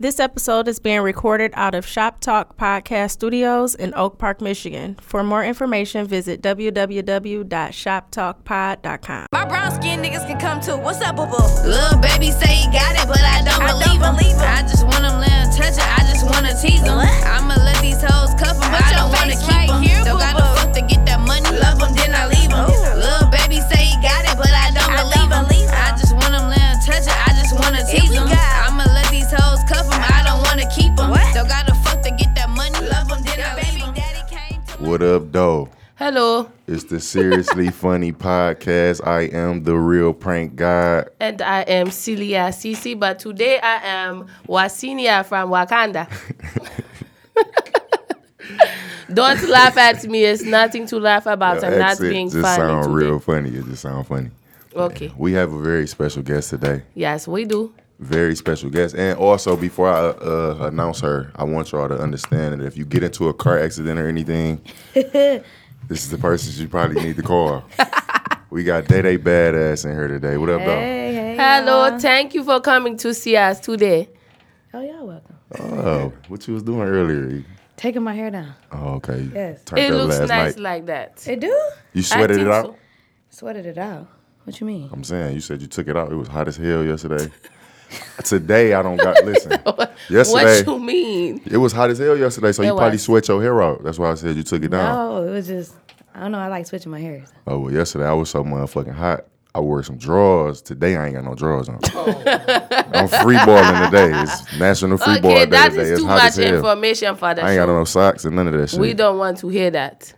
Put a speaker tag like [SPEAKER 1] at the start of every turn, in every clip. [SPEAKER 1] This episode is being recorded out of Shop Talk Podcast Studios in Oak Park, Michigan. For more information, visit www.shoptalkpod.com.
[SPEAKER 2] My brown skin niggas can come too. What's up, boo boo?
[SPEAKER 3] Little baby say he got it, but I don't
[SPEAKER 2] I don't
[SPEAKER 3] believe him.
[SPEAKER 2] believe him.
[SPEAKER 3] I just want him little touch it. I just want to tease him.
[SPEAKER 2] What?
[SPEAKER 3] I'ma let these hoes cuff him.
[SPEAKER 2] Put
[SPEAKER 3] I
[SPEAKER 2] your
[SPEAKER 3] don't want to
[SPEAKER 2] face
[SPEAKER 3] keep
[SPEAKER 2] right
[SPEAKER 3] him.
[SPEAKER 2] here,
[SPEAKER 3] don't gotta
[SPEAKER 2] boo-boo.
[SPEAKER 3] fuck to get that money. Love him, then I leave him.
[SPEAKER 2] Ooh.
[SPEAKER 3] Little baby say he got it, but I don't
[SPEAKER 2] I don't
[SPEAKER 3] believe him.
[SPEAKER 2] believe him.
[SPEAKER 3] I just want him little touch it. I just want to tease
[SPEAKER 2] we
[SPEAKER 3] him.
[SPEAKER 2] got-
[SPEAKER 3] I'ma let these hoes cuff him. I don't want to keep him.
[SPEAKER 2] What?
[SPEAKER 3] Don't gotta fuck to get that money. Love him, then I leave him.
[SPEAKER 4] What up, though?
[SPEAKER 5] Hello,
[SPEAKER 4] It's the Seriously Funny Podcast. I am the real prank guy.
[SPEAKER 5] and I am Celia Sisi, but today I am Wasinia from Wakanda. Don't laugh at me. It's nothing to laugh about.
[SPEAKER 4] Your
[SPEAKER 5] I'm not
[SPEAKER 4] accent
[SPEAKER 5] being
[SPEAKER 4] just
[SPEAKER 5] funny
[SPEAKER 4] sound
[SPEAKER 5] today.
[SPEAKER 4] real funny. It just sound funny.
[SPEAKER 5] Okay.
[SPEAKER 4] We have a very special guest today.
[SPEAKER 5] Yes, we do.
[SPEAKER 4] Very special guest. And also, before I uh, uh, announce her, I want y'all to understand that if you get into a car accident or anything, this is the person you probably need to call. we got Day Day Badass in here today. What up,
[SPEAKER 5] Hello. Thank you for coming to see us today.
[SPEAKER 6] Oh, y'all welcome.
[SPEAKER 4] though? Oh, what you was doing earlier?
[SPEAKER 6] Taking my hair down.
[SPEAKER 4] Oh, okay. You
[SPEAKER 6] Yes.
[SPEAKER 4] Turned
[SPEAKER 5] it
[SPEAKER 4] up
[SPEAKER 5] looks
[SPEAKER 4] last
[SPEAKER 5] nice
[SPEAKER 4] night.
[SPEAKER 5] like that.
[SPEAKER 6] It do?
[SPEAKER 4] you
[SPEAKER 5] I
[SPEAKER 4] sweated it
[SPEAKER 5] think
[SPEAKER 4] out?
[SPEAKER 5] so.
[SPEAKER 6] Sweated it out. What you mean?
[SPEAKER 4] I'm saying you said you took it out. It was hot as hell yesterday. Today I don't got listen. yesterday
[SPEAKER 5] What you mean?
[SPEAKER 4] it was hot as hell yesterday, so you
[SPEAKER 5] It
[SPEAKER 4] probably
[SPEAKER 5] was.
[SPEAKER 4] sweat your hair out. That's why I said you took it down.
[SPEAKER 6] Oh, it was just, I don't know. I like switching my hairs.
[SPEAKER 4] Oh well, yesterday I was so motherfucking hot. I wore some drawers. Today I ain't got no drawers on. I'm free balling today. It's National Free Ball
[SPEAKER 5] okay,
[SPEAKER 4] Day
[SPEAKER 5] that
[SPEAKER 4] today.
[SPEAKER 5] is
[SPEAKER 4] it's
[SPEAKER 5] too
[SPEAKER 4] hot as
[SPEAKER 5] much
[SPEAKER 4] hell.
[SPEAKER 5] information for the
[SPEAKER 4] I ain't
[SPEAKER 5] show.
[SPEAKER 4] got no socks and none of that shit.
[SPEAKER 5] We don't want to hear that.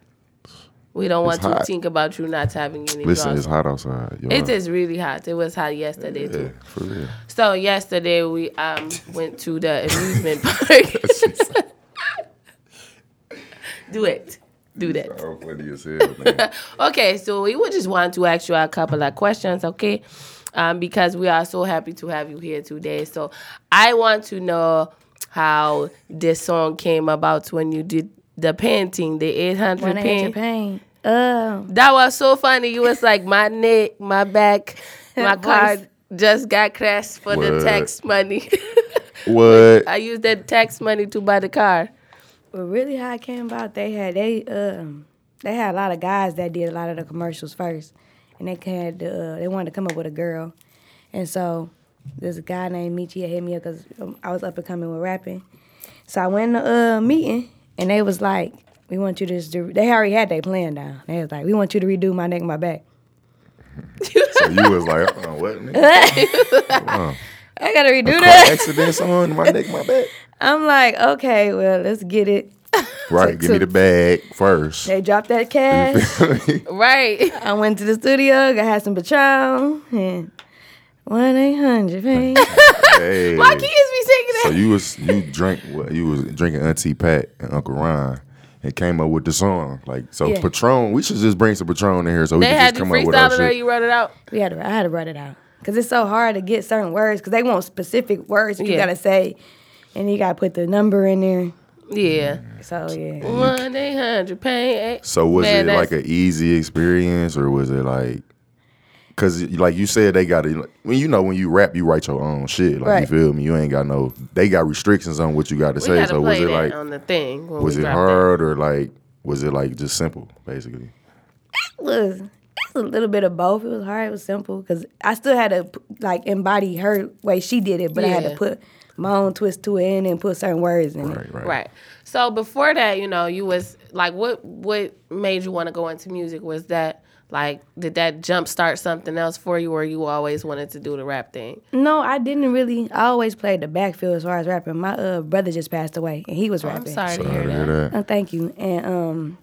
[SPEAKER 5] We don't want
[SPEAKER 4] It's
[SPEAKER 5] to
[SPEAKER 4] hot.
[SPEAKER 5] think about you not having any
[SPEAKER 4] listen,
[SPEAKER 5] drugs.
[SPEAKER 4] it's hot outside. y'all.
[SPEAKER 5] It is really hot. It was hot yesterday
[SPEAKER 4] Yeah,
[SPEAKER 5] too.
[SPEAKER 4] for real.
[SPEAKER 5] So yesterday we um went to the amusement park. Do it. Do that.
[SPEAKER 4] I'm funny as hell, man.
[SPEAKER 5] Okay, so we would just want to ask you a couple of questions, okay? Um, because we are so happy to have you here today. So I want to know how this song came about when you did the painting, the 800
[SPEAKER 6] When I hit your
[SPEAKER 5] paint.
[SPEAKER 6] pain. Um,
[SPEAKER 5] That was so funny. You was like, my neck, my back, my
[SPEAKER 6] Voice.
[SPEAKER 5] car just got crashed for
[SPEAKER 4] Word.
[SPEAKER 5] the tax money.
[SPEAKER 4] What?
[SPEAKER 5] I used that tax money to buy the car.
[SPEAKER 6] but really how it came about, they had, they, um, they had a lot of guys that did a lot of the commercials first. And they had, the, uh, they wanted to come up with a girl. And so this guy named Michi had hit me up because um, I was up and coming with rapping. So I went to a meeting and they was like, we want you to just do, they already had their plan down. They was like, we want you to redo my neck and my back.
[SPEAKER 4] So you was like, uh, what? nigga?
[SPEAKER 6] I gotta redo
[SPEAKER 4] Car
[SPEAKER 6] that.
[SPEAKER 4] accidents on my neck, my back.
[SPEAKER 6] I'm like, okay, well, let's get it.
[SPEAKER 4] Right, give me the bag first.
[SPEAKER 6] They dropped that cash.
[SPEAKER 5] Right.
[SPEAKER 6] I went to the studio, I had some Patron, and 1 800, man.
[SPEAKER 4] Hey.
[SPEAKER 5] My kids be singing that.
[SPEAKER 4] So you was you drank what you was drinking Auntie Pat and Uncle Ron and came up with the song. Like so
[SPEAKER 6] Yeah.
[SPEAKER 4] Patron, we should just bring some Patron in here so we
[SPEAKER 5] they
[SPEAKER 4] can
[SPEAKER 5] had
[SPEAKER 4] just
[SPEAKER 5] you
[SPEAKER 4] come up with our
[SPEAKER 5] freestyle it or
[SPEAKER 4] shit.
[SPEAKER 5] you wrote it out.
[SPEAKER 6] we had to, I had to write it out. Because it's so hard to get certain words, because they want specific words that you
[SPEAKER 5] Yeah.
[SPEAKER 6] gotta say, and you gotta put the number in there.
[SPEAKER 5] Yeah.
[SPEAKER 6] So, yeah.
[SPEAKER 5] 1 800 pain.
[SPEAKER 4] So was
[SPEAKER 5] Man,
[SPEAKER 4] it
[SPEAKER 5] that's-
[SPEAKER 4] like an easy experience or was it like Cause like you said, they got it. When you know when you rap, you write your own shit. Like you
[SPEAKER 6] Right.
[SPEAKER 4] feel me? You ain't got no. They got restrictions on what you got to
[SPEAKER 5] We
[SPEAKER 4] say.
[SPEAKER 5] gotta
[SPEAKER 4] So was
[SPEAKER 5] play
[SPEAKER 4] it
[SPEAKER 5] that
[SPEAKER 4] like
[SPEAKER 5] on the thing. when
[SPEAKER 4] was
[SPEAKER 5] we
[SPEAKER 4] it
[SPEAKER 5] drop
[SPEAKER 4] hard or like was it like just simple basically?
[SPEAKER 6] It was, it was a little bit of both. It was hard, it was simple, because I still had to, like, embody her way she did it, but I had
[SPEAKER 5] Yeah.
[SPEAKER 6] to put my own twist to it in and put certain words in it.
[SPEAKER 4] Right, right.
[SPEAKER 5] That. Right. So before that, you know, you was like, what what made you want to go into music? Was that like, did that jump start something else for you, or you always wanted to do the rap thing?
[SPEAKER 6] No, I didn't really. I always played the backfield as far as rapping. My uh, brother just passed away, and he was rapping.
[SPEAKER 5] Oh, I'm sorry to
[SPEAKER 4] I
[SPEAKER 5] hear
[SPEAKER 4] hear
[SPEAKER 5] that.
[SPEAKER 4] that.
[SPEAKER 6] Oh, thank you. And um,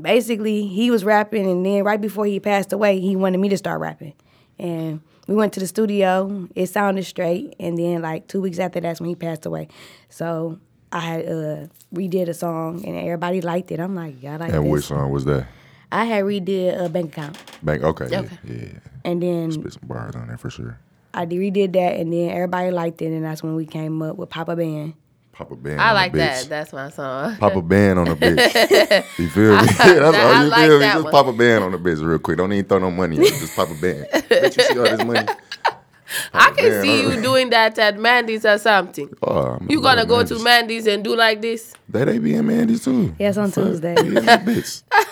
[SPEAKER 6] basically, he was rapping, and then right before he passed away, he wanted me to start rapping. And we went to the studio. It sounded straight, and then like two weeks after that's when he passed away. So I had uh, redid a song, and everybody liked it. I'm like, yeah, I like
[SPEAKER 4] And
[SPEAKER 6] this.
[SPEAKER 4] which song was that?
[SPEAKER 6] I had redid a bank account,
[SPEAKER 4] Back okay, yeah,
[SPEAKER 5] Okay.
[SPEAKER 4] yeah, yeah.
[SPEAKER 6] and then
[SPEAKER 4] Put some bars on there for sure.
[SPEAKER 6] I redid that, and then everybody liked it, and that's when we came up with Papa Band.
[SPEAKER 4] Pop a band.
[SPEAKER 5] I
[SPEAKER 4] on
[SPEAKER 5] like
[SPEAKER 4] the
[SPEAKER 5] that.
[SPEAKER 4] bitch.
[SPEAKER 5] That's my song.
[SPEAKER 4] Pop a band on a bitch. you feel me? That's all
[SPEAKER 5] that- I
[SPEAKER 4] you
[SPEAKER 5] like
[SPEAKER 4] feel me.
[SPEAKER 5] that
[SPEAKER 4] Just
[SPEAKER 5] one.
[SPEAKER 4] pop a band on a bitch real quick. Don't even throw no money. in it. Just pop a band. Bitch, you see all this money?
[SPEAKER 5] I can
[SPEAKER 4] man,
[SPEAKER 5] see
[SPEAKER 4] all
[SPEAKER 5] you
[SPEAKER 4] right.
[SPEAKER 5] doing that at Mandy's or something.
[SPEAKER 4] Oh, I'm
[SPEAKER 5] You
[SPEAKER 4] gonna
[SPEAKER 5] gonna go to Mandy's and do like this?
[SPEAKER 4] They they be in Mandy's too.
[SPEAKER 6] Yes, on
[SPEAKER 4] Fuck,
[SPEAKER 6] Tuesday.
[SPEAKER 4] be in that bitch.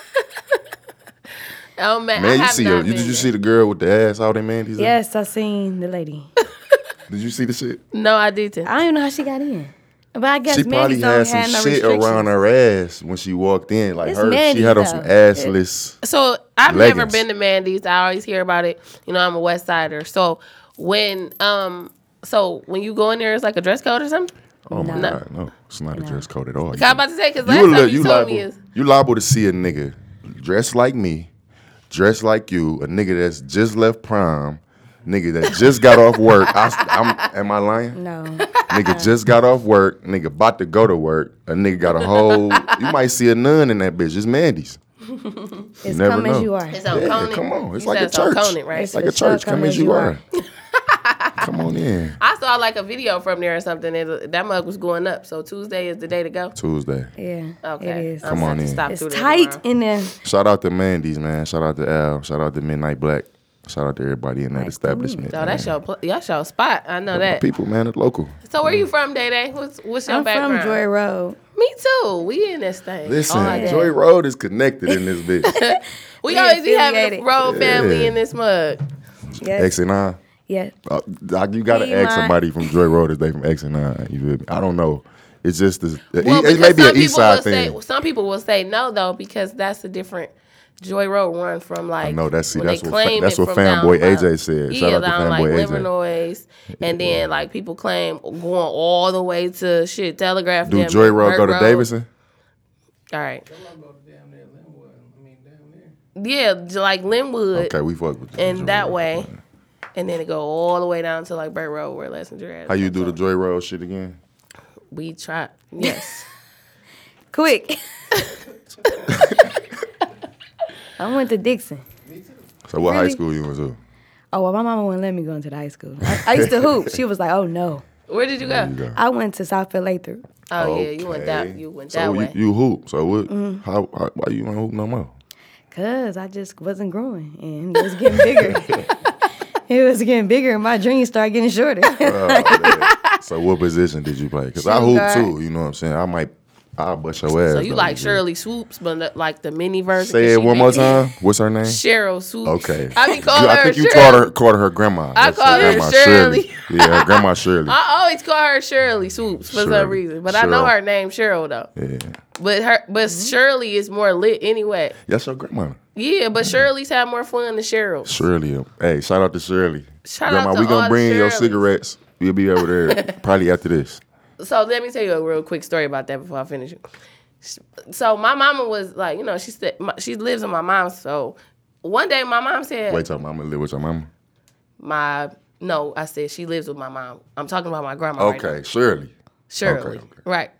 [SPEAKER 5] Oh man, I
[SPEAKER 4] Man, you
[SPEAKER 5] have
[SPEAKER 4] see
[SPEAKER 5] not
[SPEAKER 4] her. You,
[SPEAKER 5] been
[SPEAKER 4] did you
[SPEAKER 5] there.
[SPEAKER 4] see the girl with the ass out in Mandy's?
[SPEAKER 6] Yes, I seen the lady.
[SPEAKER 4] Did you see the shit?
[SPEAKER 5] No, I didn't.
[SPEAKER 6] I don't even know how she got in, but I guess
[SPEAKER 4] She probably
[SPEAKER 6] Mandy's don't
[SPEAKER 4] had
[SPEAKER 6] have
[SPEAKER 4] some
[SPEAKER 6] no
[SPEAKER 4] shit
[SPEAKER 6] restrictions.
[SPEAKER 4] around her ass when she walked in. Like
[SPEAKER 6] It's
[SPEAKER 4] her,
[SPEAKER 6] Mandy's,
[SPEAKER 4] she had on some
[SPEAKER 6] though.
[SPEAKER 4] assless.
[SPEAKER 5] So I've never
[SPEAKER 4] Leggings.
[SPEAKER 5] been to Mandy's. I always hear about it. You know, I'm a West Sider. So when um, so when you go in there, it's like a dress code or something.
[SPEAKER 4] Oh my
[SPEAKER 6] No.
[SPEAKER 4] god, no, it's not a dress code at all.
[SPEAKER 5] I'm about to say because
[SPEAKER 4] You would
[SPEAKER 5] last time
[SPEAKER 4] look-
[SPEAKER 5] you,
[SPEAKER 4] you
[SPEAKER 5] told
[SPEAKER 4] liable,
[SPEAKER 5] me is
[SPEAKER 4] you liable to see a nigga dressed like me, dressed like you, a nigga that's just left prom, nigga that just got off work. I, am am I lying?
[SPEAKER 6] No,
[SPEAKER 4] Nigga just got off work, nigga about to go to work, a nigga got a whole. you might see a nun in that bitch. It's Mandy's.
[SPEAKER 6] it's
[SPEAKER 4] never
[SPEAKER 6] come
[SPEAKER 4] know.
[SPEAKER 6] as you are.
[SPEAKER 5] it's on
[SPEAKER 4] Yeah,
[SPEAKER 5] Conan.
[SPEAKER 4] come on, it's
[SPEAKER 5] You
[SPEAKER 4] like
[SPEAKER 5] said
[SPEAKER 4] a church.
[SPEAKER 5] on Conan, right?
[SPEAKER 6] It's
[SPEAKER 4] like
[SPEAKER 6] for
[SPEAKER 4] a
[SPEAKER 6] sure
[SPEAKER 4] church. Come, as you are. Come on in.
[SPEAKER 5] I saw like a video from there or something. And that mug was going up. So Tuesday is the day to go.
[SPEAKER 4] Tuesday.
[SPEAKER 6] Yeah,
[SPEAKER 5] Okay,
[SPEAKER 6] it is.
[SPEAKER 5] I'm
[SPEAKER 4] Come
[SPEAKER 5] gonna
[SPEAKER 4] on
[SPEAKER 5] have to
[SPEAKER 4] in.
[SPEAKER 5] stop
[SPEAKER 6] it's
[SPEAKER 5] through there
[SPEAKER 6] tight
[SPEAKER 5] tomorrow.
[SPEAKER 6] in there.
[SPEAKER 4] Shout out to Mandy's, man. Shout out to Al. Shout out to Midnight Black. Shout out to everybody in that establishment.
[SPEAKER 5] So that's
[SPEAKER 4] man.
[SPEAKER 5] your pl- that's your spot. I know that.
[SPEAKER 4] people, man, at local.
[SPEAKER 5] So where you from, Day Day? What's what's your
[SPEAKER 6] I'm
[SPEAKER 5] background?
[SPEAKER 6] from Joy Road.
[SPEAKER 5] Me too. We in this thing.
[SPEAKER 4] Listen,
[SPEAKER 5] All day.
[SPEAKER 4] Joy Road is connected in this bitch.
[SPEAKER 5] we
[SPEAKER 6] We
[SPEAKER 5] always be having a
[SPEAKER 6] affiliated.
[SPEAKER 5] road family
[SPEAKER 4] Yeah.
[SPEAKER 5] in this mug.
[SPEAKER 6] Yes,
[SPEAKER 4] X and I.
[SPEAKER 6] yes.
[SPEAKER 4] Uh, you gotta
[SPEAKER 6] He
[SPEAKER 4] ask
[SPEAKER 6] lying.
[SPEAKER 4] somebody from Joy Road if they from X and I. You feel me? I don't know. It's just this. it-
[SPEAKER 5] Well,
[SPEAKER 4] it
[SPEAKER 5] because
[SPEAKER 4] may be
[SPEAKER 5] some
[SPEAKER 4] an East
[SPEAKER 5] people will
[SPEAKER 4] Side
[SPEAKER 5] say
[SPEAKER 4] thing.
[SPEAKER 5] some people will say no though because that's a different Joy Road run from like
[SPEAKER 4] I know, that's- see,
[SPEAKER 5] when
[SPEAKER 4] that's
[SPEAKER 5] they
[SPEAKER 4] what fa-
[SPEAKER 5] claim
[SPEAKER 4] that's
[SPEAKER 5] it
[SPEAKER 4] what
[SPEAKER 5] from down
[SPEAKER 4] fanboy
[SPEAKER 5] like-
[SPEAKER 4] AJ said.
[SPEAKER 5] Yeah,
[SPEAKER 4] Shout out to
[SPEAKER 5] down like
[SPEAKER 4] fanboy AJ.
[SPEAKER 5] Livernois, and then like people claim going all the way to shit Telegraph.
[SPEAKER 4] Do
[SPEAKER 5] down
[SPEAKER 4] Joy Road go
[SPEAKER 5] Burt
[SPEAKER 4] to Davidson?
[SPEAKER 5] All right. Yeah, j- like Linwood,
[SPEAKER 4] Okay, we fuck with the Joy
[SPEAKER 5] and that
[SPEAKER 4] Road.
[SPEAKER 5] way, and then it go all the way down to like Burt Road where Lessinger at.
[SPEAKER 4] How you do the Joy Road shit again?
[SPEAKER 5] We try. Yes.
[SPEAKER 6] Quick. I went to Dixon.
[SPEAKER 4] So what high
[SPEAKER 6] Really?
[SPEAKER 4] school you went to?
[SPEAKER 6] Oh well, my mama wouldn't let me go into the high school. I, I used to hoop. She was like, "Oh no."
[SPEAKER 5] where did you go?
[SPEAKER 4] You go.
[SPEAKER 6] I went to Southfield Lathrop.
[SPEAKER 5] Oh yeah, you went that.
[SPEAKER 4] Okay.
[SPEAKER 5] You went
[SPEAKER 4] so
[SPEAKER 5] that
[SPEAKER 4] you,
[SPEAKER 5] way. Mm-hmm.
[SPEAKER 4] You hoop. So what? How, how? Why you don't hoop no more?
[SPEAKER 6] Cause I just wasn't growing and it was getting bigger. it was getting bigger and my dreams started getting shorter.
[SPEAKER 4] So what position did you play? Because I
[SPEAKER 6] Shooting
[SPEAKER 4] hoop
[SPEAKER 6] guard.
[SPEAKER 4] too. You know what I'm saying? I might. I'll bust your ass.
[SPEAKER 5] so you
[SPEAKER 4] though,
[SPEAKER 5] like
[SPEAKER 4] nigga.
[SPEAKER 5] Shirley Swoops, but the- like the mini version. 'cause
[SPEAKER 4] Say it
[SPEAKER 5] she
[SPEAKER 4] one
[SPEAKER 5] be-
[SPEAKER 4] more time. What's her name?
[SPEAKER 5] Cheryl Swoops.
[SPEAKER 4] Okay.
[SPEAKER 5] I be calling
[SPEAKER 4] You- I
[SPEAKER 5] her
[SPEAKER 4] think you
[SPEAKER 5] Shirley.
[SPEAKER 4] called her called her grandma.
[SPEAKER 5] I
[SPEAKER 4] That's
[SPEAKER 5] call her Shirley.
[SPEAKER 4] Yeah, her grandma Shirley.
[SPEAKER 5] I always call her Shirley Swoops for
[SPEAKER 4] Shirley.
[SPEAKER 5] some reason, but I know
[SPEAKER 4] Cheryl. Mm-hmm.
[SPEAKER 5] her name Cheryl though.
[SPEAKER 4] Yeah,
[SPEAKER 5] But her, but Shirley is more lit anyway.
[SPEAKER 4] that's your grandma.
[SPEAKER 5] Yeah,
[SPEAKER 4] Mm-hmm.
[SPEAKER 5] but Shirley's had more fun than Cheryl's.
[SPEAKER 4] Shirley. Hey, shout out to Shirley.
[SPEAKER 5] Shout out
[SPEAKER 4] grandma,
[SPEAKER 5] to
[SPEAKER 4] we
[SPEAKER 5] all
[SPEAKER 4] gonna
[SPEAKER 5] the
[SPEAKER 4] bring your
[SPEAKER 5] Shirleys.
[SPEAKER 4] cigarettes. We'll be over there probably after this.
[SPEAKER 5] So let me tell you a real quick story about that before I finish it. Sh- So my mama was like, you know, she said my- she lives with my mom. So one day my mom said,
[SPEAKER 4] Wait till mama live with your mama.
[SPEAKER 5] my no, I said she lives with my mom. I'm talking about my grandma. right now.
[SPEAKER 4] Okay, Shirley.
[SPEAKER 5] Shirley.
[SPEAKER 4] okay.
[SPEAKER 5] Right.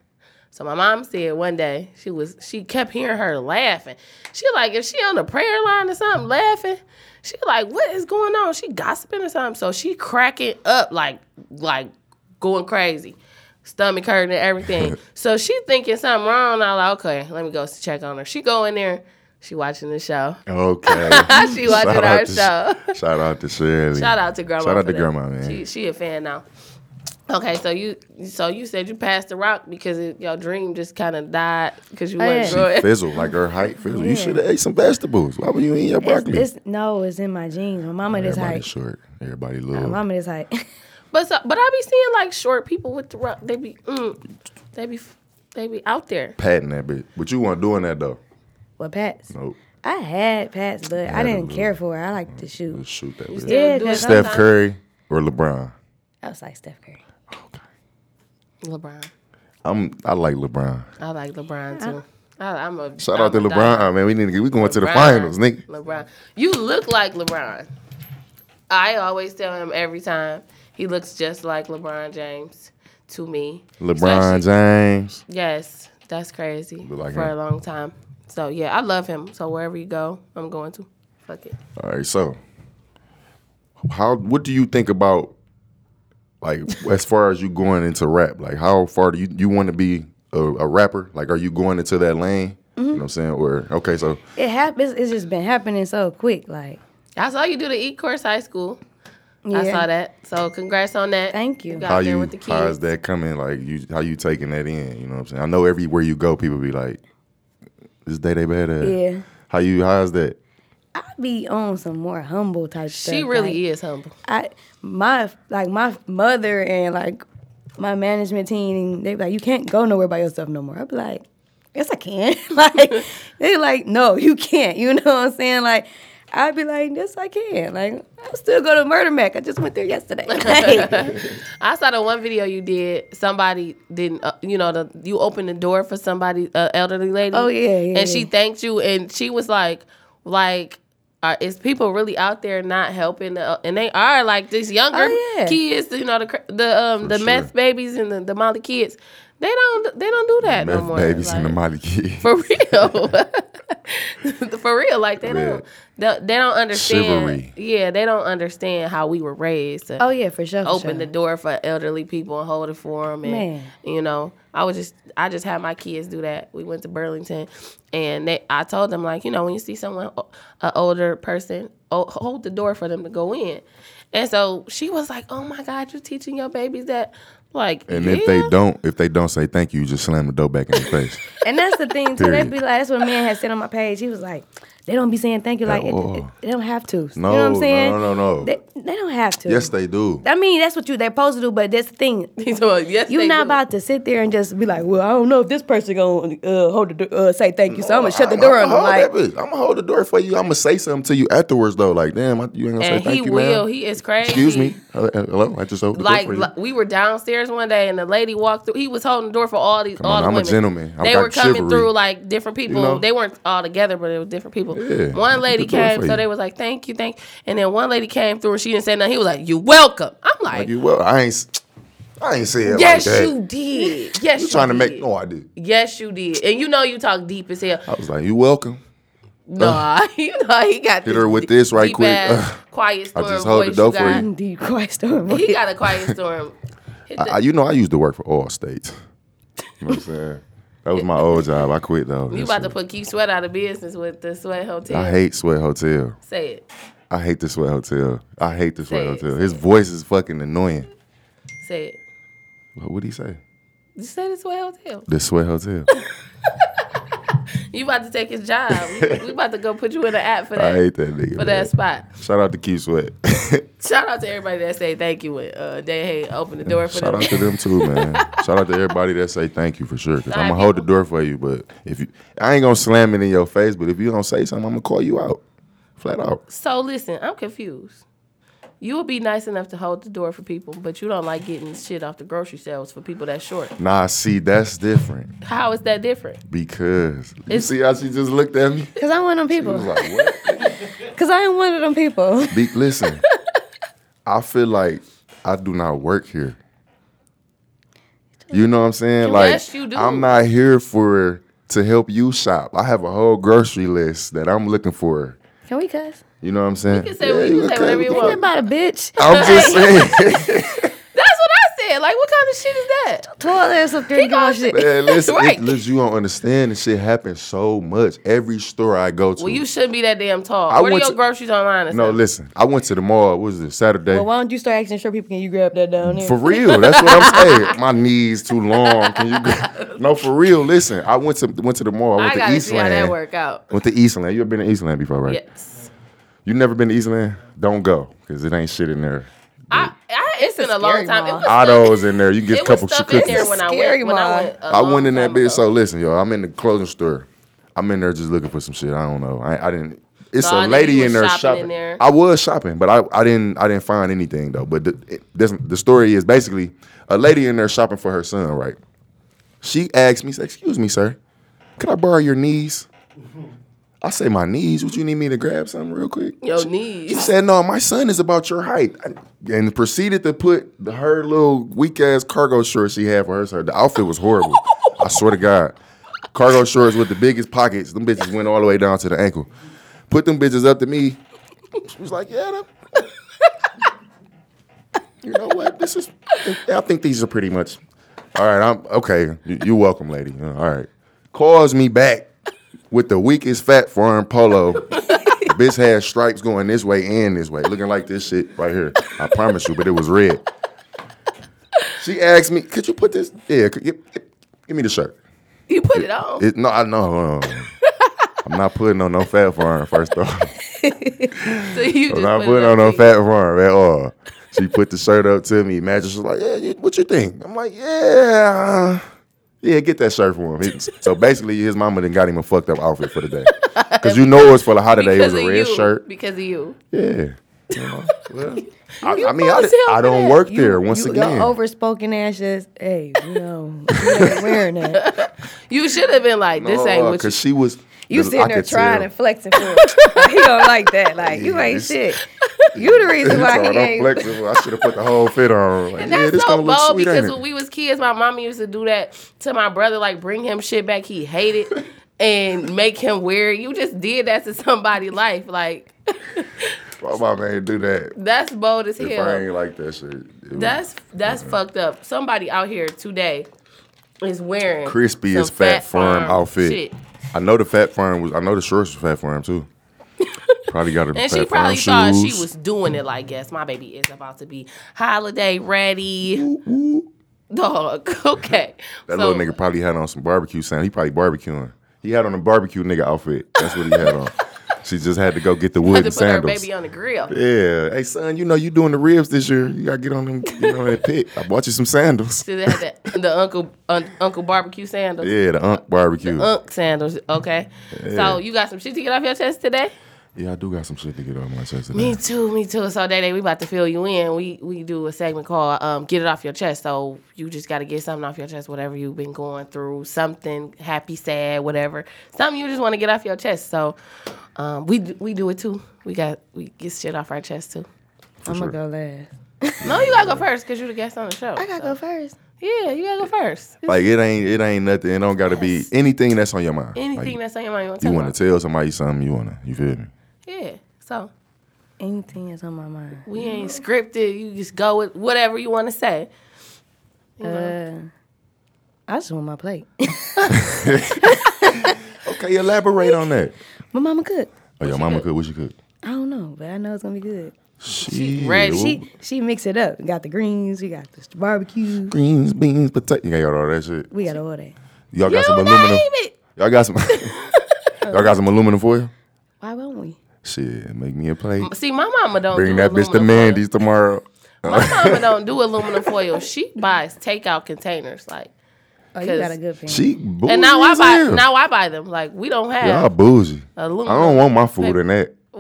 [SPEAKER 5] So my mom said one day she was she kept hearing her laughing. She like if she on the prayer line or something laughing, she like what is going on? She gossiping or something. So she cracking up like like going crazy, stomach hurting and everything. so she thinking something wrong. I like okay, let me go check on her. She go in there. She watching the show.
[SPEAKER 4] Okay.
[SPEAKER 5] She watching
[SPEAKER 4] Shout out
[SPEAKER 5] our
[SPEAKER 4] to-
[SPEAKER 5] show.
[SPEAKER 4] Shout out to Shirley.
[SPEAKER 5] Shout out to grandma.
[SPEAKER 4] Shout out
[SPEAKER 5] for
[SPEAKER 4] to
[SPEAKER 5] that.
[SPEAKER 4] grandma, man.
[SPEAKER 5] She, she a fan now. Okay, so you so you said you passed the rock because it, your dream just kind of died because you
[SPEAKER 6] Oh,
[SPEAKER 5] wasn't
[SPEAKER 6] yeah. She
[SPEAKER 5] growing.
[SPEAKER 4] fizzle like her height fizzle. You should have ate some vegetables. Why were you eating your broccoli?
[SPEAKER 6] it's, it's, no, it's in my jeans. My mama this
[SPEAKER 4] Everybody
[SPEAKER 6] height.
[SPEAKER 4] short. Everybody
[SPEAKER 6] My
[SPEAKER 4] little.
[SPEAKER 6] mama this height.
[SPEAKER 5] But so, but I be seeing like short people with the rock. They be mm, they be they be out there.
[SPEAKER 4] patting that bitch. But you weren't doing that though.
[SPEAKER 6] well, Pats.
[SPEAKER 4] Nope.
[SPEAKER 6] I had Pats, but I
[SPEAKER 4] had
[SPEAKER 6] didn't
[SPEAKER 4] them,
[SPEAKER 6] care for her. I like to shoot.
[SPEAKER 4] Just shoot that bitch.
[SPEAKER 5] Still
[SPEAKER 6] Yeah,
[SPEAKER 5] doing
[SPEAKER 6] 'cause
[SPEAKER 5] something.
[SPEAKER 4] Steph Curry or LeBron?
[SPEAKER 6] I was like Steph Curry.
[SPEAKER 5] LeBron.
[SPEAKER 4] I'm I like LeBron.
[SPEAKER 5] I like LeBron too. I, I'm a
[SPEAKER 4] Shout
[SPEAKER 5] I'm
[SPEAKER 4] out to
[SPEAKER 5] a
[SPEAKER 4] LeBron,
[SPEAKER 5] die-
[SPEAKER 4] man. We need to get we going to the
[SPEAKER 5] LeBron,
[SPEAKER 4] finals, nigga.
[SPEAKER 5] LeBron, you look like LeBron. I always tell him every time he looks just like LeBron James to me.
[SPEAKER 4] LeBron James.
[SPEAKER 5] Yes, that's crazy.
[SPEAKER 4] Look like
[SPEAKER 5] for a
[SPEAKER 4] him.
[SPEAKER 5] long time. So yeah, I love him. So wherever you go, I'm going to. Fuck it.
[SPEAKER 4] All right, so how what do you think about like as far as you going into rap? Like how far do you you want to be a, a rapper? Like are you going into that lane? You know what I'm saying? Or okay, so
[SPEAKER 6] It happens. It's just been happening so quick. Like
[SPEAKER 5] I saw you do the E course high school. I
[SPEAKER 6] Yeah.
[SPEAKER 5] saw that. So congrats on that.
[SPEAKER 6] Thank you.
[SPEAKER 5] got
[SPEAKER 4] How
[SPEAKER 5] there
[SPEAKER 4] you
[SPEAKER 5] with the
[SPEAKER 4] how
[SPEAKER 5] keys.
[SPEAKER 4] is that coming? Like you how you taking that in? You know what I'm saying? I know everywhere you go, people be like, "This day they better."
[SPEAKER 6] Yeah.
[SPEAKER 4] How you? How's that?
[SPEAKER 6] I be on some more humble type stuff.
[SPEAKER 5] She really
[SPEAKER 6] like,
[SPEAKER 5] is humble.
[SPEAKER 6] I my like my mother and like my management team, they be like, you can't go nowhere by yourself no more. I be like, yes, I can. like they like, no, you can't. You know what I'm saying? Like I'd be like, yes, I can. Like I still go to Murder Mac. I just went there yesterday. Like,
[SPEAKER 5] I saw the one video you did. Somebody didn't, uh, you know, the, you opened the door for somebody, uh, elderly lady.
[SPEAKER 6] Oh, yeah, yeah,
[SPEAKER 5] And she
[SPEAKER 6] yeah.
[SPEAKER 5] thanked you, and she was like, like. Are, is people really out there not helping, the, and they are like these younger
[SPEAKER 6] Oh, yeah.
[SPEAKER 5] kids, you know the cr- the um the
[SPEAKER 4] sure.
[SPEAKER 5] meth babies and the, the Molly kids, they don't they don't do that no
[SPEAKER 4] Meth
[SPEAKER 5] more.
[SPEAKER 4] babies
[SPEAKER 5] Like-
[SPEAKER 4] and the Molly kid.
[SPEAKER 5] for real. for real, like they don't they, they don't understand.
[SPEAKER 4] Chivalry.
[SPEAKER 5] Yeah, they don't understand how we were raised to
[SPEAKER 6] oh yeah, for sure. for
[SPEAKER 5] open
[SPEAKER 6] sure.
[SPEAKER 5] the door for elderly people and hold it for them. And
[SPEAKER 6] Man.
[SPEAKER 5] you know, I was just I just had my kids do that. We went to Burlington, and they I told them like you know when you see someone an older person o- hold the door for them to go in. And so she was like, "Oh my God, you're teaching your babies that." Like,
[SPEAKER 4] And if they
[SPEAKER 5] yeah.
[SPEAKER 4] don't, if they don't say thank you, you just slam the door back in their face.
[SPEAKER 6] And that's the thing too. They
[SPEAKER 4] Period.
[SPEAKER 6] be like, that's what a man had said on my page. He was like, they don't be saying thank you. Like, it,
[SPEAKER 4] Oh.
[SPEAKER 6] it- they don't have to.
[SPEAKER 4] No,
[SPEAKER 6] you know what I'm saying?
[SPEAKER 4] no, no, no, no.
[SPEAKER 6] They, they don't have to.
[SPEAKER 4] yes, they do.
[SPEAKER 6] I mean, that's what you they're supposed to do. But that's the thing.
[SPEAKER 5] He told, yes,
[SPEAKER 6] You're
[SPEAKER 5] they
[SPEAKER 6] not
[SPEAKER 5] do."
[SPEAKER 6] about to sit there and just be like, well, I don't know if this person gonna uh, hold the do- uh, say thank you, so I'm gonna shut the door on
[SPEAKER 4] I'm
[SPEAKER 6] them. Like,
[SPEAKER 4] I'm gonna hold the door for you. I'm gonna say something to you afterwards, though. Like, damn, I, you ain't gonna say
[SPEAKER 5] And
[SPEAKER 4] thank
[SPEAKER 5] he
[SPEAKER 4] you,
[SPEAKER 5] will.
[SPEAKER 4] ma'am.
[SPEAKER 5] He is crazy.
[SPEAKER 4] Excuse me. Hello- uh, Hello, I just opened the
[SPEAKER 5] like
[SPEAKER 4] door for you.
[SPEAKER 5] li- we were downstairs one day and the lady walked through. He was holding the door for all these
[SPEAKER 4] Come
[SPEAKER 5] all
[SPEAKER 4] on,
[SPEAKER 5] the
[SPEAKER 4] I'm a
[SPEAKER 5] women.
[SPEAKER 4] gentleman. I
[SPEAKER 5] they
[SPEAKER 4] got
[SPEAKER 5] were coming
[SPEAKER 4] chivalry.
[SPEAKER 5] through like different people.
[SPEAKER 4] know?
[SPEAKER 5] They weren't all together, but it was different people.
[SPEAKER 4] Yeah,
[SPEAKER 5] one
[SPEAKER 4] open
[SPEAKER 5] lady
[SPEAKER 4] the door
[SPEAKER 5] came,
[SPEAKER 4] for
[SPEAKER 5] so
[SPEAKER 4] you.
[SPEAKER 5] they was like, "Thank you, thank." you. And then one lady came through and she didn't say nothing. He was like, "You welcome." I'm like,
[SPEAKER 4] Like, you well, I ain't. s- I ain't say it
[SPEAKER 5] "Yes,
[SPEAKER 4] like that.
[SPEAKER 5] you did. Yes, you
[SPEAKER 4] You trying to make?
[SPEAKER 5] did.
[SPEAKER 4] No, I did.
[SPEAKER 5] Yes, you did. And you know you talk deep as hell.
[SPEAKER 4] I was like, you welcome.
[SPEAKER 5] Nah, you know he got
[SPEAKER 4] Uh, Hit her with this right
[SPEAKER 5] deep
[SPEAKER 4] quick.
[SPEAKER 5] ass, quiet
[SPEAKER 4] I
[SPEAKER 5] storm
[SPEAKER 4] just hold the
[SPEAKER 5] voice
[SPEAKER 4] door
[SPEAKER 5] you
[SPEAKER 4] for
[SPEAKER 5] got.
[SPEAKER 4] you.
[SPEAKER 6] indeed, Christ, oh don't
[SPEAKER 5] He
[SPEAKER 6] worry.
[SPEAKER 5] got a quiet storm. Hit
[SPEAKER 4] I,
[SPEAKER 5] the-
[SPEAKER 4] I- you know, I used to work for all states. You know what I'm saying? That was my old job. I quit though.
[SPEAKER 5] You
[SPEAKER 4] That's
[SPEAKER 5] about to
[SPEAKER 4] it.
[SPEAKER 5] put Keith Sweat out of business with the Sweat Hotel.
[SPEAKER 4] I hate Sweat Hotel.
[SPEAKER 5] Say it.
[SPEAKER 4] I hate the Sweat Hotel. I hate the Sweat
[SPEAKER 5] Say it,
[SPEAKER 4] Hotel.
[SPEAKER 5] say
[SPEAKER 4] His voice is fucking annoying.
[SPEAKER 5] Say it.
[SPEAKER 4] What would he say?
[SPEAKER 5] You say the Sweat Hotel.
[SPEAKER 4] The Sweat Hotel.
[SPEAKER 5] You about to take his job. we, we about to go put you in the app for
[SPEAKER 4] I
[SPEAKER 5] that.
[SPEAKER 4] hate that nigga.
[SPEAKER 5] for
[SPEAKER 4] man.
[SPEAKER 5] that spot.
[SPEAKER 4] Shout out to Keith Sweat.
[SPEAKER 5] Shout out to everybody that say thank you and uh, they hey open the door for
[SPEAKER 4] Shout
[SPEAKER 5] them.
[SPEAKER 4] out to them too, man. Shout out to everybody that say thank you for sure. Cause I'm
[SPEAKER 5] Alright,
[SPEAKER 4] gonna hold the
[SPEAKER 5] people.
[SPEAKER 4] door for you, but if you, I ain't gonna slam it in your face. But if you don't say something, I'm gonna call you out, flat out.
[SPEAKER 5] so listen, I'm confused. You would be nice enough to hold the door for people, but you don't like getting shit off the grocery shelves for people that's short.
[SPEAKER 4] Nah, see, that's different
[SPEAKER 5] How is that different?
[SPEAKER 4] because you
[SPEAKER 5] It's-
[SPEAKER 4] see how she just looked at me.
[SPEAKER 6] Cause I'm one of them
[SPEAKER 4] I was
[SPEAKER 6] people.
[SPEAKER 4] like, what?
[SPEAKER 6] Cause I am one of them people.
[SPEAKER 4] Be, listen, I feel like I do not work here. You know what I'm saying? Like
[SPEAKER 5] Yes, you do.
[SPEAKER 4] I'm not here for to help you shop. I have a whole grocery list that I'm looking for.
[SPEAKER 6] Can we cuss?
[SPEAKER 4] You know what I'm saying?
[SPEAKER 5] can say- you can say
[SPEAKER 4] okay.
[SPEAKER 5] whatever you
[SPEAKER 6] Ain't
[SPEAKER 5] want.
[SPEAKER 6] that about a bitch?
[SPEAKER 4] I'm just saying.
[SPEAKER 5] That's what I said. Like, what kind of shit is that?
[SPEAKER 6] Toilet or some dirty
[SPEAKER 5] gonna-
[SPEAKER 6] shit.
[SPEAKER 4] Man, listen,
[SPEAKER 5] Right.
[SPEAKER 4] it- listen, you don't understand. This shit happens so much. Every store I go to.
[SPEAKER 5] Well, you shouldn't be that damn tall.
[SPEAKER 4] I
[SPEAKER 5] Order
[SPEAKER 4] went
[SPEAKER 5] your
[SPEAKER 4] to-
[SPEAKER 5] groceries online. And
[SPEAKER 4] no,
[SPEAKER 5] stuff.
[SPEAKER 4] listen. I went to the mall. What was it Saturday?
[SPEAKER 6] Well, why don't you start asking sure people can you grab that down there?
[SPEAKER 4] For real, that's what I'm saying. My knees too long. Can you? Go? No, for real. Listen, I went to went to the mall. I
[SPEAKER 5] I
[SPEAKER 4] went
[SPEAKER 5] gotta
[SPEAKER 4] to
[SPEAKER 5] see how that
[SPEAKER 4] Eastland.
[SPEAKER 5] work out.
[SPEAKER 4] Went to Eastland. You ever been to Eastland before, right?
[SPEAKER 5] Yes.
[SPEAKER 4] You never been to Eastland? Don't go because it ain't shit in there.
[SPEAKER 5] I, I, it's been a long
[SPEAKER 6] scary
[SPEAKER 5] time. It
[SPEAKER 6] mall.
[SPEAKER 5] was
[SPEAKER 4] Otto's in there. You can get
[SPEAKER 5] It
[SPEAKER 4] a
[SPEAKER 5] was
[SPEAKER 4] couple
[SPEAKER 5] stuff in
[SPEAKER 4] cookies.
[SPEAKER 5] there when I
[SPEAKER 6] Scary
[SPEAKER 5] went. When I
[SPEAKER 6] mall.
[SPEAKER 5] went, um, a
[SPEAKER 4] I went
[SPEAKER 5] long
[SPEAKER 4] in that
[SPEAKER 5] time
[SPEAKER 4] bitch.
[SPEAKER 5] ago.
[SPEAKER 4] So listen, yo, I'm in the clothing store. I'm in there just looking for some shit. I don't know. I, I didn't. It's
[SPEAKER 5] No, I
[SPEAKER 4] a
[SPEAKER 5] knew
[SPEAKER 4] lady
[SPEAKER 5] you
[SPEAKER 4] in
[SPEAKER 5] was
[SPEAKER 4] there
[SPEAKER 5] shopping in
[SPEAKER 4] shopping.
[SPEAKER 5] there.
[SPEAKER 4] I was shopping, but I, I didn't I didn't find anything though. But the, it, this, the story is basically a lady in there shopping for her son. Right? She asked me, said, "Excuse me, sir, could I borrow your knees?" I say, "My knees? Would you need me to grab something real quick?"
[SPEAKER 5] Your
[SPEAKER 4] She- she
[SPEAKER 5] knees.
[SPEAKER 4] said, "No, my son is about your height," and proceeded to put the- her little weak ass cargo shorts she had for her. The outfit was horrible. I swear to God, cargo shorts with the biggest pockets. Them bitches went all the way down to the ankle. Put them bitches up to me. She was like, "Yeah." them- You know what? This is. I think these are pretty much. All right, I'm okay. You, you welcome, lady. All right, calls me back with the weakest fat foreign polo bitch had stripes going this way and this way, looking like this shit right here. I promise you, but it was red. She asked me, "Could you put this? Yeah, could, give, give- give me the shirt."
[SPEAKER 5] You put it on.
[SPEAKER 4] It, no, I know. uh, I'm not putting on no fat farm. First off,
[SPEAKER 5] So you just
[SPEAKER 4] I'm not
[SPEAKER 5] put
[SPEAKER 4] putting
[SPEAKER 5] it
[SPEAKER 4] on
[SPEAKER 5] on.
[SPEAKER 4] no fat farm at all. She put the shirt up to me. Magic was like, "Yeah, you- what you think?" I'm like, "Yeah, yeah, get that shirt for him." He- so basically, his mama then got him a fucked up outfit for the day, because you know it was for the holiday. It was
[SPEAKER 5] Because
[SPEAKER 4] a
[SPEAKER 5] of
[SPEAKER 4] red
[SPEAKER 5] you.
[SPEAKER 4] shirt.
[SPEAKER 5] Because of you.
[SPEAKER 4] Yeah. You know, well, I, I mean, I,
[SPEAKER 5] supposed
[SPEAKER 4] di-
[SPEAKER 5] to
[SPEAKER 4] I
[SPEAKER 5] help
[SPEAKER 4] don't
[SPEAKER 5] with
[SPEAKER 4] work
[SPEAKER 6] You-
[SPEAKER 4] there. Once
[SPEAKER 6] you,
[SPEAKER 4] again,
[SPEAKER 6] Your overspoken ass just, hey, you know, you ain't wearing that.
[SPEAKER 5] You should have been like, this
[SPEAKER 4] No,
[SPEAKER 5] ain't
[SPEAKER 4] uh,
[SPEAKER 5] what you.
[SPEAKER 4] Cause she was.
[SPEAKER 6] You
[SPEAKER 4] the- I
[SPEAKER 6] sitting there
[SPEAKER 4] could
[SPEAKER 6] trying
[SPEAKER 4] tell.
[SPEAKER 6] and flexing for him. he don't like that. Like, you
[SPEAKER 4] Yeah,
[SPEAKER 6] ain't
[SPEAKER 4] this-
[SPEAKER 6] shit. You the reason
[SPEAKER 4] That's
[SPEAKER 6] why
[SPEAKER 4] all,
[SPEAKER 6] he
[SPEAKER 4] I'm
[SPEAKER 6] ain't.
[SPEAKER 4] flexible. I should have put the whole fit on. Like,
[SPEAKER 5] And
[SPEAKER 4] yeah,
[SPEAKER 5] that's
[SPEAKER 4] this
[SPEAKER 5] so
[SPEAKER 4] gonna look
[SPEAKER 5] bold
[SPEAKER 4] sweet, ain't
[SPEAKER 5] because
[SPEAKER 4] it?
[SPEAKER 5] when we was kids, my mama used to do that to my brother, like bring him shit back he hated and make him wear it. You just did that to somebody' life. Like
[SPEAKER 4] My mama ain't do that.
[SPEAKER 5] that's bold as
[SPEAKER 4] If I
[SPEAKER 5] hell.
[SPEAKER 4] ain't like that shit, it was
[SPEAKER 5] That's that's fucked up. Somebody out here today is wearing
[SPEAKER 4] crispy
[SPEAKER 5] some
[SPEAKER 4] as fat farm, outfit.
[SPEAKER 5] shit.
[SPEAKER 4] I know the fat farm was. I know the shorts was fat farm too. Probably got a fat
[SPEAKER 5] And she probably
[SPEAKER 4] farm
[SPEAKER 5] thought
[SPEAKER 4] shoes.
[SPEAKER 5] she was doing it like, yes, my baby is about to be holiday ready. Dog. Okay.
[SPEAKER 4] That
[SPEAKER 5] So-
[SPEAKER 4] little nigga probably had on some barbecue sound. He probably barbecuing. He had on a barbecue nigga outfit. That's what he had on. She just had to go get the wood
[SPEAKER 5] had to
[SPEAKER 4] and
[SPEAKER 5] put her
[SPEAKER 4] sandals.
[SPEAKER 5] baby on the grill.
[SPEAKER 4] Yeah. Hey son, you know you doing the ribs this year. You gotta get on them get on that pit. I bought you some sandals.
[SPEAKER 5] So they had that, the Uncle un, Uncle Barbecue sandals.
[SPEAKER 4] Yeah, the unk barbecue.
[SPEAKER 5] Unc sandals, okay.
[SPEAKER 4] Yeah.
[SPEAKER 5] So you got some shit to get off your chest today?
[SPEAKER 4] Yeah, I do got some shit to get on my chest
[SPEAKER 5] Me
[SPEAKER 4] today.
[SPEAKER 5] too, me too. So day we about to fill you in. We we do a segment called um, "Get It Off Your Chest." So you just got to get something off your chest, whatever you've been going through, something happy, sad, whatever, something you just want to get off your chest. So um, we d- we do it too. We got we get shit off our chest too.
[SPEAKER 6] I'm going to go last.
[SPEAKER 5] No, you gotta go first because you're the guest on the show.
[SPEAKER 6] I got to go first.
[SPEAKER 5] yeah, you gotta go first.
[SPEAKER 4] Like it ain't it ain't nothing. It don't gotta be anything that's on your mind.
[SPEAKER 5] Anything
[SPEAKER 4] like,
[SPEAKER 5] that's on your mind, you want to
[SPEAKER 4] you
[SPEAKER 5] talk
[SPEAKER 4] wanna
[SPEAKER 5] about?
[SPEAKER 4] tell somebody something you wanna you feel me?
[SPEAKER 5] Yeah. So
[SPEAKER 6] Anything that's on my mind.
[SPEAKER 5] we ain't scripted. You just go with whatever you want to say.
[SPEAKER 6] Uh, I just want my plate.
[SPEAKER 4] Okay, elaborate on that.
[SPEAKER 6] my mama cook.
[SPEAKER 4] Oh your mama cook, what she cook?
[SPEAKER 6] I don't know, but I know it's gonna be good.
[SPEAKER 4] She
[SPEAKER 5] ready.
[SPEAKER 6] She she mix it up. We got the greens. We got the barbecue.
[SPEAKER 4] greens, beans, potato. You got all that shit.
[SPEAKER 6] We got all that.
[SPEAKER 4] Y'all got
[SPEAKER 5] You
[SPEAKER 4] some
[SPEAKER 5] name
[SPEAKER 4] aluminum.
[SPEAKER 5] it.
[SPEAKER 4] Y'all got some. y'all got some aluminum foil.
[SPEAKER 6] Why won't we?
[SPEAKER 4] Shit, make me a plate.
[SPEAKER 5] See, my mama don't
[SPEAKER 4] Bring
[SPEAKER 5] do
[SPEAKER 4] that bitch to
[SPEAKER 5] aluminum
[SPEAKER 4] Mandy's tomorrow.
[SPEAKER 5] foil. My mama don't do aluminum foil. She buys takeout containers, like,
[SPEAKER 6] Oh, you
[SPEAKER 5] 'Cause-
[SPEAKER 6] got a good family.
[SPEAKER 4] She bougie.
[SPEAKER 5] and now I
[SPEAKER 4] as
[SPEAKER 5] buy.
[SPEAKER 4] hell.
[SPEAKER 5] Now I buy them. Like, we
[SPEAKER 4] y'all
[SPEAKER 5] don't have.
[SPEAKER 4] bougie. I don't
[SPEAKER 5] Aluminum.
[SPEAKER 4] want my food in that. I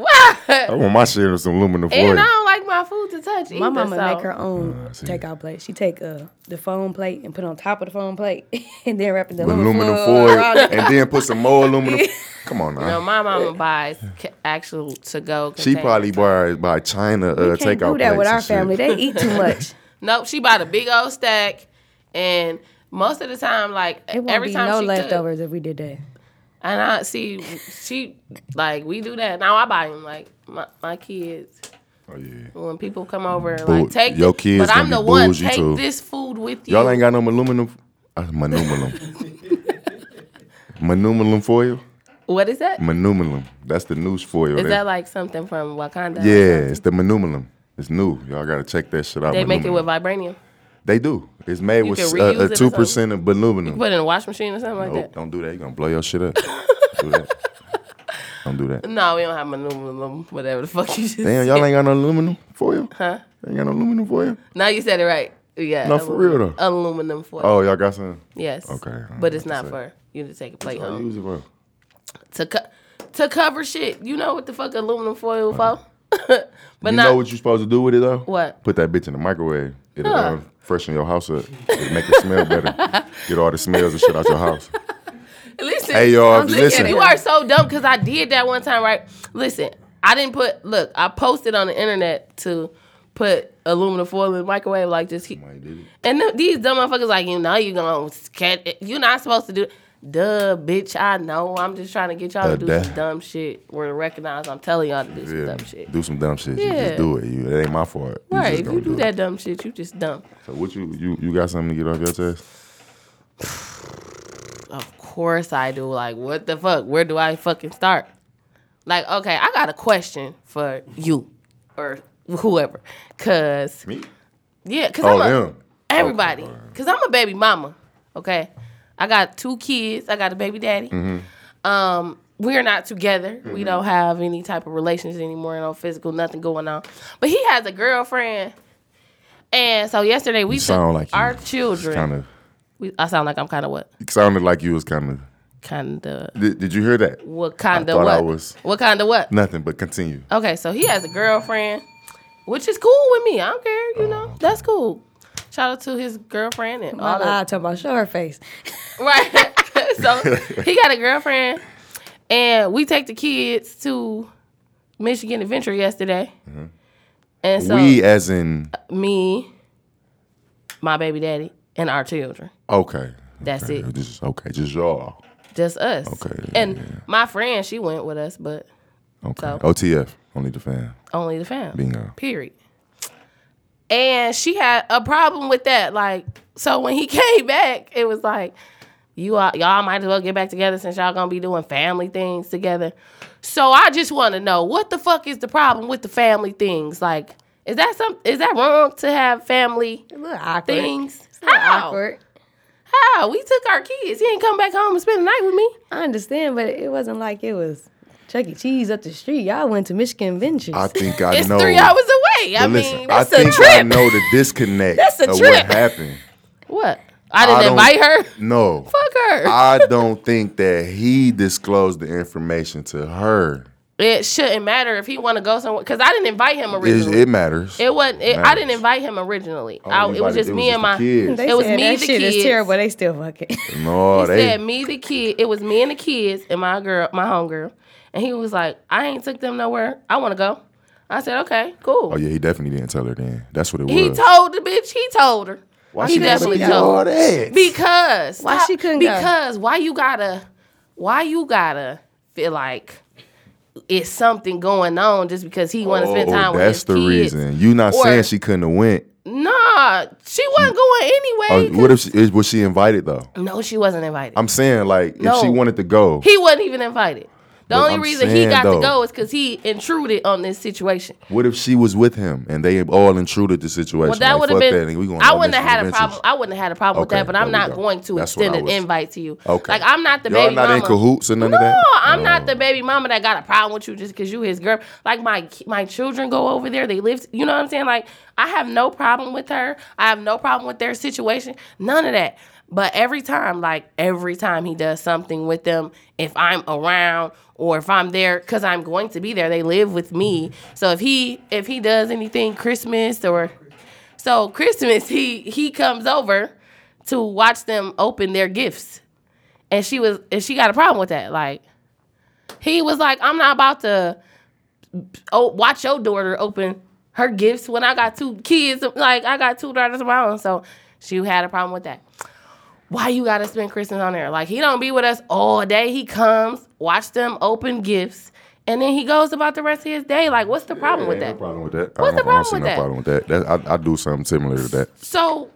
[SPEAKER 5] What?
[SPEAKER 4] want my shit in some aluminum foil.
[SPEAKER 5] and I don't like my food to touch.
[SPEAKER 6] my
[SPEAKER 5] either,
[SPEAKER 6] mama
[SPEAKER 5] so.
[SPEAKER 6] make her own
[SPEAKER 4] Ah, I see.
[SPEAKER 6] takeout plate. She take uh, the foam plate and put it on top of the foam plate, and then wrap it in
[SPEAKER 4] aluminum foil,
[SPEAKER 6] around it.
[SPEAKER 4] and then put some more aluminum. Come on now.
[SPEAKER 5] No, my mama buys ca- actual to go.
[SPEAKER 4] she probably buy buy China uh,
[SPEAKER 6] Can't
[SPEAKER 4] takeout
[SPEAKER 6] do that with
[SPEAKER 4] plates
[SPEAKER 6] our
[SPEAKER 4] and shit.
[SPEAKER 6] family. They eat too much.
[SPEAKER 5] Nope, she bought a big old stack, and most of the time, like
[SPEAKER 6] It won't
[SPEAKER 5] every
[SPEAKER 6] be
[SPEAKER 5] time
[SPEAKER 6] no
[SPEAKER 5] she cook,
[SPEAKER 6] leftovers if we did that.
[SPEAKER 5] And I see she like we do that now. I buy them like my, my kids
[SPEAKER 4] Oh, yeah.
[SPEAKER 5] when people come over and
[SPEAKER 4] Boo-
[SPEAKER 5] like take
[SPEAKER 4] your
[SPEAKER 5] this-
[SPEAKER 4] kids
[SPEAKER 5] But I'm
[SPEAKER 4] gonna
[SPEAKER 5] the
[SPEAKER 4] be
[SPEAKER 5] one
[SPEAKER 4] bougie,
[SPEAKER 5] take
[SPEAKER 4] too.
[SPEAKER 5] this food with you.
[SPEAKER 4] Y'all ain't got no aluminum. Uh, manumalum. manumalum foil.
[SPEAKER 5] what is that? Is
[SPEAKER 4] Manumalum. That's the news foil. They-
[SPEAKER 5] that like something from Wakanda? or
[SPEAKER 4] Yeah,
[SPEAKER 5] something?
[SPEAKER 4] it's the manumalum. It's new. Y'all gotta check that shit out.
[SPEAKER 5] they make it
[SPEAKER 4] manumalum.
[SPEAKER 5] with vibranium.
[SPEAKER 4] They do. It's made
[SPEAKER 5] You
[SPEAKER 4] with
[SPEAKER 5] can
[SPEAKER 4] s-
[SPEAKER 5] reuse
[SPEAKER 4] uh,
[SPEAKER 5] it or
[SPEAKER 4] two percent of aluminum.
[SPEAKER 5] Put it in a wash machine or something like
[SPEAKER 4] Nope,
[SPEAKER 5] that.
[SPEAKER 4] don't do that. You gonna blow your shit up. Don't do that. Don't do that.
[SPEAKER 5] No, we don't have aluminum. Whatever the fuck you just.
[SPEAKER 4] Damn,
[SPEAKER 5] said.
[SPEAKER 4] y'all ain't got no aluminum foil. Huh? Ain't got no aluminum foil.
[SPEAKER 5] Now you said it right. Yeah.
[SPEAKER 4] No, for real, though.
[SPEAKER 5] Aluminum foil.
[SPEAKER 4] Oh, y'all got some.
[SPEAKER 5] yes.
[SPEAKER 4] okay, I don't know
[SPEAKER 5] But it's
[SPEAKER 4] what to
[SPEAKER 5] not
[SPEAKER 4] say.
[SPEAKER 5] for you to take a plate
[SPEAKER 4] Y'all
[SPEAKER 5] home.
[SPEAKER 4] use it for.
[SPEAKER 5] to co- to cover shit. You know what the fuck aluminum foil for? but
[SPEAKER 4] You
[SPEAKER 5] not
[SPEAKER 4] know what you're supposed to do with it though?
[SPEAKER 5] What?
[SPEAKER 4] Put that bitch in the microwave. It'll
[SPEAKER 5] Huh.
[SPEAKER 4] uh, freshen your house up. It'll make it smell better. Get all the smells and shit out your house.
[SPEAKER 5] listen.
[SPEAKER 4] Hey, y'all,
[SPEAKER 5] I'm looking-
[SPEAKER 4] listen.
[SPEAKER 5] You are so dumb because I did that one time, right? Listen, I didn't put. Look, I posted on the internet to put aluminum foil in the microwave, like just keep. And th- these dumb motherfuckers, like you know, you gonna catch. it. You're not supposed to do. Duh, bitch. I know. I'm just trying to get y'all
[SPEAKER 4] Uh,
[SPEAKER 5] to do
[SPEAKER 4] duh.
[SPEAKER 5] some dumb shit or to recognize. I'm telling y'all to do some dumb shit.
[SPEAKER 4] Do some dumb shit. You
[SPEAKER 5] Yeah.
[SPEAKER 4] just do it. You, it ain't my fault. You
[SPEAKER 5] Right?
[SPEAKER 4] just
[SPEAKER 5] If
[SPEAKER 4] gonna
[SPEAKER 5] you do
[SPEAKER 4] it.
[SPEAKER 5] that dumb shit, you just dumb.
[SPEAKER 4] So what you you you got something to get off your chest?
[SPEAKER 5] Of course I do. Like, what the fuck? Where do I fucking start? Like, okay, I got a question for you or whoever. Cause
[SPEAKER 4] Me?
[SPEAKER 5] yeah, cause
[SPEAKER 4] Oh,
[SPEAKER 5] I'm a,
[SPEAKER 4] them.
[SPEAKER 5] everybody.
[SPEAKER 4] Okay, all right.
[SPEAKER 5] Cause I'm a baby mama. Okay. I got two kids. I got a baby daddy.
[SPEAKER 4] Mm-hmm.
[SPEAKER 5] Um, we're not together. We don't have any type of relations anymore, no physical, nothing going on. But he has a girlfriend. And so yesterday we
[SPEAKER 4] You sound
[SPEAKER 5] took
[SPEAKER 4] like you
[SPEAKER 5] our
[SPEAKER 4] was
[SPEAKER 5] children.
[SPEAKER 4] Kind of.
[SPEAKER 5] we, I sound like I'm kind of what?
[SPEAKER 4] Sounded like you was kind of.
[SPEAKER 5] Kind of
[SPEAKER 4] Did, did you hear that?
[SPEAKER 5] what kind
[SPEAKER 4] I
[SPEAKER 5] of
[SPEAKER 4] thought
[SPEAKER 5] what?
[SPEAKER 4] I was-
[SPEAKER 5] What kind of what?
[SPEAKER 4] Nothing. But continue.
[SPEAKER 5] Okay, so he has a girlfriend, which is cool with me. I don't care, you
[SPEAKER 4] Oh.
[SPEAKER 5] know, that's cool. Shout out to his girlfriend and all
[SPEAKER 6] All I
[SPEAKER 5] that.
[SPEAKER 6] talking about show her face.
[SPEAKER 5] Right. so he got a girlfriend, and we take the kids to Michigan Adventure yesterday. And so
[SPEAKER 4] Mm-hmm. we as in
[SPEAKER 5] me, my baby daddy, and our children.
[SPEAKER 4] okay.
[SPEAKER 5] That's
[SPEAKER 4] okay.
[SPEAKER 5] it.
[SPEAKER 4] Just okay. Just y'all.
[SPEAKER 5] Just us.
[SPEAKER 4] Okay,
[SPEAKER 5] And
[SPEAKER 4] yeah.
[SPEAKER 5] my friend, she went with us, but
[SPEAKER 4] Okay.
[SPEAKER 5] So-
[SPEAKER 4] OTF. Only the fan.
[SPEAKER 5] only the fam.
[SPEAKER 4] Bingo.
[SPEAKER 5] Period. And she had a problem with that. Like, so when he came back, it was like, you all, y'all might as well get back together since y'all gonna be doing family things together. So I just want to know what the fuck is the problem with the family things? Like, is that some? Is that wrong to have family
[SPEAKER 6] A little awkward.
[SPEAKER 5] things?
[SPEAKER 6] It's a little
[SPEAKER 5] How?
[SPEAKER 6] awkward.
[SPEAKER 5] How? We took our kids. He didn't come back home and spend the night with me.
[SPEAKER 6] I understand, but it wasn't like it was Chuck E. Cheese up the street. Y'all went to Michigan Ventures.
[SPEAKER 4] I think I
[SPEAKER 5] It's
[SPEAKER 4] know.
[SPEAKER 5] three hours away. I
[SPEAKER 4] But listen,
[SPEAKER 5] mean,
[SPEAKER 4] I
[SPEAKER 5] that's a
[SPEAKER 4] think
[SPEAKER 5] trip.
[SPEAKER 4] I know the disconnect
[SPEAKER 5] That's a
[SPEAKER 4] of
[SPEAKER 5] trip.
[SPEAKER 4] what happened.
[SPEAKER 5] What? I didn't
[SPEAKER 4] I don't-
[SPEAKER 5] invite her.
[SPEAKER 4] No.
[SPEAKER 5] Fuck her.
[SPEAKER 4] I don't think that he disclosed the information to her.
[SPEAKER 5] it shouldn't matter if he want to go somewhere because I didn't invite him
[SPEAKER 4] It,
[SPEAKER 5] originally.
[SPEAKER 4] it
[SPEAKER 5] It,
[SPEAKER 4] matters.
[SPEAKER 5] wasn't. It, I
[SPEAKER 4] matters.
[SPEAKER 5] didn't invite him originally.
[SPEAKER 4] I
[SPEAKER 5] I,
[SPEAKER 4] don't
[SPEAKER 5] it was
[SPEAKER 4] invite-
[SPEAKER 5] just me
[SPEAKER 4] just
[SPEAKER 5] and
[SPEAKER 4] the
[SPEAKER 5] my.
[SPEAKER 4] kids.
[SPEAKER 6] they
[SPEAKER 5] it was
[SPEAKER 6] said
[SPEAKER 5] me,
[SPEAKER 6] that
[SPEAKER 5] the
[SPEAKER 6] shit
[SPEAKER 5] kids.
[SPEAKER 6] is terrible. They still fucking.
[SPEAKER 4] no,
[SPEAKER 5] He
[SPEAKER 4] they
[SPEAKER 5] said me the kid. It was me and the kids and my girl, my homegirl, and he was like, "I ain't took them nowhere. I want to go." I said, "Okay, cool."
[SPEAKER 4] Oh yeah, he definitely didn't tell her then. That's what it
[SPEAKER 5] He
[SPEAKER 4] was.
[SPEAKER 5] told the bitch. He told her.
[SPEAKER 4] Why
[SPEAKER 5] he
[SPEAKER 4] she gotta
[SPEAKER 5] definitely
[SPEAKER 4] be
[SPEAKER 5] told.
[SPEAKER 4] all that?
[SPEAKER 5] Because
[SPEAKER 6] Why
[SPEAKER 5] stop-
[SPEAKER 6] she couldn't go?
[SPEAKER 5] Because why you gotta? Why you gotta feel like it's something going on just because he want to spend time with
[SPEAKER 4] Oh, that's
[SPEAKER 5] his
[SPEAKER 4] the
[SPEAKER 5] kids?
[SPEAKER 4] reason. You not
[SPEAKER 5] Or-
[SPEAKER 4] saying she couldn't have went.
[SPEAKER 5] Nah, she wasn't going
[SPEAKER 4] Or
[SPEAKER 5] anyway. 'cause-
[SPEAKER 4] what if she, is, was she invited though?
[SPEAKER 5] no, she wasn't invited.
[SPEAKER 4] Oh, I'm saying like if she
[SPEAKER 5] No.
[SPEAKER 4] wanted to go,
[SPEAKER 5] he wasn't even invited. The
[SPEAKER 4] But
[SPEAKER 5] only
[SPEAKER 4] I'm
[SPEAKER 5] reason he
[SPEAKER 4] saying,
[SPEAKER 5] got to
[SPEAKER 4] though-
[SPEAKER 5] go is because he intruded on this situation.
[SPEAKER 4] what if she was with him and they all intruded the situation?
[SPEAKER 5] Well, that
[SPEAKER 4] Like,
[SPEAKER 5] would have
[SPEAKER 4] fuck
[SPEAKER 5] been.
[SPEAKER 4] that, nigga, we going
[SPEAKER 5] I
[SPEAKER 4] on
[SPEAKER 5] wouldn't have
[SPEAKER 4] Michigan
[SPEAKER 5] had a
[SPEAKER 4] Adventures.
[SPEAKER 5] problem. I wouldn't have had a problem with
[SPEAKER 4] Okay,
[SPEAKER 5] that. But I'm
[SPEAKER 4] there we
[SPEAKER 5] not
[SPEAKER 4] go.
[SPEAKER 5] going to
[SPEAKER 4] That's what
[SPEAKER 5] extend
[SPEAKER 4] I
[SPEAKER 5] an
[SPEAKER 4] was-
[SPEAKER 5] invite to you.
[SPEAKER 4] Okay.
[SPEAKER 5] Like I'm not the
[SPEAKER 4] Y'all
[SPEAKER 5] baby
[SPEAKER 4] not
[SPEAKER 5] mama.
[SPEAKER 4] in cahoots or none
[SPEAKER 5] no,
[SPEAKER 4] of that?
[SPEAKER 5] I'm not
[SPEAKER 4] Oh.
[SPEAKER 5] the baby mama that got a problem with you just because you his girl. Like my ki- my children go over there. They live. You know what I'm saying? Like I have no problem with her. I have no problem with their situation. None of that. But every time, like every time he does something with them, if I'm around or if I'm there, cause I'm going to be there. They live with me. So if he if he does anything Christmas or so Christmas, he he comes over to watch them open their gifts, and she was and she got a problem with that. Like he was like, I'm not about to oh, watch your daughter open her gifts when I got two kids. Like I got two daughters of my own, so she had a problem with that. Why you gotta spend Christmas on there? Like he don't be with us all day. He comes, watch them open gifts, and then he goes about the rest of his day. Like what's the problem with
[SPEAKER 4] Ain't No
[SPEAKER 5] that?
[SPEAKER 4] problem with that.
[SPEAKER 5] What's
[SPEAKER 4] I don't,
[SPEAKER 5] the
[SPEAKER 4] I don't
[SPEAKER 5] problem
[SPEAKER 4] see
[SPEAKER 5] with
[SPEAKER 4] no
[SPEAKER 5] that?
[SPEAKER 4] problem with that. that I, I do something similar to that.
[SPEAKER 5] So,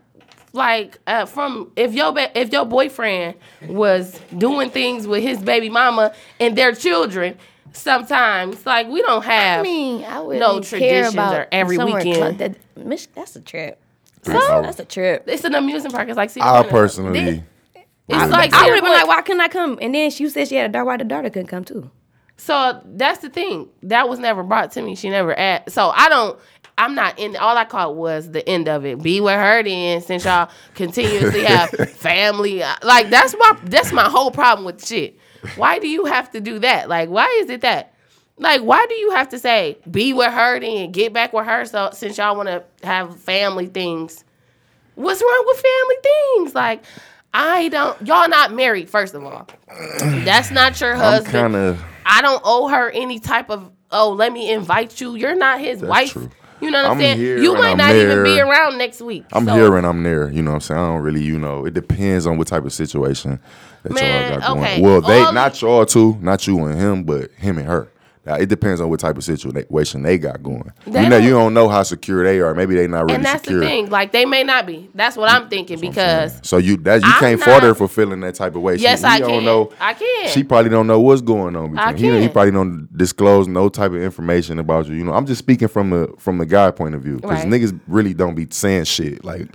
[SPEAKER 5] like, uh, from if your ba- if your boyfriend was doing things with his baby mama and their children, sometimes like we don't have.
[SPEAKER 6] I mean, I would
[SPEAKER 5] No traditions or every weekend.
[SPEAKER 6] That, Mich- that's a trip.
[SPEAKER 4] So-
[SPEAKER 6] that's a trip.
[SPEAKER 5] it's an amusement park. It's like Cedar
[SPEAKER 4] I
[SPEAKER 5] Point.
[SPEAKER 4] personally,
[SPEAKER 5] It's like
[SPEAKER 6] I
[SPEAKER 5] Cedar
[SPEAKER 6] would have been
[SPEAKER 5] Point.
[SPEAKER 6] like, why couldn't I come? And then she said she had a daughter. Why the daughter couldn't come too?
[SPEAKER 5] So that's the thing. That was never brought to me. She never asked. So I don't. I'm not in. All I caught was the end of it. Be with her then, since y'all continuously have family. Uh, Like that's my that's my whole problem with shit. Why do you have to do that? Like why is it that? Like why do you have to say be with her then get back with her? So since y'all want to have family things, what's wrong with family things? Like I don't. Y'all not married. First of all, that's not your
[SPEAKER 4] I'm
[SPEAKER 5] husband.
[SPEAKER 4] kind of.
[SPEAKER 5] I don't owe her any type of oh, let me invite you. You're not his wife.
[SPEAKER 4] true.
[SPEAKER 5] You know what I'm,
[SPEAKER 4] I'm
[SPEAKER 5] saying?
[SPEAKER 4] here
[SPEAKER 5] You
[SPEAKER 4] and
[SPEAKER 5] might
[SPEAKER 4] I'm
[SPEAKER 5] not even be
[SPEAKER 4] there.
[SPEAKER 5] around next week.
[SPEAKER 4] I'm
[SPEAKER 5] So,
[SPEAKER 4] here and I'm there. You know what I'm saying? I don't really, you know, it depends on what type of situation that
[SPEAKER 5] Man,
[SPEAKER 4] y'all got going.
[SPEAKER 5] okay,
[SPEAKER 4] Well, they
[SPEAKER 5] all-
[SPEAKER 4] not y'all two, not you and him, but him and her. Now, it depends on what type of situation they got going.
[SPEAKER 5] They
[SPEAKER 4] you know, you
[SPEAKER 5] don't-
[SPEAKER 4] don't know how secure they are. Maybe they not really
[SPEAKER 5] and that's
[SPEAKER 4] secure.
[SPEAKER 5] the thing. Like they may not be. That's what I'm thinking because
[SPEAKER 4] So you that you
[SPEAKER 5] I'm
[SPEAKER 4] can't fault her
[SPEAKER 5] not-
[SPEAKER 4] for feeling that type of way. She-
[SPEAKER 5] Yes,
[SPEAKER 4] he
[SPEAKER 5] I
[SPEAKER 4] don't
[SPEAKER 5] can.
[SPEAKER 4] Know,
[SPEAKER 5] I can.
[SPEAKER 4] She probably don't know what's going on.
[SPEAKER 5] I
[SPEAKER 4] between- He, he
[SPEAKER 5] can.
[SPEAKER 4] probably don't disclose no type of information about you. You know, I'm just speaking from a from the guy point of view because
[SPEAKER 5] Right.
[SPEAKER 4] niggas really don't be saying shit. Like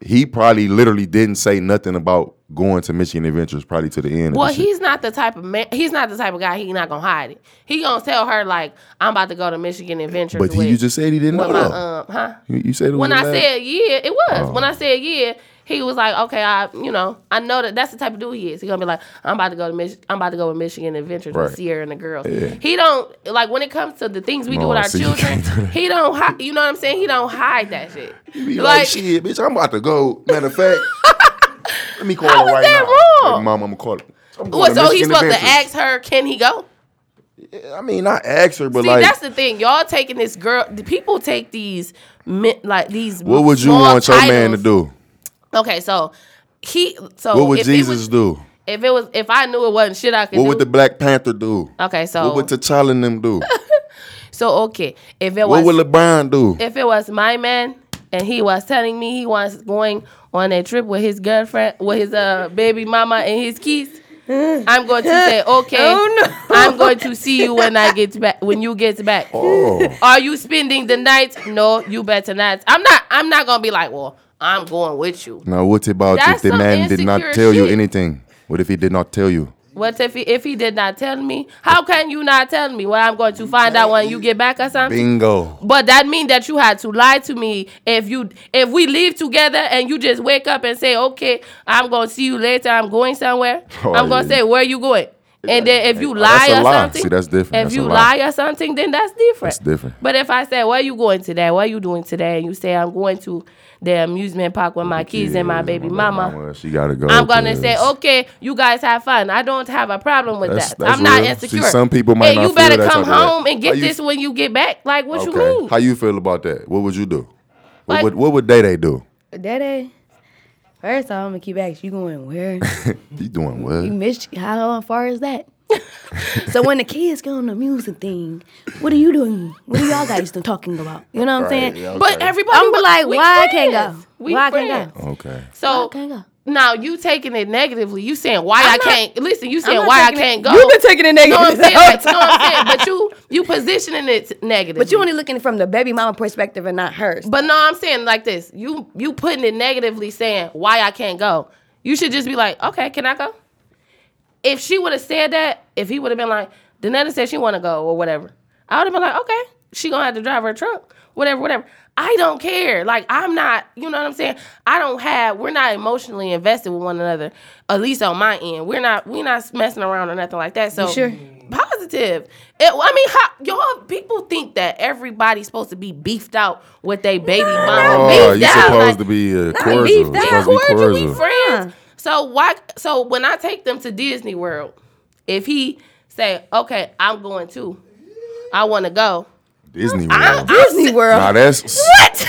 [SPEAKER 4] he probably literally didn't say nothing about going to Michigan Adventures probably to the end.
[SPEAKER 5] Well,
[SPEAKER 4] of the shit.
[SPEAKER 5] he's not the type of man. He's not the type of guy. He not gonna hide it. He gonna tell her like, "I'm about to go to Michigan Adventure."
[SPEAKER 4] But
[SPEAKER 5] with,
[SPEAKER 4] you just said he didn't know.
[SPEAKER 5] with my,
[SPEAKER 4] though.
[SPEAKER 5] um, huh?
[SPEAKER 4] you, you said it
[SPEAKER 5] When
[SPEAKER 4] was
[SPEAKER 5] I
[SPEAKER 4] last-
[SPEAKER 5] said yeah, it was.
[SPEAKER 4] Oh.
[SPEAKER 5] When I said yeah, he was like, "Okay, I, you know, I know that that's the type of dude he is." He gonna be like, "I'm about to go to Mich- I'm about to go with Michigan Adventures
[SPEAKER 4] Right.
[SPEAKER 5] with Sierra and the girls." He don't like when it comes to the things we do
[SPEAKER 4] No,
[SPEAKER 5] with
[SPEAKER 4] Oh, I
[SPEAKER 5] our
[SPEAKER 4] see you
[SPEAKER 5] children.
[SPEAKER 4] can't do that.
[SPEAKER 5] he don't, hi- you know what I'm saying? He don't hide that shit.
[SPEAKER 4] Be like, shit, bitch, I'm about to go. Matter of fact, let me call her
[SPEAKER 5] was
[SPEAKER 4] right
[SPEAKER 5] that
[SPEAKER 4] now.
[SPEAKER 5] wrong?
[SPEAKER 4] Like, Mom, I'm gonna call her. I'm going
[SPEAKER 5] what,
[SPEAKER 4] to
[SPEAKER 5] so he's
[SPEAKER 4] Michigan
[SPEAKER 5] supposed to
[SPEAKER 4] Adventures.
[SPEAKER 5] ask her, "Can he go?"
[SPEAKER 4] I mean, I asked her, but
[SPEAKER 5] See,
[SPEAKER 4] like,
[SPEAKER 5] that's the thing. Y'all taking this girl. The people take these men, like these.
[SPEAKER 4] what would you
[SPEAKER 5] small
[SPEAKER 4] want your man to
[SPEAKER 5] titles.
[SPEAKER 4] do?
[SPEAKER 5] Okay, so he. So
[SPEAKER 4] What would
[SPEAKER 5] if
[SPEAKER 4] Jesus
[SPEAKER 5] It was,
[SPEAKER 4] do?
[SPEAKER 5] if it was, if I knew it Oh. wasn't shit, I could.
[SPEAKER 4] What
[SPEAKER 5] do,
[SPEAKER 4] would the Black Panther do?
[SPEAKER 5] Okay, so
[SPEAKER 4] What would T'Challa and them do?
[SPEAKER 5] so okay. If it
[SPEAKER 4] what
[SPEAKER 5] was,
[SPEAKER 4] would LeBron do?
[SPEAKER 5] if it was my man, and he was telling me he was going on a trip with his girlfriend, with his uh baby mama and his kids. I'm going to say okay.
[SPEAKER 6] Oh, no.
[SPEAKER 5] I'm going to see you when I get back. When you get back.
[SPEAKER 4] Oh,
[SPEAKER 5] Are you spending the night? No, you better not. I'm not. I'm not gonna be like, well, I'm going with you.
[SPEAKER 4] now what about
[SPEAKER 5] That's
[SPEAKER 4] if the
[SPEAKER 5] some
[SPEAKER 4] man did not
[SPEAKER 5] insecure
[SPEAKER 4] tell you
[SPEAKER 5] shit.
[SPEAKER 4] anything? What if he did not tell you?
[SPEAKER 5] What if he if he did not tell me? How can you not tell me? Well, I'm going to find out when you get back or something.
[SPEAKER 4] Bingo.
[SPEAKER 5] But that mean that you had to lie to me if you if we live together and you just wake up and say, okay, I'm gonna see you later. I'm going somewhere.
[SPEAKER 4] Oh,
[SPEAKER 5] I'm gonna
[SPEAKER 4] yeah.
[SPEAKER 5] say where you going. And then if you lie
[SPEAKER 4] That's a
[SPEAKER 5] or
[SPEAKER 4] lie.
[SPEAKER 5] something,
[SPEAKER 4] See, that's different.
[SPEAKER 5] If
[SPEAKER 4] That's a
[SPEAKER 5] you
[SPEAKER 4] lie.
[SPEAKER 5] lie or something, then that's different.
[SPEAKER 4] That's different.
[SPEAKER 5] But if I say, where you going today? What you doing today? And you say, I'm going to the amusement park with my kids and my
[SPEAKER 4] Yeah,
[SPEAKER 5] baby
[SPEAKER 4] my
[SPEAKER 5] mama.
[SPEAKER 4] She gotta go.
[SPEAKER 5] I'm gonna say,
[SPEAKER 4] 'cause-
[SPEAKER 5] okay, you guys have fun. I don't have a problem with
[SPEAKER 4] That's-
[SPEAKER 5] that.
[SPEAKER 4] that's
[SPEAKER 5] I'm not
[SPEAKER 4] real. See,
[SPEAKER 5] insecure.
[SPEAKER 4] some people might
[SPEAKER 5] and
[SPEAKER 4] not
[SPEAKER 5] you better
[SPEAKER 4] feel that
[SPEAKER 5] come
[SPEAKER 4] type of way.
[SPEAKER 5] home and
[SPEAKER 4] How
[SPEAKER 5] get
[SPEAKER 4] you-
[SPEAKER 5] this when you get back. Like, what
[SPEAKER 4] Okay.
[SPEAKER 5] you mean?
[SPEAKER 4] How you feel about that? What would you do? What
[SPEAKER 5] Like-
[SPEAKER 4] would what would they they do?
[SPEAKER 6] Daddy, first off, I'm gonna keep asking, you going where?
[SPEAKER 4] You doing
[SPEAKER 6] You
[SPEAKER 4] what?
[SPEAKER 6] missed how far is that? so when the kids go on the music thing, what are you doing? What are y'all guys talking about? You know what I'm saying?
[SPEAKER 4] yeah,
[SPEAKER 5] But
[SPEAKER 4] okay.
[SPEAKER 5] everybody,
[SPEAKER 6] I'm be like,
[SPEAKER 5] we
[SPEAKER 6] why I
[SPEAKER 5] friends.
[SPEAKER 6] can't go?
[SPEAKER 5] We
[SPEAKER 6] why I
[SPEAKER 5] friends.
[SPEAKER 6] can't go?
[SPEAKER 4] Okay.
[SPEAKER 6] Why I
[SPEAKER 5] So
[SPEAKER 6] can't go?
[SPEAKER 5] now you taking it negatively. You saying why I can't listen. You saying
[SPEAKER 6] not
[SPEAKER 5] why I
[SPEAKER 6] taking it-
[SPEAKER 5] can't go.
[SPEAKER 6] You've been taking it
[SPEAKER 5] You know what I'm
[SPEAKER 6] negative
[SPEAKER 5] saying? But, you
[SPEAKER 6] the whole
[SPEAKER 5] know what I'm saying? But you you positioning it negative.
[SPEAKER 6] But you only looking from the baby mama perspective and not hers.
[SPEAKER 5] But no, I'm saying like this. You you putting it negatively saying why I can't go. You should just be like, okay, can I go? If she would have said that, if he would have been like, Danetta said she want to go or whatever, I would have been like, okay, she gonna have to drive her truck, whatever, whatever. I don't care. Like I'm not, you know what I'm saying? I don't have. We're not emotionally invested with one another. At least on my end, we're not. We're not messing around or nothing like that. So
[SPEAKER 6] sure?
[SPEAKER 5] positive. It, I mean, how, y'all people think that everybody's supposed to be beefed out with their baby mama.
[SPEAKER 4] Oh,
[SPEAKER 5] beefed
[SPEAKER 4] you
[SPEAKER 5] out,
[SPEAKER 4] supposed
[SPEAKER 5] like,
[SPEAKER 4] to be uh,
[SPEAKER 6] beef,
[SPEAKER 4] cordial. You
[SPEAKER 6] that's
[SPEAKER 4] supposed to be
[SPEAKER 5] cordial, we
[SPEAKER 4] cordial.
[SPEAKER 5] friends.
[SPEAKER 6] Huh.
[SPEAKER 5] So why? So when I take them to Disney World, if he say, "Okay, I'm going too. I want to go."
[SPEAKER 4] Disney World.
[SPEAKER 6] Disney World.
[SPEAKER 4] Now that's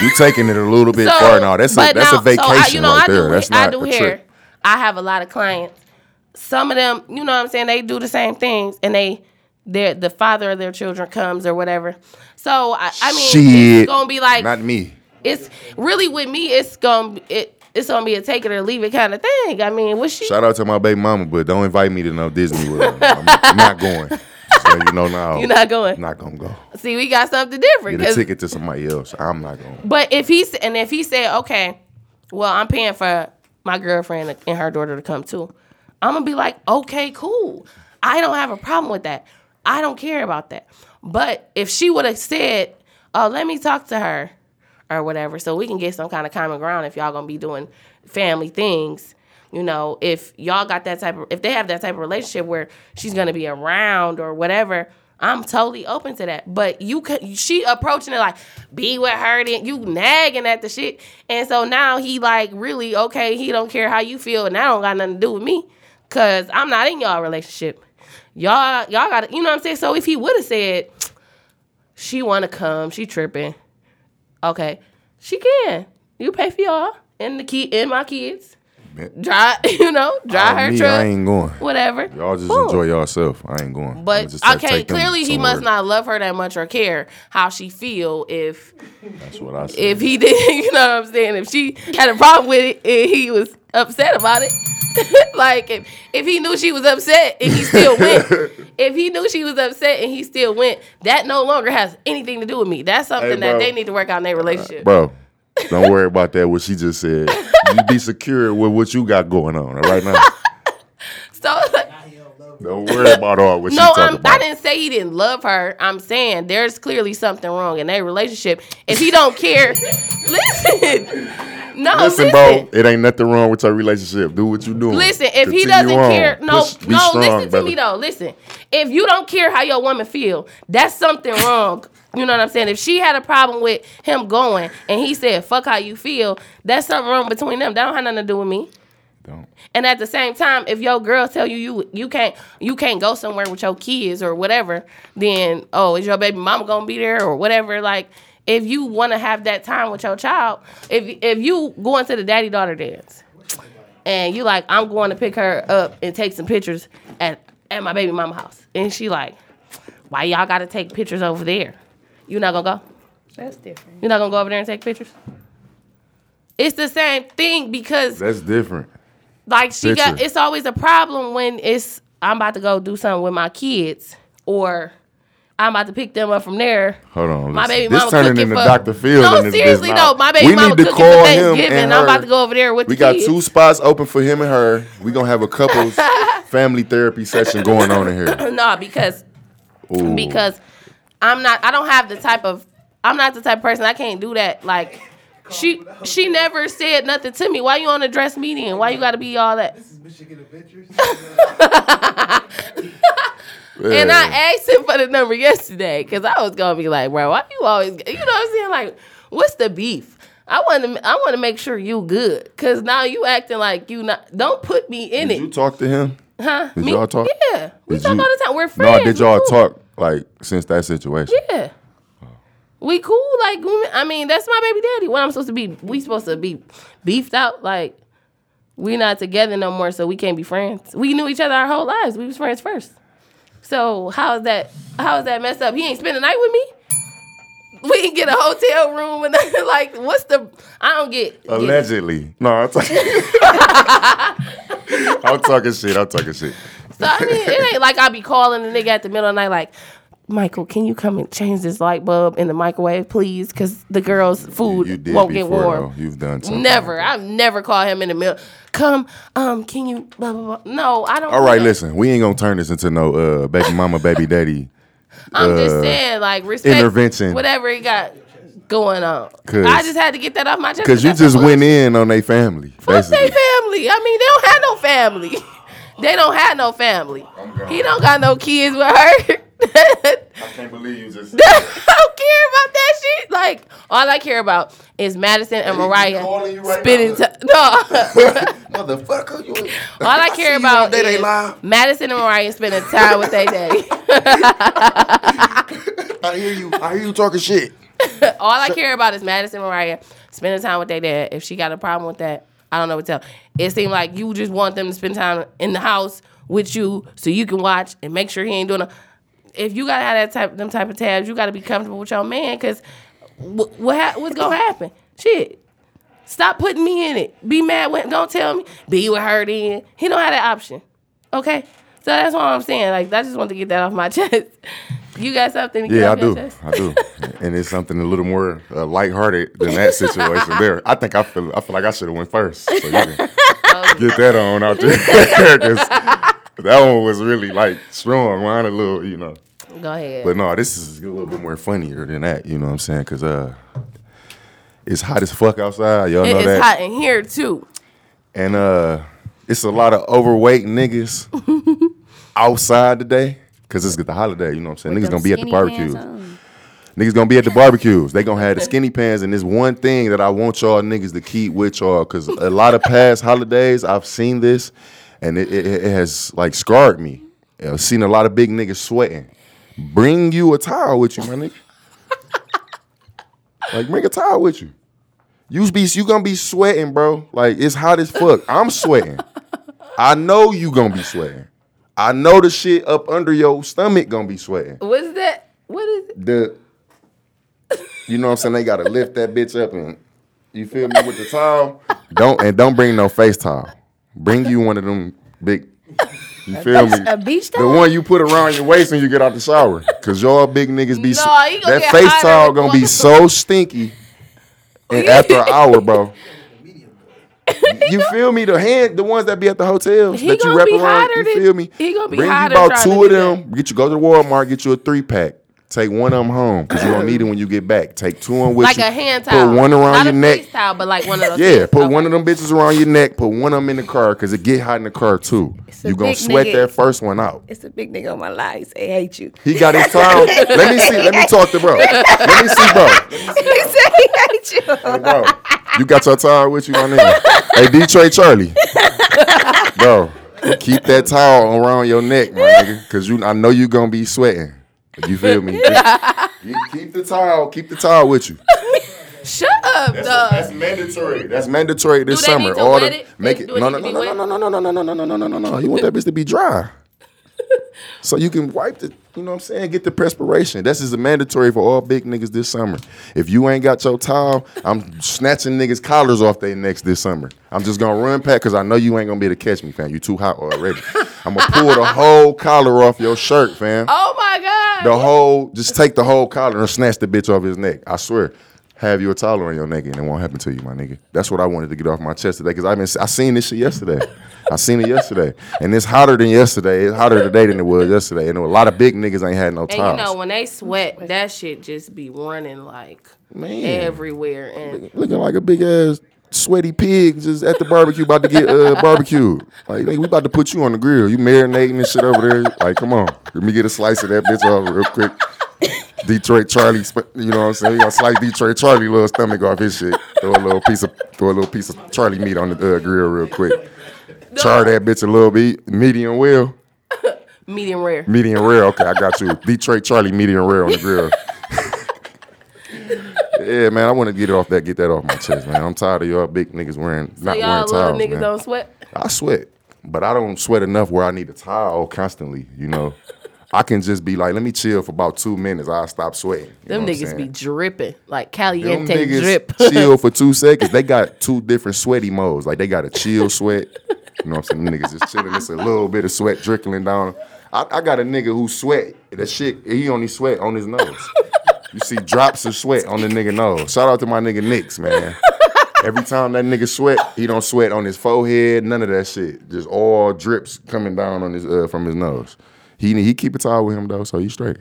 [SPEAKER 4] you taking it a little bit
[SPEAKER 5] So-
[SPEAKER 4] far now. That's a,
[SPEAKER 5] but
[SPEAKER 4] that's a
[SPEAKER 5] now- so
[SPEAKER 4] vacation
[SPEAKER 5] I- you know,
[SPEAKER 4] right
[SPEAKER 5] I do
[SPEAKER 4] there.
[SPEAKER 5] hair-
[SPEAKER 4] that's
[SPEAKER 5] I
[SPEAKER 4] not
[SPEAKER 5] do
[SPEAKER 4] a
[SPEAKER 5] hair.
[SPEAKER 4] trip.
[SPEAKER 5] I have a lot of clients. Some of them, you know what I'm saying, they do the same things and they their the father of their children comes or whatever. So I, I mean
[SPEAKER 4] Shit.
[SPEAKER 5] it's gonna be like
[SPEAKER 4] not me.
[SPEAKER 5] it's really with me it's gonna it, it's gonna be a take it or leave it kind of thing. I mean, what she
[SPEAKER 4] Shout out to my baby mama, but don't invite me to no Disney World. I'm not going. So you know now.
[SPEAKER 5] You're not going.
[SPEAKER 4] Not gonna go.
[SPEAKER 5] see we got something different.
[SPEAKER 4] Get a
[SPEAKER 5] 'cause-
[SPEAKER 4] ticket to somebody else. I'm not going.
[SPEAKER 5] But if he s- and if he said, okay, well, I'm paying for my girlfriend and her daughter to come too, I'm gonna be like, okay, cool. I don't have a problem with that. I don't care about that. But if she would have said, oh, let me talk to her or whatever, so we can get some kind of common ground if y'all gonna be doing family things. You know, if y'all got that type of, if they have that type of relationship where she's gonna be around or whatever, I'm totally open to that. But you, could, she approaching it like, be with her, then you nagging at the shit, and so now he like really okay. He don't care how you feel, and that don't got nothing to do with me, cause I'm not in y'all relationship. Y'all, y'all got, to you know what I'm saying. So if he would have said, she wanna come, she tripping, okay, she can. You pay for y'all and the kid and my kids.
[SPEAKER 4] man.
[SPEAKER 5] Dry, you know, dry
[SPEAKER 4] Oh,
[SPEAKER 5] her
[SPEAKER 4] me,
[SPEAKER 5] truck,
[SPEAKER 4] I ain't going.
[SPEAKER 5] whatever.
[SPEAKER 4] Y'all just
[SPEAKER 5] Cool.
[SPEAKER 4] enjoy yourself. I ain't going. I'ma
[SPEAKER 5] But
[SPEAKER 4] just ta-
[SPEAKER 5] okay,
[SPEAKER 4] take them
[SPEAKER 5] clearly he must
[SPEAKER 4] somewhere.
[SPEAKER 5] not love her that much or care how she feel if
[SPEAKER 4] That's what I said.
[SPEAKER 5] if he did. You know what I'm saying? If she had a problem with it and he was upset about it. like if, if he knew she was upset and he still went, if he knew she was upset and he still went, that no longer has anything to do with me. That's something
[SPEAKER 4] bro.
[SPEAKER 5] that they need to work out in their relationship.
[SPEAKER 4] Bro, don't worry about that. What she just said. you be secure with what you got going on right now.
[SPEAKER 5] so like,
[SPEAKER 4] Don't worry about all what she
[SPEAKER 5] No,
[SPEAKER 4] talking
[SPEAKER 5] I'm,
[SPEAKER 4] about.
[SPEAKER 5] I didn't say he didn't love her. I'm saying there's clearly something wrong in their relationship. If he don't care, listen. No,
[SPEAKER 4] Listen,
[SPEAKER 5] Oh, listen,
[SPEAKER 4] bro, it ain't nothing wrong with your relationship. Do what you doing.
[SPEAKER 5] Listen, if he
[SPEAKER 4] Continue
[SPEAKER 5] doesn't
[SPEAKER 4] on.
[SPEAKER 5] care, no,
[SPEAKER 4] Push- be
[SPEAKER 5] no,
[SPEAKER 4] strong,
[SPEAKER 5] listen to
[SPEAKER 4] brother.
[SPEAKER 5] me though. Listen, if you don't care how your woman feel, that's something wrong. You know what I'm saying? If she had a problem with him going and he said, "Fuck how you feel," that's something wrong between them. That don't have nothing to do with me.
[SPEAKER 4] Don't.
[SPEAKER 5] And at the same time, if your girl tell you you you can't you can't go somewhere with your kids or whatever, then oh, is your baby mama gonna be there or whatever? Like, if you want to have that time with your child, if if you going to the daddy daughter dance, and you like I'm going to pick her up and take some pictures at at my baby mama house, and she like, why y'all gotta take pictures over there? You not gonna go?
[SPEAKER 6] That's different.
[SPEAKER 5] You not gonna go over there and take pictures? It's the same thing because
[SPEAKER 4] That's different.
[SPEAKER 5] like she got
[SPEAKER 4] Picture.
[SPEAKER 5] it's always a problem when it's I'm about to go do something with my kids or I'm about to pick them up from there.
[SPEAKER 4] Hold on.
[SPEAKER 5] My
[SPEAKER 4] listen.
[SPEAKER 5] baby
[SPEAKER 4] this
[SPEAKER 5] mama
[SPEAKER 4] turning
[SPEAKER 5] cooking
[SPEAKER 4] into
[SPEAKER 5] for-
[SPEAKER 4] Dr. Phil.
[SPEAKER 5] No,
[SPEAKER 4] in this bitch
[SPEAKER 5] seriously
[SPEAKER 4] now.
[SPEAKER 5] though, my baby
[SPEAKER 4] we
[SPEAKER 5] mama
[SPEAKER 4] need to
[SPEAKER 5] cooking for
[SPEAKER 4] call him
[SPEAKER 5] Thanksgiving.
[SPEAKER 4] and
[SPEAKER 5] I'm about
[SPEAKER 4] her.
[SPEAKER 5] to go over there with
[SPEAKER 4] We
[SPEAKER 5] the
[SPEAKER 4] got
[SPEAKER 5] kids.
[SPEAKER 4] two spots open for him and her. We gonna have a couples family therapy session going on in here.
[SPEAKER 5] no, because
[SPEAKER 4] Ooh.
[SPEAKER 5] because I'm not I don't have the type of I'm not the type of person I can't do that like she she never said nothing to me. Why you on a dress meeting? Why you got to be all that?
[SPEAKER 4] Yeah.
[SPEAKER 5] And I asked him for the number yesterday because I was gonna be like, bro, why you always, you know what I'm saying? Like, what's the beef? I want to, I want to make sure you good because now you acting like you not. Don't put me in
[SPEAKER 4] did
[SPEAKER 5] it,
[SPEAKER 4] you talk to him?
[SPEAKER 5] huh?
[SPEAKER 4] did
[SPEAKER 5] me?
[SPEAKER 4] y'all talk?
[SPEAKER 5] Yeah, we
[SPEAKER 4] Did
[SPEAKER 5] talk
[SPEAKER 4] you-
[SPEAKER 5] all the time. We're
[SPEAKER 4] No,
[SPEAKER 5] friends.
[SPEAKER 4] did
[SPEAKER 5] We
[SPEAKER 4] y'all
[SPEAKER 5] cool.
[SPEAKER 4] talk like since that situation?
[SPEAKER 5] Yeah, we cool. Like, we- I mean, that's my baby daddy. When I'm supposed to be, we supposed to be beefed out. Like, we not together no more, so we can't be friends. We knew each other our whole lives. We was friends first. So how is that? How is that messed up? He ain't spend the night with me. We didn't get a hotel room and nothing. like what's the? I don't get. get-
[SPEAKER 4] Allegedly. No, I'm talking. I'm talking shit. I'm talking shit.
[SPEAKER 5] So I mean, it ain't like I be calling the nigga at the middle of the night like. Michael, can you come and change this light bulb in the microwave, please? Because the girls' food
[SPEAKER 4] You did
[SPEAKER 5] won't get
[SPEAKER 4] before,
[SPEAKER 5] warm.
[SPEAKER 4] though. You've done something.
[SPEAKER 5] Never. I've never called him in the middle. Come, um, can you blah blah blah. No, I don't
[SPEAKER 4] All right,
[SPEAKER 5] wanna-
[SPEAKER 4] listen. We ain't gonna turn this into no uh, baby mama, baby daddy.
[SPEAKER 5] I'm
[SPEAKER 4] uh,
[SPEAKER 5] just saying, like respect
[SPEAKER 4] intervention.
[SPEAKER 5] Whatever he got going on.
[SPEAKER 4] 'Cause-
[SPEAKER 5] I just had to get that off my chest.
[SPEAKER 4] Cause you
[SPEAKER 5] that's
[SPEAKER 4] just
[SPEAKER 5] all.
[SPEAKER 4] went in on their family.
[SPEAKER 5] Fuck they
[SPEAKER 4] basically.
[SPEAKER 5] family. I mean, they don't have no family. they don't have no family. He don't got no kids with her.
[SPEAKER 4] I can't believe you just.
[SPEAKER 5] I don't care about that shit. Like all I care about is Madison and Mariah
[SPEAKER 4] calling you right
[SPEAKER 5] spending
[SPEAKER 4] now.
[SPEAKER 5] time. No.
[SPEAKER 4] Motherfucker, you.
[SPEAKER 5] All I care about
[SPEAKER 4] They
[SPEAKER 5] is Madison and Mariah spending time with their daddy.
[SPEAKER 4] I hear you. I hear you talking shit.
[SPEAKER 5] All I care about is Madison and Mariah spending time with their dad. If she got a problem with that, I don't know what to tell. It seemed like you just want them to spend time in the house with you so you can watch and make sure he ain't doing. A, if you gotta have that type, them type of tabs, you gotta be comfortable with your man because what, what hap- what's gonna happen? Shit. Stop putting me in it. Be mad when don't tell me. Be with her then. He don't have that option. Okay? So that's what I'm saying. Like I just want to get that off my chest. You got something to get
[SPEAKER 4] Yeah, I
[SPEAKER 5] off your
[SPEAKER 4] do.
[SPEAKER 5] chest?
[SPEAKER 4] I do. And it's something a little more uh, lighthearted than that situation there. I think I feel. I feel like I should have went first. So you can get that on out there. 'Cause that one was really like strong. Mine a little, you know.
[SPEAKER 5] Go ahead.
[SPEAKER 4] But no, this is a little bit more funnier than that. You know what I'm saying? Cause uh, it's hot as fuck outside. Y'all know
[SPEAKER 5] It is
[SPEAKER 4] that.
[SPEAKER 5] hot in here too.
[SPEAKER 4] And uh, it's a lot of overweight niggas outside today. Cause it's the holiday, you know what I'm saying? niggas gonna be at the barbecue. Niggas gonna be at the barbecues. They gonna have the skinny pants, and this one thing that I want y'all niggas to keep with y'all, cause a lot of past holidays I've seen this, and it, it, it has like scarred me. I've seen a lot of big niggas sweating. Bring you a towel with you, my nigga. like bring a towel with you. You be you gonna be sweating, bro. Like it's hot as fuck. I'm sweating. I know you gonna be sweating. I know the shit up under your stomach gonna be sweating.
[SPEAKER 5] What's that? What is it?
[SPEAKER 4] The you know what I'm saying? They gotta lift that bitch up and you feel me with the towel. Don't and don't bring no face towel. Bring you one of them big. You feel me?
[SPEAKER 6] A beach
[SPEAKER 4] The
[SPEAKER 6] towel?
[SPEAKER 4] one you put around your waist when you get out the shower. Cause y'all big niggas be so,
[SPEAKER 5] Nah, you gonna
[SPEAKER 4] that
[SPEAKER 5] get
[SPEAKER 4] face
[SPEAKER 5] hot
[SPEAKER 4] towel
[SPEAKER 5] every
[SPEAKER 4] gonna be
[SPEAKER 5] once-
[SPEAKER 4] so stinky. And after an hour, bro. You feel me? The hand, the ones that be at the hotels
[SPEAKER 5] He
[SPEAKER 4] that you
[SPEAKER 5] gonna
[SPEAKER 4] wrap
[SPEAKER 5] be
[SPEAKER 4] around.
[SPEAKER 5] hotter
[SPEAKER 4] You
[SPEAKER 5] than-
[SPEAKER 4] feel me?
[SPEAKER 5] he gonna be
[SPEAKER 4] Bring you
[SPEAKER 5] hotter
[SPEAKER 4] about
[SPEAKER 5] trying to
[SPEAKER 4] two of
[SPEAKER 5] do
[SPEAKER 4] them. Get you go to Walmart, get you a three pack. Take one of them home because you don't need it when you get back. Take two of them with
[SPEAKER 5] Like
[SPEAKER 4] you.
[SPEAKER 5] a hand towel.
[SPEAKER 4] Put one
[SPEAKER 5] Not
[SPEAKER 4] around
[SPEAKER 5] a
[SPEAKER 4] your neck.
[SPEAKER 5] face towel, but like one of those.
[SPEAKER 4] Yeah, put one of them bitches around your neck. Put one of them in the car because it get hot in the car too.
[SPEAKER 6] a
[SPEAKER 4] You gonna
[SPEAKER 6] big
[SPEAKER 4] sweat
[SPEAKER 6] nigga.
[SPEAKER 4] that first one out.
[SPEAKER 6] It's a big nigga on my life. He say, hate you.
[SPEAKER 4] He got his towel. let me see. Let me talk to bro. Let me see, bro.
[SPEAKER 6] he say, he hate you.
[SPEAKER 4] Hey, bro, you got your towel with you, my nigga. Hey, Detroit Charlie, bro, keep that towel around your neck, my nigga, cause you. I know you gonna be sweating. You feel me? You keep the towel. Keep the towel with you.
[SPEAKER 5] Shut up, dog.
[SPEAKER 4] That's mandatory. That's mandatory this
[SPEAKER 5] Do they
[SPEAKER 4] summer.
[SPEAKER 5] need to
[SPEAKER 4] All
[SPEAKER 5] wet
[SPEAKER 4] the
[SPEAKER 5] it?
[SPEAKER 4] make
[SPEAKER 5] Do
[SPEAKER 4] it
[SPEAKER 5] it
[SPEAKER 4] no
[SPEAKER 5] need
[SPEAKER 4] no
[SPEAKER 5] to
[SPEAKER 4] no
[SPEAKER 5] be
[SPEAKER 4] no
[SPEAKER 5] wet?
[SPEAKER 4] no no no no no no no no no no no. You want that bitch to be dry, so you can wipe the. You know what I'm saying? Get the perspiration. This is a mandatory for all big niggas this summer. If you ain't got your towel, I'm snatching niggas collars off their necks this summer. I'm just gonna run pack because I know you ain't gonna be able to catch me, fam. You too hot already. I'm gonna pull the whole collar off your shirt, fam.
[SPEAKER 5] Oh my god.
[SPEAKER 4] The whole, just take the whole collar and snatch the bitch off his neck. I swear. Have your towel on your neck and it won't happen to you, my nigga. That's what I wanted to get off my chest today because I been I seen this shit yesterday. I seen it yesterday, and it's hotter than yesterday. It's hotter today than it was yesterday, and a lot of big niggas ain't had no
[SPEAKER 5] And you know
[SPEAKER 4] towels.
[SPEAKER 5] when they sweat, that shit just be running like
[SPEAKER 4] Man.
[SPEAKER 5] everywhere. And
[SPEAKER 4] Looking like a big ass sweaty pig just at the barbecue, about to get uh, barbecued. Like nigga, we about to put you on the grill. You marinating and shit over there. Like come on, let me get a slice of that bitch off real quick. Detroit Charlie, sp- you know what I'm saying? You gotta slice Detroit Charlie little stomach off his shit. Throw a little piece of throw a little piece of Charlie meat on the uh, grill real quick. Char that bitch a little bit, medium well,
[SPEAKER 5] medium rare.
[SPEAKER 4] medium rare. Okay, I got you. Detroit Charlie, medium rare on the grill. yeah, man, I want to get it off that, get that off my chest, man. I'm tired of y'all big niggas wearing not
[SPEAKER 5] Y'all
[SPEAKER 4] wearing
[SPEAKER 5] little
[SPEAKER 4] towels,
[SPEAKER 5] niggas
[SPEAKER 4] man.
[SPEAKER 5] don't sweat.
[SPEAKER 4] I sweat, but I don't sweat enough where I need a towel constantly. You know, I can just be like, let me chill for about two minutes. I'll stop sweating. You know
[SPEAKER 5] Them
[SPEAKER 4] what I'm
[SPEAKER 5] niggas be
[SPEAKER 4] saying?
[SPEAKER 5] dripping like
[SPEAKER 4] Them
[SPEAKER 5] caliente
[SPEAKER 4] niggas
[SPEAKER 5] drip.
[SPEAKER 4] chill for two seconds. They got two different sweaty modes. Like they got a chill sweat. You know what I'm saying? Them niggas just chilling. It's a little bit of sweat trickling down. I, I got a nigga who sweat. That shit, he only sweat on his nose. You see drops of sweat on the nigga nose. Shout out to my nigga Nix, man. Every time that nigga sweat, he don't sweat on his forehead, none of that shit. Just all drips coming down on his uh, from his nose. He he keep a towel with him though, so he straight.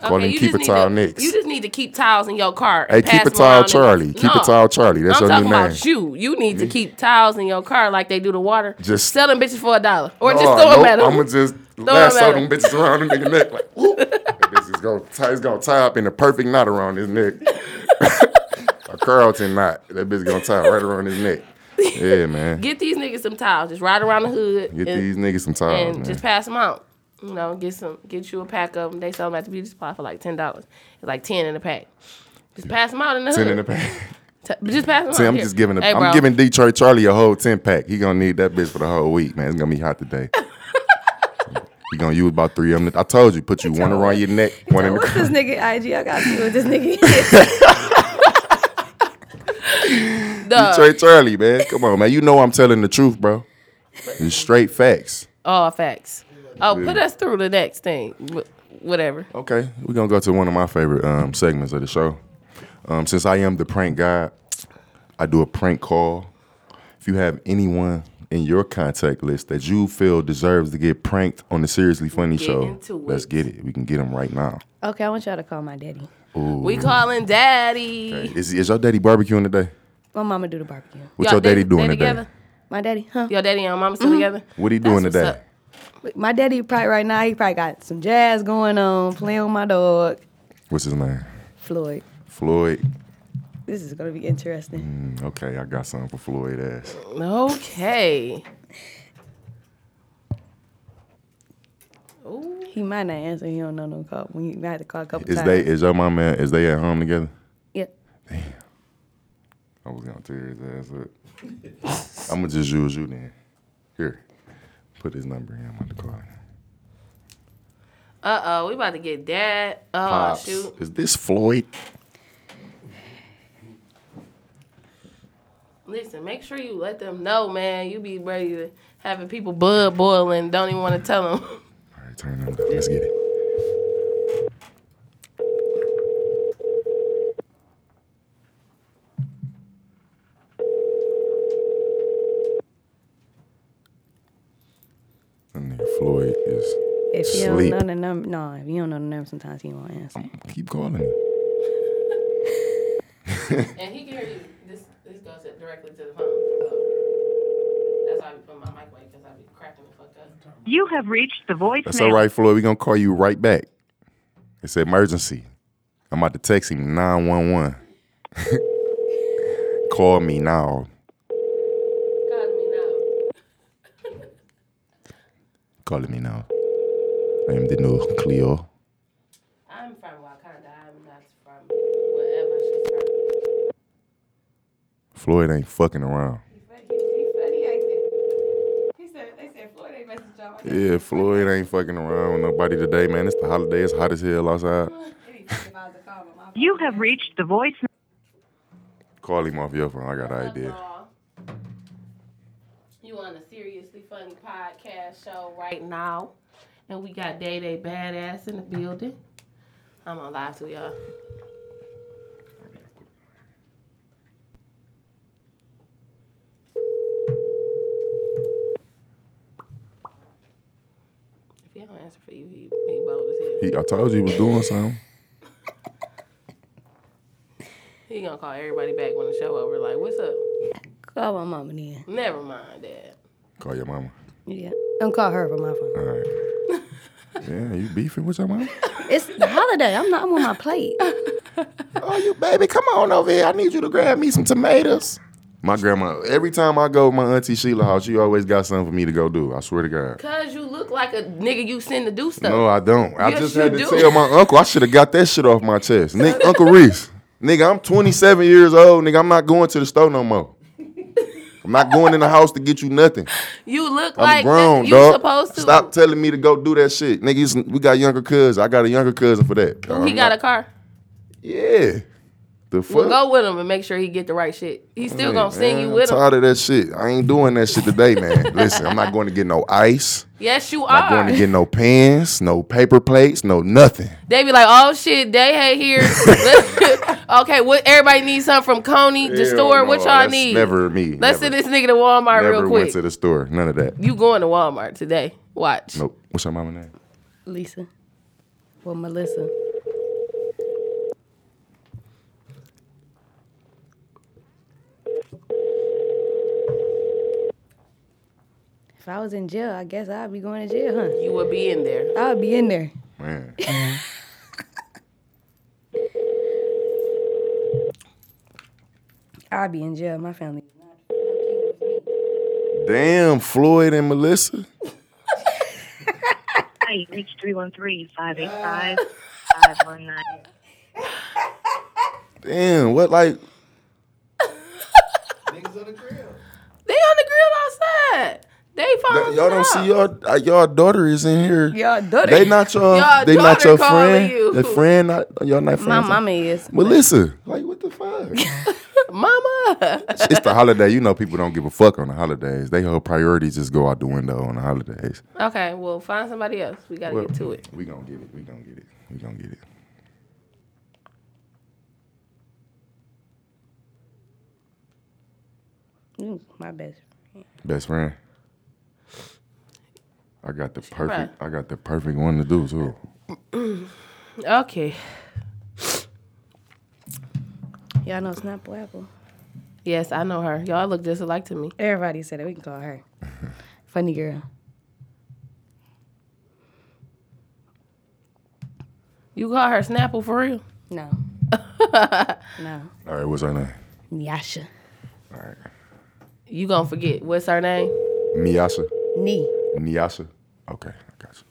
[SPEAKER 4] Call him keep a
[SPEAKER 5] need
[SPEAKER 4] towel
[SPEAKER 5] to,
[SPEAKER 4] Nix.
[SPEAKER 5] You just need to keep towels in your car.
[SPEAKER 4] Hey,
[SPEAKER 5] and
[SPEAKER 4] keep
[SPEAKER 5] pass
[SPEAKER 4] a
[SPEAKER 5] them
[SPEAKER 4] towel,
[SPEAKER 5] around and-
[SPEAKER 4] Charlie. Keep
[SPEAKER 5] No.
[SPEAKER 4] a towel, Charlie. That's
[SPEAKER 5] I'm
[SPEAKER 4] your
[SPEAKER 5] talking
[SPEAKER 4] new name.
[SPEAKER 5] about you. You need to keep towels in your car like they do the water.
[SPEAKER 4] Just-
[SPEAKER 5] Just sell them bitches for a dollar, or
[SPEAKER 4] Oh,
[SPEAKER 5] just throw them
[SPEAKER 4] nope,
[SPEAKER 5] at them.
[SPEAKER 4] I'ma just
[SPEAKER 5] Throw
[SPEAKER 4] lasso
[SPEAKER 5] him at
[SPEAKER 4] them
[SPEAKER 5] him.
[SPEAKER 4] bitches around the nigga neck like. whoop. That bitch is gonna tie, it's gonna tie up in a perfect knot around his neck. a Carlton knot. That bitch gonna tie right around his neck. Yeah, man. Get,
[SPEAKER 5] Get these niggas some towels. Just ride around the hood and,
[SPEAKER 4] these niggas some
[SPEAKER 5] and
[SPEAKER 4] towels, man.
[SPEAKER 5] just pass them out. You know, get some, get you a pack of them. They sell them at the beauty supply for like ten dollars. It's like ten in a pack. Just pass them out in the
[SPEAKER 4] ten
[SPEAKER 5] hood.
[SPEAKER 4] in the pack.
[SPEAKER 5] T- but just pass them
[SPEAKER 4] See,
[SPEAKER 5] out.
[SPEAKER 4] I'm
[SPEAKER 5] Here.
[SPEAKER 4] just giving. A,
[SPEAKER 5] Hey, bro.
[SPEAKER 4] I'm giving Detroit Charlie a whole ten pack. He gonna need that bitch for the whole week, man. It's gonna be hot today. He gonna use about three of them. I told you, put you one around your neck, one in the
[SPEAKER 6] What's this nigga IG? I got to see what this nigga is.
[SPEAKER 5] Duh.
[SPEAKER 4] Trey Charlie, man. Come on, man. You know I'm telling the truth, bro. It's straight facts.
[SPEAKER 5] All facts. Oh, put us through the next thing. Wh- Whatever.
[SPEAKER 4] Okay, we're gonna go to one of my favorite um, segments of the show. Um, since I am the prank guy, I do a prank call. If you have anyone in your contact list that you feel deserves to get pranked on the Seriously Funny
[SPEAKER 5] Get
[SPEAKER 4] show,
[SPEAKER 5] into
[SPEAKER 4] let's
[SPEAKER 5] it.
[SPEAKER 4] get it. We can get them right now.
[SPEAKER 6] okay, I want y'all to call my daddy.
[SPEAKER 5] We calling daddy.
[SPEAKER 4] Is, is your daddy barbecuing today?
[SPEAKER 6] My mama do the barbecue.
[SPEAKER 4] What
[SPEAKER 5] Y'all-
[SPEAKER 4] your daddy
[SPEAKER 5] they-
[SPEAKER 4] doing
[SPEAKER 5] they
[SPEAKER 4] today? Mm-hmm.
[SPEAKER 5] together?
[SPEAKER 6] My daddy, huh?
[SPEAKER 5] Your daddy and mama still together?
[SPEAKER 4] What he
[SPEAKER 5] That's
[SPEAKER 4] doing
[SPEAKER 5] what's
[SPEAKER 4] today?
[SPEAKER 5] up.
[SPEAKER 6] My daddy probably right now, he probably got some jazz going on, playing with my dog,
[SPEAKER 4] What's his name?
[SPEAKER 6] Floyd.
[SPEAKER 4] Floyd.
[SPEAKER 6] This is gonna be interesting.
[SPEAKER 4] Mm, Okay, I got something for Floyd ass.
[SPEAKER 5] Okay.
[SPEAKER 6] He might not answer. He don't know no call. When you got to call a couple
[SPEAKER 4] Is
[SPEAKER 6] times.
[SPEAKER 4] they is your mom and is they at home together?
[SPEAKER 6] yeah.
[SPEAKER 4] I was gonna tear his ass up. I'm gonna just use you then. Here, put his number in. I'm gonna call him.
[SPEAKER 5] Uh oh, we about to get that. Oh
[SPEAKER 4] Pops,
[SPEAKER 5] shoot.
[SPEAKER 4] is this Floyd?
[SPEAKER 5] Listen, make sure you let them know, man. You be ready to having people blood boiling. Don't even want to tell them.
[SPEAKER 4] All right, turn him down. Let's get it. That nigga Floyd is
[SPEAKER 6] If you
[SPEAKER 4] Sleep.
[SPEAKER 6] don't know the number, no, if you don't know the number, sometimes he won't answer.
[SPEAKER 4] keep calling him.
[SPEAKER 5] And he can hear you. This this goes directly to the phone. So that's why I be putting my mic away because I be cracking the fuck up.
[SPEAKER 7] You have reached the
[SPEAKER 4] That's
[SPEAKER 7] voicemail.
[SPEAKER 4] all right, Floyd. We're gonna call you right back. It's an emergency. I'm about to text him 911. call me now.
[SPEAKER 5] God me now.
[SPEAKER 4] Call me now. I am the new Cleo.
[SPEAKER 5] I'm from Wakanda. I'm not from wherever she's from.
[SPEAKER 4] Floyd ain't fucking around. Yeah, Floyd ain't fucking around with nobody today, man. It's the holiday. It's hot as hell outside.
[SPEAKER 7] You have reached the voicemail.
[SPEAKER 4] Call him off your phone. I got an idea.
[SPEAKER 5] You on a seriously funny podcast show right now, and we got Day Day Badass in the building. I'm on live to y'all. If he don't answer for you, he, he bold as hell.
[SPEAKER 4] He, I told you he was doing something.
[SPEAKER 5] He gonna call everybody back when the show over. Like, what's up?
[SPEAKER 6] Call my mama then.
[SPEAKER 5] Never mind that.
[SPEAKER 4] Call your mama.
[SPEAKER 6] Yeah, don't call her from my phone.
[SPEAKER 4] All right. Yeah, you beefing with your mama?
[SPEAKER 6] It's the holiday. I'm not. I'm on my plate.
[SPEAKER 4] Oh, you baby, come on over here. I need you to grab me some tomatoes. My grandma, every time I go to my auntie Sheila house, she always got something for me to go do. I swear to God.
[SPEAKER 5] Cause you look like a nigga you send to do stuff.
[SPEAKER 4] No, I don't. I
[SPEAKER 5] Yes,
[SPEAKER 4] just
[SPEAKER 5] you
[SPEAKER 4] had to
[SPEAKER 5] do.
[SPEAKER 4] tell my uncle. I should have got that shit off my chest. Nick, Uncle Reese, nigga, I'm 27 years old. Nigga, I'm not going to the store no more. I'm not going in the house to get you nothing.
[SPEAKER 5] You look
[SPEAKER 4] I'm
[SPEAKER 5] like
[SPEAKER 4] grown,
[SPEAKER 5] you
[SPEAKER 4] dog.
[SPEAKER 5] supposed to.
[SPEAKER 4] Stop telling me to go do that shit, nigga. it's- We got younger cousin. I got a younger cousin for that.
[SPEAKER 5] Ooh, he got a car.
[SPEAKER 4] yeah. The fuck.
[SPEAKER 5] Well, go with him and make sure he get the right shit. He's still gonna send you
[SPEAKER 4] Mm, Man,
[SPEAKER 5] with
[SPEAKER 4] I'm
[SPEAKER 5] him.
[SPEAKER 4] tired of that shit. I ain't doing that shit today, man. Listen, I'm not going to get no ice.
[SPEAKER 5] Yes, you
[SPEAKER 4] I'm not
[SPEAKER 5] are.
[SPEAKER 4] going to get no pens, no paper plates, no nothing.
[SPEAKER 5] they be like, oh shit, they had here. okay, what everybody needs something from Coney, the store.
[SPEAKER 4] Hell
[SPEAKER 5] what
[SPEAKER 4] no,
[SPEAKER 5] y'all
[SPEAKER 4] that's
[SPEAKER 5] need?
[SPEAKER 4] Never me.
[SPEAKER 5] Let's
[SPEAKER 4] never,
[SPEAKER 5] send this nigga to Walmart
[SPEAKER 4] Never
[SPEAKER 5] real
[SPEAKER 4] went
[SPEAKER 5] quick.
[SPEAKER 4] to the store. None of that.
[SPEAKER 5] you going to Walmart today? Watch.
[SPEAKER 4] Nope. What's your mama name?
[SPEAKER 6] Lisa. Well, Melissa. If I was in jail, I guess I'd be going to jail, huh?
[SPEAKER 5] You will be in there.
[SPEAKER 6] I'd be in there.
[SPEAKER 4] Man.
[SPEAKER 6] I'd be in jail. My family.
[SPEAKER 4] Damn, Floyd and Melissa.
[SPEAKER 7] Hi, reach 313-585-519.
[SPEAKER 4] Damn, what like
[SPEAKER 5] They on the grill outside. They
[SPEAKER 4] that-
[SPEAKER 5] found
[SPEAKER 4] y'all don't see y'all uh, y'all daughter is in here.
[SPEAKER 6] Y'all daughter.
[SPEAKER 4] They not your
[SPEAKER 5] Y'all
[SPEAKER 4] they not
[SPEAKER 5] daughter
[SPEAKER 4] your
[SPEAKER 5] calling
[SPEAKER 4] friend.
[SPEAKER 5] you.
[SPEAKER 4] The friend not y'all not friends.
[SPEAKER 6] My mama is.
[SPEAKER 4] Melissa. Like what the fuck?
[SPEAKER 5] Mama.
[SPEAKER 4] it's the holiday. You know, people don't give a fuck on the holidays. They whole priorities just go out the window on the holidays.
[SPEAKER 5] okay, well find somebody else. We gotta get to it.
[SPEAKER 4] We gonna get it. We gonna get it. We gonna get it.
[SPEAKER 6] Ooh, my best.
[SPEAKER 4] Best friend. I got the perfect. I got the perfect one to do too.
[SPEAKER 5] Okay.
[SPEAKER 6] Y'all know Snap Apple.
[SPEAKER 5] Yes, I know her. Y'all look just alike to me.
[SPEAKER 6] Everybody said it. We can call her. Funny girl.
[SPEAKER 5] You call her Snapple for real?
[SPEAKER 6] No. no.
[SPEAKER 4] All right, what's her name?
[SPEAKER 6] Nyasha.
[SPEAKER 4] All right,
[SPEAKER 5] You gonna forget what's her name?
[SPEAKER 4] Miasha.
[SPEAKER 6] Knee.
[SPEAKER 4] Niasha. Okay, I got you.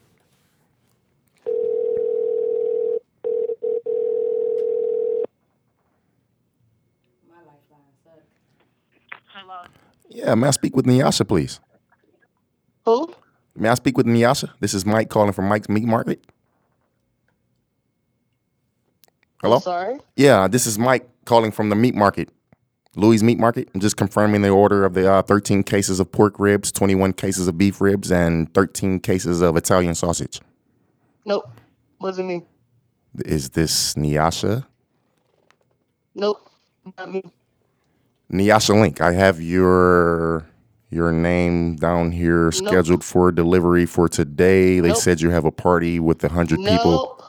[SPEAKER 4] Yeah, may I speak with Nyasha, please?
[SPEAKER 8] Who?
[SPEAKER 4] May I speak with Nyasha? This is Mike calling from Mike's Meat Market. Hello?
[SPEAKER 8] Sorry.
[SPEAKER 4] Yeah, this is Mike calling from the meat market, Louis Meat Market. I'm just confirming the order of the uh, 13 cases of pork ribs, 21 cases of beef ribs, and 13 cases of Italian sausage.
[SPEAKER 8] Nope. Wasn't me.
[SPEAKER 4] Is this Nyasha?
[SPEAKER 8] Nope. Not me.
[SPEAKER 4] Nyasha Link, I have your your name down here scheduled for delivery for today. They
[SPEAKER 8] Nope.
[SPEAKER 4] said you have a party with 100 people.
[SPEAKER 8] Nope.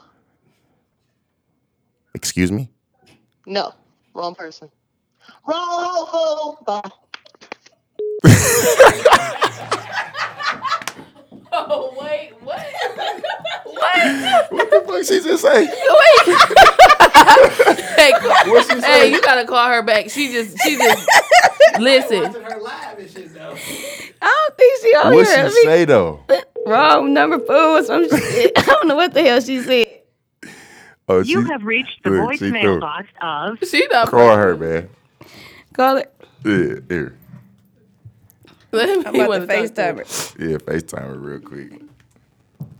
[SPEAKER 4] Excuse me?
[SPEAKER 8] No. Wrong person. Wrong hole. Bye.
[SPEAKER 5] Oh wait, what?
[SPEAKER 4] What the fuck she just say?
[SPEAKER 5] Hey, hey, you gotta call her back. She just, she just. Listen,
[SPEAKER 6] I don't think she on
[SPEAKER 4] What
[SPEAKER 6] here.
[SPEAKER 4] she
[SPEAKER 6] Let me-
[SPEAKER 4] say though?
[SPEAKER 6] wrong number four or some shit. I don't know what the hell she said.
[SPEAKER 4] Oh,
[SPEAKER 7] You
[SPEAKER 4] she-
[SPEAKER 7] have reached the
[SPEAKER 4] Look, she threw
[SPEAKER 7] voicemail
[SPEAKER 4] it.
[SPEAKER 7] box of
[SPEAKER 5] she not.
[SPEAKER 4] Call her, man.
[SPEAKER 6] Call it.
[SPEAKER 4] Yeah, here.
[SPEAKER 5] Let me he wanna talk to her.
[SPEAKER 4] Yeah, FaceTime her real quick.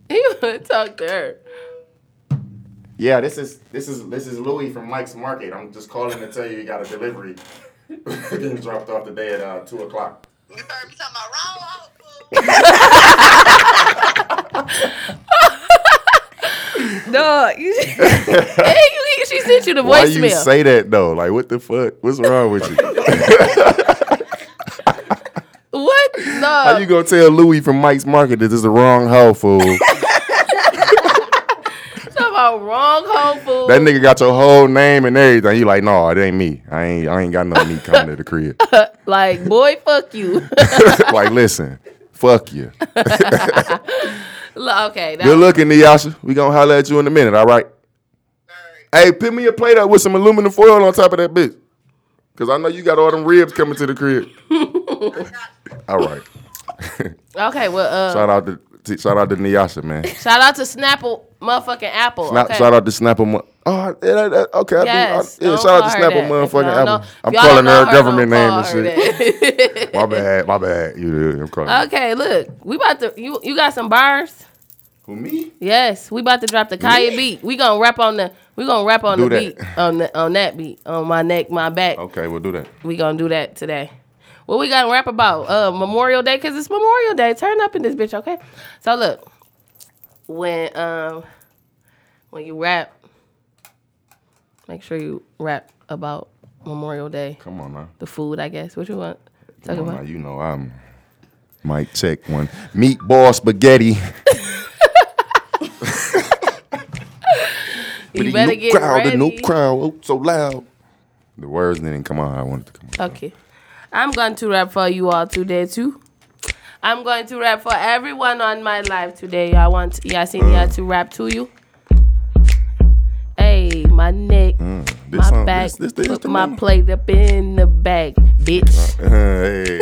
[SPEAKER 5] He wanna talk to her.
[SPEAKER 4] Yeah, this is this is this is Louis from Mike's Market. I'm just calling to tell you you got a delivery being dropped off today at uh, two o'clock.
[SPEAKER 8] You heard me talking about wrong hole. fool.
[SPEAKER 6] Dog. you-
[SPEAKER 5] Hey, you, she sent you the
[SPEAKER 4] Why you
[SPEAKER 5] voicemail.
[SPEAKER 4] say that though? Like, what the fuck? What's wrong with you?
[SPEAKER 5] what?
[SPEAKER 4] How
[SPEAKER 5] No.
[SPEAKER 4] you gonna tell Louis from Mike's Market that this is the wrong hoe fool? that
[SPEAKER 5] Talking about wrong home food.
[SPEAKER 4] nigga got your whole name and everything. You like, no, it ain't me. I ain't I ain't got no meat coming to the crib.
[SPEAKER 5] like, boy, fuck you.
[SPEAKER 4] like, listen, fuck you.
[SPEAKER 5] Like, okay, that
[SPEAKER 4] Good looking, Niyasha. We gonna holler at you in a minute, all right? Hey, pick me a plate up with some aluminum foil on top of that bitch. Cause I know you got all them ribs coming to the crib. all right.
[SPEAKER 5] okay. Well, uh,
[SPEAKER 4] Shout out to t- shout out to Niyasha, man.
[SPEAKER 5] shout out to Snapple, motherfucking Apple.
[SPEAKER 4] Not,
[SPEAKER 5] okay.
[SPEAKER 4] Shout out to Snapple. Mo- oh, yeah, that- that- okay. I do- I-
[SPEAKER 5] Yes.
[SPEAKER 4] yeah,
[SPEAKER 5] don't
[SPEAKER 4] shout out to
[SPEAKER 5] call
[SPEAKER 4] Snapple,
[SPEAKER 5] her that. If y'all
[SPEAKER 4] motherfucking
[SPEAKER 5] don't
[SPEAKER 4] Apple.
[SPEAKER 5] know-
[SPEAKER 4] I'm
[SPEAKER 5] if y'all don't
[SPEAKER 4] calling
[SPEAKER 5] know
[SPEAKER 4] her
[SPEAKER 5] her,
[SPEAKER 4] government
[SPEAKER 5] don't
[SPEAKER 4] name
[SPEAKER 5] call
[SPEAKER 4] and
[SPEAKER 5] her
[SPEAKER 4] shit.
[SPEAKER 5] that. Uh,
[SPEAKER 4] My bad, my bad. You, I'm calling. her.
[SPEAKER 5] okay, look, we about to you. You got some bars?
[SPEAKER 4] Who me?
[SPEAKER 5] Yes, we about to drop the Kaya beat. We gonna rap on the. We gonna rap on
[SPEAKER 4] Do
[SPEAKER 5] the
[SPEAKER 4] that.
[SPEAKER 5] beat on the, on that beat on my neck, my back.
[SPEAKER 4] Okay, we'll do that.
[SPEAKER 5] We gonna do that today. What we gonna rap about? Uh, Memorial Day, cause it's Memorial Day. Turn up in this bitch, okay? So look, when um when you rap, make sure you rap about Memorial Day,
[SPEAKER 4] Come on now.
[SPEAKER 5] the food, I guess. What you want? Talk
[SPEAKER 4] Come on now.
[SPEAKER 5] about?
[SPEAKER 4] You know I'm. Mic check one. Meatball spaghetti.
[SPEAKER 5] You better get
[SPEAKER 4] crowd,
[SPEAKER 5] ready.
[SPEAKER 4] The new crowd, oh, so loud. The words didn't come out. how I wanted to come out.
[SPEAKER 5] Okay. I'm going to rap for you all today too. I'm going to rap for everyone on my live today. I want Yasinia to rap to you. Hey, my neck,
[SPEAKER 4] Mm, this
[SPEAKER 5] my
[SPEAKER 4] song-
[SPEAKER 5] back,
[SPEAKER 4] this- this the
[SPEAKER 5] put my
[SPEAKER 4] instrumental?
[SPEAKER 5] plate up in the bag, bitch.
[SPEAKER 4] hey,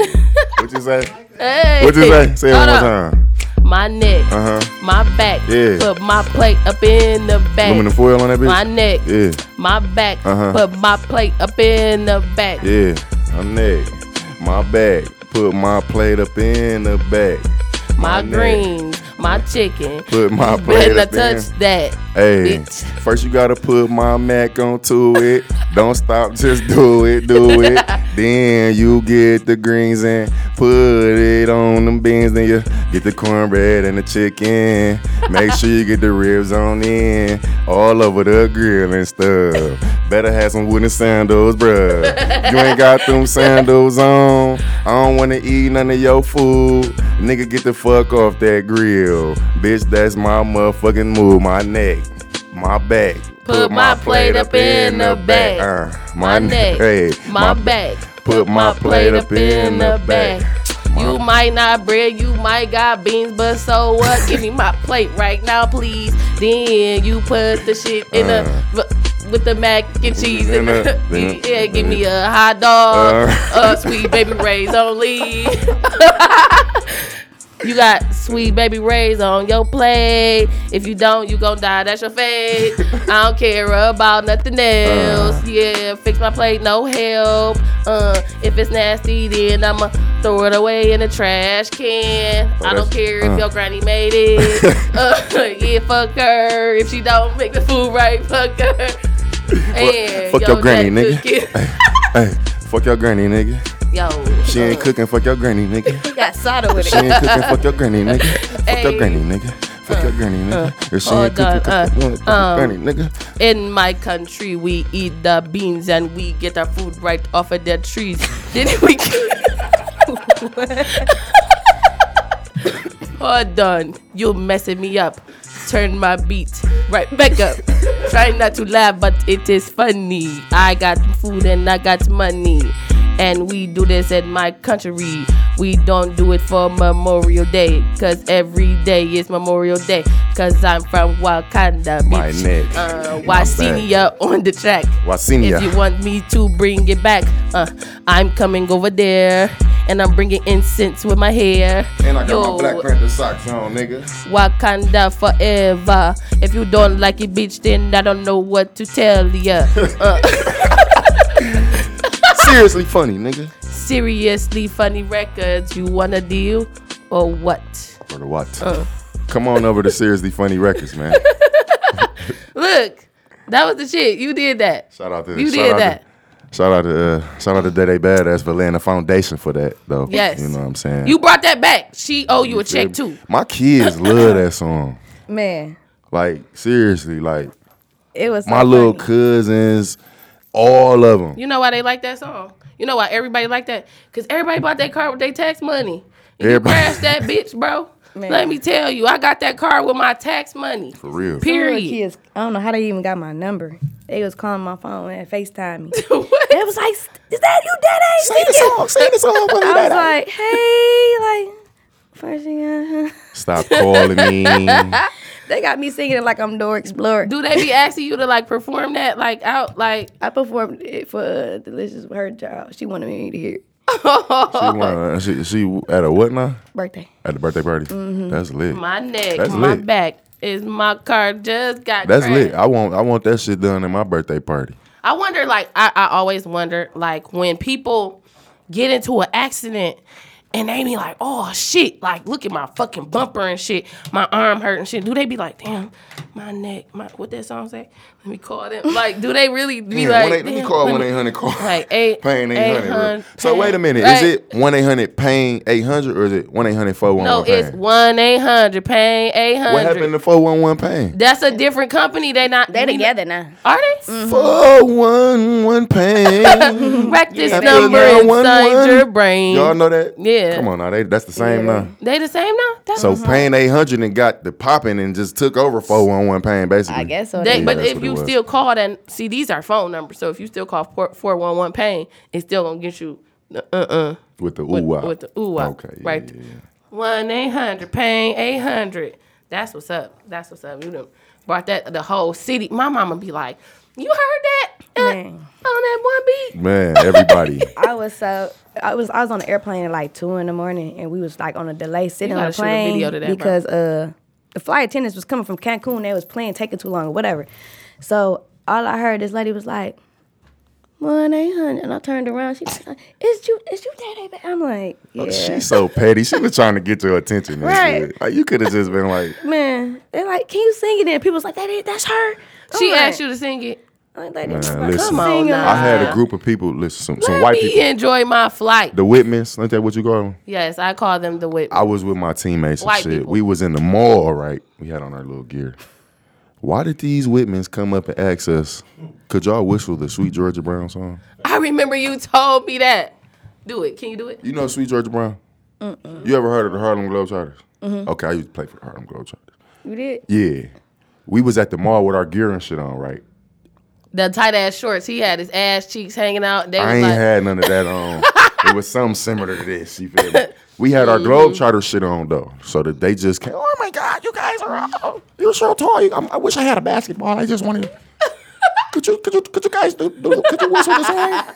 [SPEAKER 4] what you say?
[SPEAKER 5] Hey,
[SPEAKER 4] What you say? Say it one
[SPEAKER 5] Hold
[SPEAKER 4] more
[SPEAKER 5] up.
[SPEAKER 4] time.
[SPEAKER 5] My neck,
[SPEAKER 4] Uh-huh.
[SPEAKER 5] my back,
[SPEAKER 4] Yeah.
[SPEAKER 5] put my plate up in the bag.
[SPEAKER 4] Aluminum foil on that bitch.
[SPEAKER 5] My neck,
[SPEAKER 4] Yeah,
[SPEAKER 5] my back,
[SPEAKER 4] Uh-huh.
[SPEAKER 5] put my plate up in the bag.
[SPEAKER 4] yeah. My neck, my back. Put my plate up in the back.
[SPEAKER 5] my
[SPEAKER 4] neck.
[SPEAKER 5] greens, my chicken.
[SPEAKER 4] Put my
[SPEAKER 5] You
[SPEAKER 4] plate
[SPEAKER 5] better
[SPEAKER 4] up in.
[SPEAKER 5] touch that.
[SPEAKER 4] Hey,
[SPEAKER 5] Bitch.
[SPEAKER 4] first you gotta put my Mac onto it. Don't stop, just do it, do it. then you get the greens and put it on them beans. Then you get the cornbread and the chicken. Make sure you get the ribs on in, all over the grill and stuff. Better have some wooden sandals, bruh. You ain't got them sandals on. I don't wanna eat none of your food. Nigga, get the fuck off that grill. Bitch, that's my motherfucking move. My neck, my back.
[SPEAKER 5] Put my plate up in the bag.
[SPEAKER 4] Uh,
[SPEAKER 5] My neck,
[SPEAKER 4] hey,
[SPEAKER 5] my
[SPEAKER 4] ba-
[SPEAKER 5] back.
[SPEAKER 4] Put my plate up in the bag.
[SPEAKER 5] You might not bread, you might got beans, but so what? Give me my plate right now, please. Then you put the shit in the with the mac and cheese
[SPEAKER 4] Uh. in
[SPEAKER 5] and
[SPEAKER 4] the-
[SPEAKER 5] the, yeah, give me a hot dog,
[SPEAKER 4] Uh.
[SPEAKER 5] a sweet baby rays only. you got next week, baby Ray's on your plate. If you don't, you gon' die. That's your fate. I don't care about nothing else.
[SPEAKER 4] Uh.
[SPEAKER 5] yeah, fix my plate, no help. Uh, if it's nasty, then I'ma throw it away in the trash can. I don't
[SPEAKER 4] that's-
[SPEAKER 5] care if
[SPEAKER 4] uh.
[SPEAKER 5] your granny made it. uh, yeah, fuck her. If she don't make the food right, fuck her. And
[SPEAKER 4] fuck
[SPEAKER 5] yo,
[SPEAKER 4] your granny,
[SPEAKER 5] that
[SPEAKER 4] nigga.
[SPEAKER 5] cookie-
[SPEAKER 4] Hey, fuck your granny, nigga.
[SPEAKER 5] Yo,
[SPEAKER 4] She
[SPEAKER 5] Uh.
[SPEAKER 4] ain't cooking. Fuck your granny, nigga.
[SPEAKER 2] You got soda with
[SPEAKER 4] She ain't cooking. Fuck your granny, nigga. Fuck your
[SPEAKER 5] Ayy.
[SPEAKER 4] granny, nigga. Fuck your granny, nigga. If she ain't
[SPEAKER 5] hold on,
[SPEAKER 4] cooking,
[SPEAKER 5] uh,
[SPEAKER 4] fuck your fuck your
[SPEAKER 5] um,
[SPEAKER 4] granny, nigga.
[SPEAKER 5] In my country, we eat the beans and we get our food right off of their trees. then we. Hold on, you messing me up. Turn my beat right back up. Try not to laugh, but it is funny. I got food and I got money. And we do this in my country. We don't do it for Memorial Day. Cause every day is Memorial Day. Cause I'm from Wakanda.
[SPEAKER 4] My
[SPEAKER 5] bitch.
[SPEAKER 4] neck.
[SPEAKER 5] Uh,
[SPEAKER 4] My
[SPEAKER 5] Wasenia on the track. If you
[SPEAKER 4] Wasenia.
[SPEAKER 5] want me to bring it back, uh, I'm coming over there. And I'm bringing incense with my hair.
[SPEAKER 4] And I got
[SPEAKER 5] Yo,
[SPEAKER 4] my Black Panther socks on, nigga.
[SPEAKER 5] Wakanda forever. If you don't like it, bitch, then I don't know what to tell ya.
[SPEAKER 4] Seriously funny, nigga.
[SPEAKER 5] Seriously, funny records. You wanna deal or what?
[SPEAKER 4] Or the what?
[SPEAKER 5] Uh.
[SPEAKER 4] Come on over to Seriously Funny Records, man.
[SPEAKER 5] Look, that was the shit. You did that.
[SPEAKER 4] Shout out to
[SPEAKER 5] You
[SPEAKER 4] shout
[SPEAKER 5] did
[SPEAKER 4] out
[SPEAKER 5] that.
[SPEAKER 4] To, shout out to uh, shout out to Day Day Badass for laying the foundation for that though.
[SPEAKER 5] Yes.
[SPEAKER 4] you know what I'm saying.
[SPEAKER 5] You brought that back. She owe you a
[SPEAKER 4] feel
[SPEAKER 5] check
[SPEAKER 4] me?
[SPEAKER 5] too.
[SPEAKER 4] My kids love that song.
[SPEAKER 6] Man,
[SPEAKER 4] Like seriously, like
[SPEAKER 6] it was so
[SPEAKER 4] my little
[SPEAKER 6] funny.
[SPEAKER 4] cousins, all of them.
[SPEAKER 5] You know why they like that song? You know why everybody like that? Cause everybody bought that car with their tax money. If you
[SPEAKER 4] Everybody-
[SPEAKER 5] crash that bitch, bro.
[SPEAKER 6] Man.
[SPEAKER 5] Let me tell you, I got that car with my tax money.
[SPEAKER 4] For real.
[SPEAKER 6] Some little
[SPEAKER 5] Period.
[SPEAKER 6] Kids, I don't know how they even got my number. They was calling my phone and FaceTime me.
[SPEAKER 5] What?
[SPEAKER 6] They was like, "Is that you, Daddy?"
[SPEAKER 4] Sing the song. Sing the song. buddy,
[SPEAKER 6] I
[SPEAKER 4] buddy.
[SPEAKER 6] was like, "Hey, like." First thing, uh,
[SPEAKER 4] Stop calling me.
[SPEAKER 6] they got me singing it like I'm Dora Explorer.
[SPEAKER 5] Do they be asking you to like perform that like out like
[SPEAKER 6] I performed it for uh, Delicious with her child. She wanted me to hear it.
[SPEAKER 4] she, wanna, she, she at a what now?
[SPEAKER 6] birthday.
[SPEAKER 4] At the birthday party. That's lit.
[SPEAKER 5] Mm-hmm. my neck,
[SPEAKER 4] That's
[SPEAKER 5] my
[SPEAKER 4] lit.
[SPEAKER 5] back is my car just got
[SPEAKER 4] That's
[SPEAKER 5] crashed.
[SPEAKER 4] lit. I want I want that shit done at my birthday party.
[SPEAKER 5] I wonder, like, I, I always wonder, like, when people get into an accident and they be like, oh shit, like, look at my fucking bumper and shit, my arm hurt and shit. Do they be like, damn, my neck, my, what that song say? Let me call them. Like, do they really be
[SPEAKER 4] Yeah,
[SPEAKER 5] like,
[SPEAKER 4] one eight- let me
[SPEAKER 5] damn,
[SPEAKER 4] call
[SPEAKER 5] let
[SPEAKER 4] one
[SPEAKER 5] me-
[SPEAKER 4] eight hundred call
[SPEAKER 5] Like, eight-
[SPEAKER 4] pain eight hundred.
[SPEAKER 5] 800
[SPEAKER 4] So wait a minute,
[SPEAKER 5] Right.
[SPEAKER 4] is it one eight hundred pain eight hundred or is it one eight hundred four one
[SPEAKER 5] No,
[SPEAKER 4] one
[SPEAKER 5] it's
[SPEAKER 4] pain?
[SPEAKER 5] 1 800 pain 800.
[SPEAKER 4] What happened to four one one pain?
[SPEAKER 5] That's a different company. They not
[SPEAKER 6] They
[SPEAKER 5] we-
[SPEAKER 6] together now.
[SPEAKER 5] Are they?
[SPEAKER 4] Four one one pain.
[SPEAKER 5] Wreck this
[SPEAKER 4] Yeah.
[SPEAKER 5] number
[SPEAKER 4] Yeah.
[SPEAKER 5] inside
[SPEAKER 4] One, one.
[SPEAKER 5] your brain.
[SPEAKER 4] Y'all know that?
[SPEAKER 5] Yeah. Mm-hmm.
[SPEAKER 4] Come on now, they, that's the same now.
[SPEAKER 5] They the same now? That's
[SPEAKER 4] So pain eight hundred and got the popping and just took over four one one pain basically.
[SPEAKER 6] I guess so.
[SPEAKER 5] They,
[SPEAKER 4] Yeah,
[SPEAKER 5] but
[SPEAKER 4] that's
[SPEAKER 5] if
[SPEAKER 4] what it
[SPEAKER 5] you
[SPEAKER 4] was.
[SPEAKER 5] still call then see these are phone numbers. So if you still call four one one pain, it's still gonna get you uh uh
[SPEAKER 4] with the ooh
[SPEAKER 5] with,
[SPEAKER 4] wow.
[SPEAKER 5] with the ooh wow.
[SPEAKER 4] Okay, yeah,
[SPEAKER 5] right.
[SPEAKER 4] yeah, yeah.
[SPEAKER 5] One eight hundred pain eight hundred. That's what's up. That's what's up. You done brought that the whole city. My mama be like, you heard that uh, on
[SPEAKER 6] Man.
[SPEAKER 5] that one beat.
[SPEAKER 4] Man, everybody.
[SPEAKER 6] I was so I was I was on the airplane at like two in the morning, and we was like on a delay sitting
[SPEAKER 5] gotta
[SPEAKER 6] on the
[SPEAKER 5] shoot a
[SPEAKER 6] plane
[SPEAKER 5] video to that, bro.
[SPEAKER 6] because uh the flight attendants was coming from Cancun. They was playing taking too long or whatever. So all I heard this lady was like one eight hundred, and I turned around. She like, "Is you is you daddy?" ba-" I'm like, "Yeah."
[SPEAKER 4] She's so petty. She was trying to get your attention. and
[SPEAKER 6] Right.
[SPEAKER 4] shit. Like you could have just been like,
[SPEAKER 6] Man, they're like, "Can you sing it?" And people was like, "That is that's her."
[SPEAKER 5] She asked you to sing it.
[SPEAKER 6] Like, lady,
[SPEAKER 4] Man,
[SPEAKER 6] come
[SPEAKER 4] listen.
[SPEAKER 6] on
[SPEAKER 5] Come on
[SPEAKER 6] now.
[SPEAKER 4] I had a group of people, listen, some, some
[SPEAKER 5] Let
[SPEAKER 4] white
[SPEAKER 5] me
[SPEAKER 4] people,
[SPEAKER 5] enjoy my flight.
[SPEAKER 4] the Whitmans, ain't that what you call them?
[SPEAKER 5] yes, I call them the whip.
[SPEAKER 4] I was with my teammates and
[SPEAKER 5] White
[SPEAKER 4] shit.
[SPEAKER 5] people.
[SPEAKER 4] We was in the mall, right? We had on our little gear. Why did these Whitmans come up and ask us, could y'all whistle the Sweet Georgia Brown song?
[SPEAKER 5] I remember you told me that. Do it. Can you do it?
[SPEAKER 4] You know Sweet Georgia Brown? You ever heard of the Harlem Globetrotters?
[SPEAKER 5] Mm-hmm.
[SPEAKER 4] Okay, I used to play for the Harlem Globetrotters.
[SPEAKER 6] You did?
[SPEAKER 4] Yeah. We was at the mall with our gear and shit on, right?
[SPEAKER 5] the tight ass shorts. He had his ass cheeks hanging out. They
[SPEAKER 4] I
[SPEAKER 5] was
[SPEAKER 4] ain't
[SPEAKER 5] like,
[SPEAKER 4] had none of that on. it was something similar to this. You feel me? We had our Globetrotter shit on though, so that they just came. Oh my God, you guys are all- you're so tall. You- I'm- I wish I had a basketball. I just wanted. could you could you could you guys do, do could you whistle the song?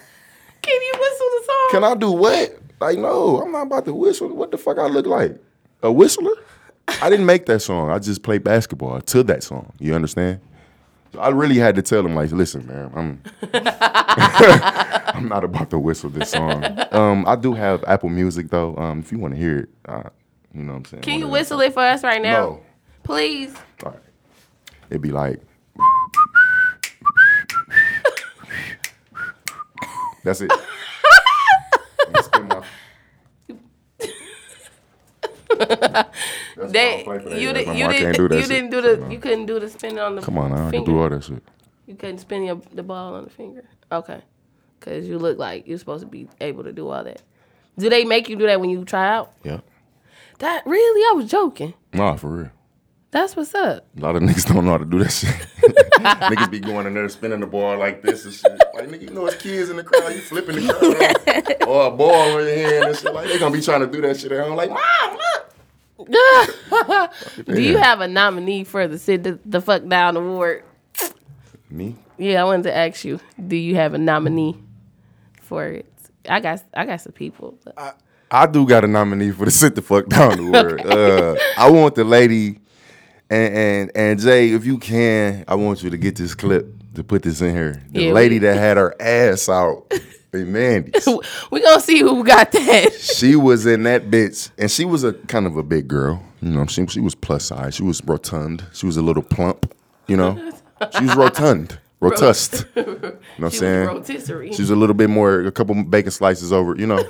[SPEAKER 5] "Can you whistle the song?"
[SPEAKER 4] Can I do what? Like no, I'm not about to whistle. What the fuck I look like? A whistler? I didn't make that song. I just played basketball to that song. You understand? So I really had to tell him, like, listen, man, I'm I'm not about to whistle this song. Um, I do have Apple Music though. Um, if you want to hear it, uh, you know what I'm saying.
[SPEAKER 5] Can you
[SPEAKER 4] whatever.
[SPEAKER 5] whistle it for us right now?
[SPEAKER 4] No.
[SPEAKER 5] Please.
[SPEAKER 4] All right. It'd be like. That's it. I'm gonna spin my- That's
[SPEAKER 5] They,
[SPEAKER 4] why I don't play for that
[SPEAKER 5] you
[SPEAKER 4] ass
[SPEAKER 5] did,
[SPEAKER 4] no
[SPEAKER 5] you
[SPEAKER 4] more. I
[SPEAKER 5] didn't
[SPEAKER 4] can't do that
[SPEAKER 5] you
[SPEAKER 4] shit.
[SPEAKER 5] didn't do
[SPEAKER 4] So,
[SPEAKER 5] the
[SPEAKER 4] no.
[SPEAKER 5] you couldn't do the spin on the
[SPEAKER 4] Come on, now, I can
[SPEAKER 5] finger.
[SPEAKER 4] do all that shit.
[SPEAKER 5] You couldn't spin your, the ball on the finger. Okay. Cause you look like you're supposed to be able to do all that. Do they make you do that when you try out?
[SPEAKER 4] Yeah.
[SPEAKER 5] That really? I was joking.
[SPEAKER 4] Nah, for real.
[SPEAKER 5] That's what's up.
[SPEAKER 4] A lot of niggas don't know how to do that shit. niggas be going in there spinning the ball like this and shit. Like nigga, you know it's kids in the crowd, you flipping the crowd around. or a ball in your hand and shit. Like they gonna be trying to do that shit at home. Like, mom, look.
[SPEAKER 5] Do you have a nominee for the sit the, the fuck down award?
[SPEAKER 4] me?
[SPEAKER 5] Yeah, I wanted to ask you. Do you have a nominee for it? I got I got some people.
[SPEAKER 4] I do got a nominee for the sit the fuck down award. Uh, I want the lady and, and and Jay, if you can, I want you to get this clip to put this in here. The
[SPEAKER 5] Yeah, we-
[SPEAKER 4] lady that had her ass out in Mandy's.
[SPEAKER 5] we gonna see who got that.
[SPEAKER 4] she was in that bitch, and she was a kind of a big girl. You know, she she was plus size. She was rotund. She was a little plump. You know, she was rotund, rotust. You know what I'm
[SPEAKER 5] She was
[SPEAKER 4] saying?
[SPEAKER 5] rotisserie.
[SPEAKER 4] She was a little bit more, a couple bacon slices over. You know.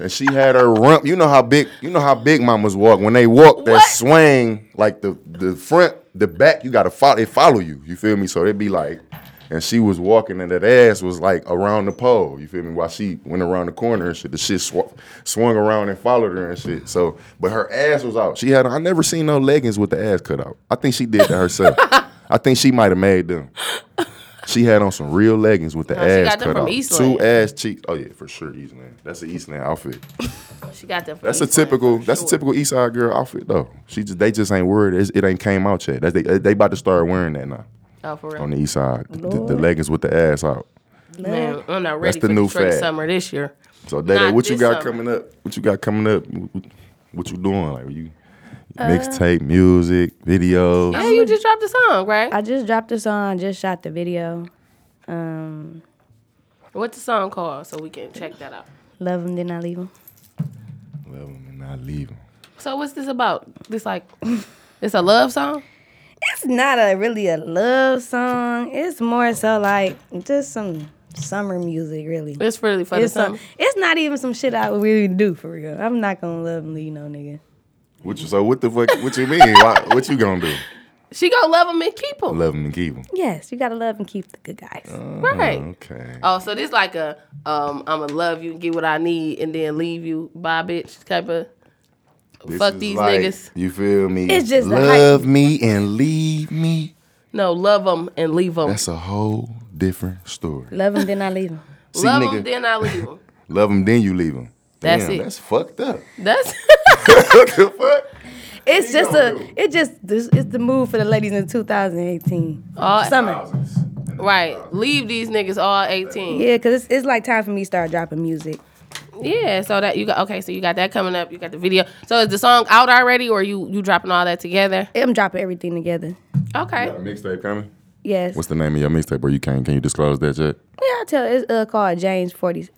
[SPEAKER 4] And she had her rump. You know how big. You know how big mamas walk. When they walk, that
[SPEAKER 5] What?
[SPEAKER 4] swing like the the front, the back. You gotta follow. It follow you. You feel me? So they be like, and she was walking, and that ass was like around the pole. You feel me? While she went around the corner and shit, the shit sw- swung around and followed her and shit. So, but her ass was out. She had. I never seen no leggings with the ass cut out. I think she did that herself. I think she might have made them. She had on some real leggings with the
[SPEAKER 5] she
[SPEAKER 4] ass
[SPEAKER 5] got them
[SPEAKER 4] cut
[SPEAKER 5] from
[SPEAKER 4] out.
[SPEAKER 5] Eastland.
[SPEAKER 4] Two ass cheeks. Oh yeah, for sure, Eastland. That's an Eastland outfit.
[SPEAKER 5] She got that. from
[SPEAKER 4] That's a
[SPEAKER 5] Eastland,
[SPEAKER 4] typical.
[SPEAKER 5] for
[SPEAKER 4] That's a
[SPEAKER 5] sure.
[SPEAKER 4] typical East Side girl outfit though. She just they just ain't worried. It's, it ain't came out yet. That's, they they about to start wearing that now
[SPEAKER 5] Oh, for real.
[SPEAKER 4] on the East Side. The, the- the leggings with the ass out.
[SPEAKER 5] Man, I'm not ready
[SPEAKER 4] That's the
[SPEAKER 5] for
[SPEAKER 4] new
[SPEAKER 5] Detroit
[SPEAKER 4] fad.
[SPEAKER 5] summer this year.
[SPEAKER 4] So Dede,
[SPEAKER 5] Not
[SPEAKER 4] what you
[SPEAKER 5] this
[SPEAKER 4] got
[SPEAKER 5] summer.
[SPEAKER 4] coming up? What you got coming up? What- What you doing? Like you
[SPEAKER 5] Uh,
[SPEAKER 4] mixtape, music, videos.
[SPEAKER 5] Hey, you just dropped a song, right?
[SPEAKER 6] I just dropped the song, just shot the video. Um,
[SPEAKER 5] What's the song called? So we can check that out.
[SPEAKER 6] love them, then I leave them.
[SPEAKER 4] Love 'em and I leave 'em.
[SPEAKER 5] So what's this about? This like, it's a love song.
[SPEAKER 6] It's not a really a love song. It's more so like just some summer music, really.
[SPEAKER 5] It's really for
[SPEAKER 6] It's
[SPEAKER 5] the summer.
[SPEAKER 6] some. It's not even some shit I would really do for real. I'm not gonna love and leave no nigga.
[SPEAKER 4] What you, so what the fuck? What you mean? Why, what you gonna do?
[SPEAKER 5] She gonna love him and keep him,
[SPEAKER 4] Love 'em and keep 'em.
[SPEAKER 6] Yes, you gotta love and keep the good guys.
[SPEAKER 4] Uh. Mm-hmm.
[SPEAKER 5] right?
[SPEAKER 4] Okay.
[SPEAKER 5] Oh, so this like a um, I'm gonna love you, get what I need, and then leave you, bye, bitch, type of.
[SPEAKER 4] This
[SPEAKER 5] fuck
[SPEAKER 4] is
[SPEAKER 5] these
[SPEAKER 4] like-
[SPEAKER 5] niggas.
[SPEAKER 4] You feel me?
[SPEAKER 6] It's just the hype.
[SPEAKER 4] love me and leave me.
[SPEAKER 5] No, love them and leave them.
[SPEAKER 4] That's a whole different story.
[SPEAKER 6] Love them, then I leave them.
[SPEAKER 4] See,
[SPEAKER 5] Love
[SPEAKER 4] nigga,
[SPEAKER 5] them, then I leave them.
[SPEAKER 4] love him, then you leave him.
[SPEAKER 5] That's
[SPEAKER 4] Damn,
[SPEAKER 5] it.
[SPEAKER 4] That's fucked up.
[SPEAKER 5] That's
[SPEAKER 4] what the fuck?
[SPEAKER 6] It's just
[SPEAKER 4] gonna
[SPEAKER 6] a. It just. This, it's the move for the ladies in 2018
[SPEAKER 5] all
[SPEAKER 6] summer.
[SPEAKER 5] right. Leave these niggas all 18.
[SPEAKER 6] Yeah, cause it's, it's like time for me to start dropping music.
[SPEAKER 5] Yeah, so that you got okay, so you got that coming up. You got the video. So is the song out already, or you you dropping all that together?
[SPEAKER 6] I'm dropping everything together.
[SPEAKER 5] Okay,
[SPEAKER 4] Mixtape coming.
[SPEAKER 6] Yes.
[SPEAKER 4] What's the name of your mixtape? Or you can't? Can you disclose that yet?
[SPEAKER 6] yeah, I tell. It's uh, called James 40.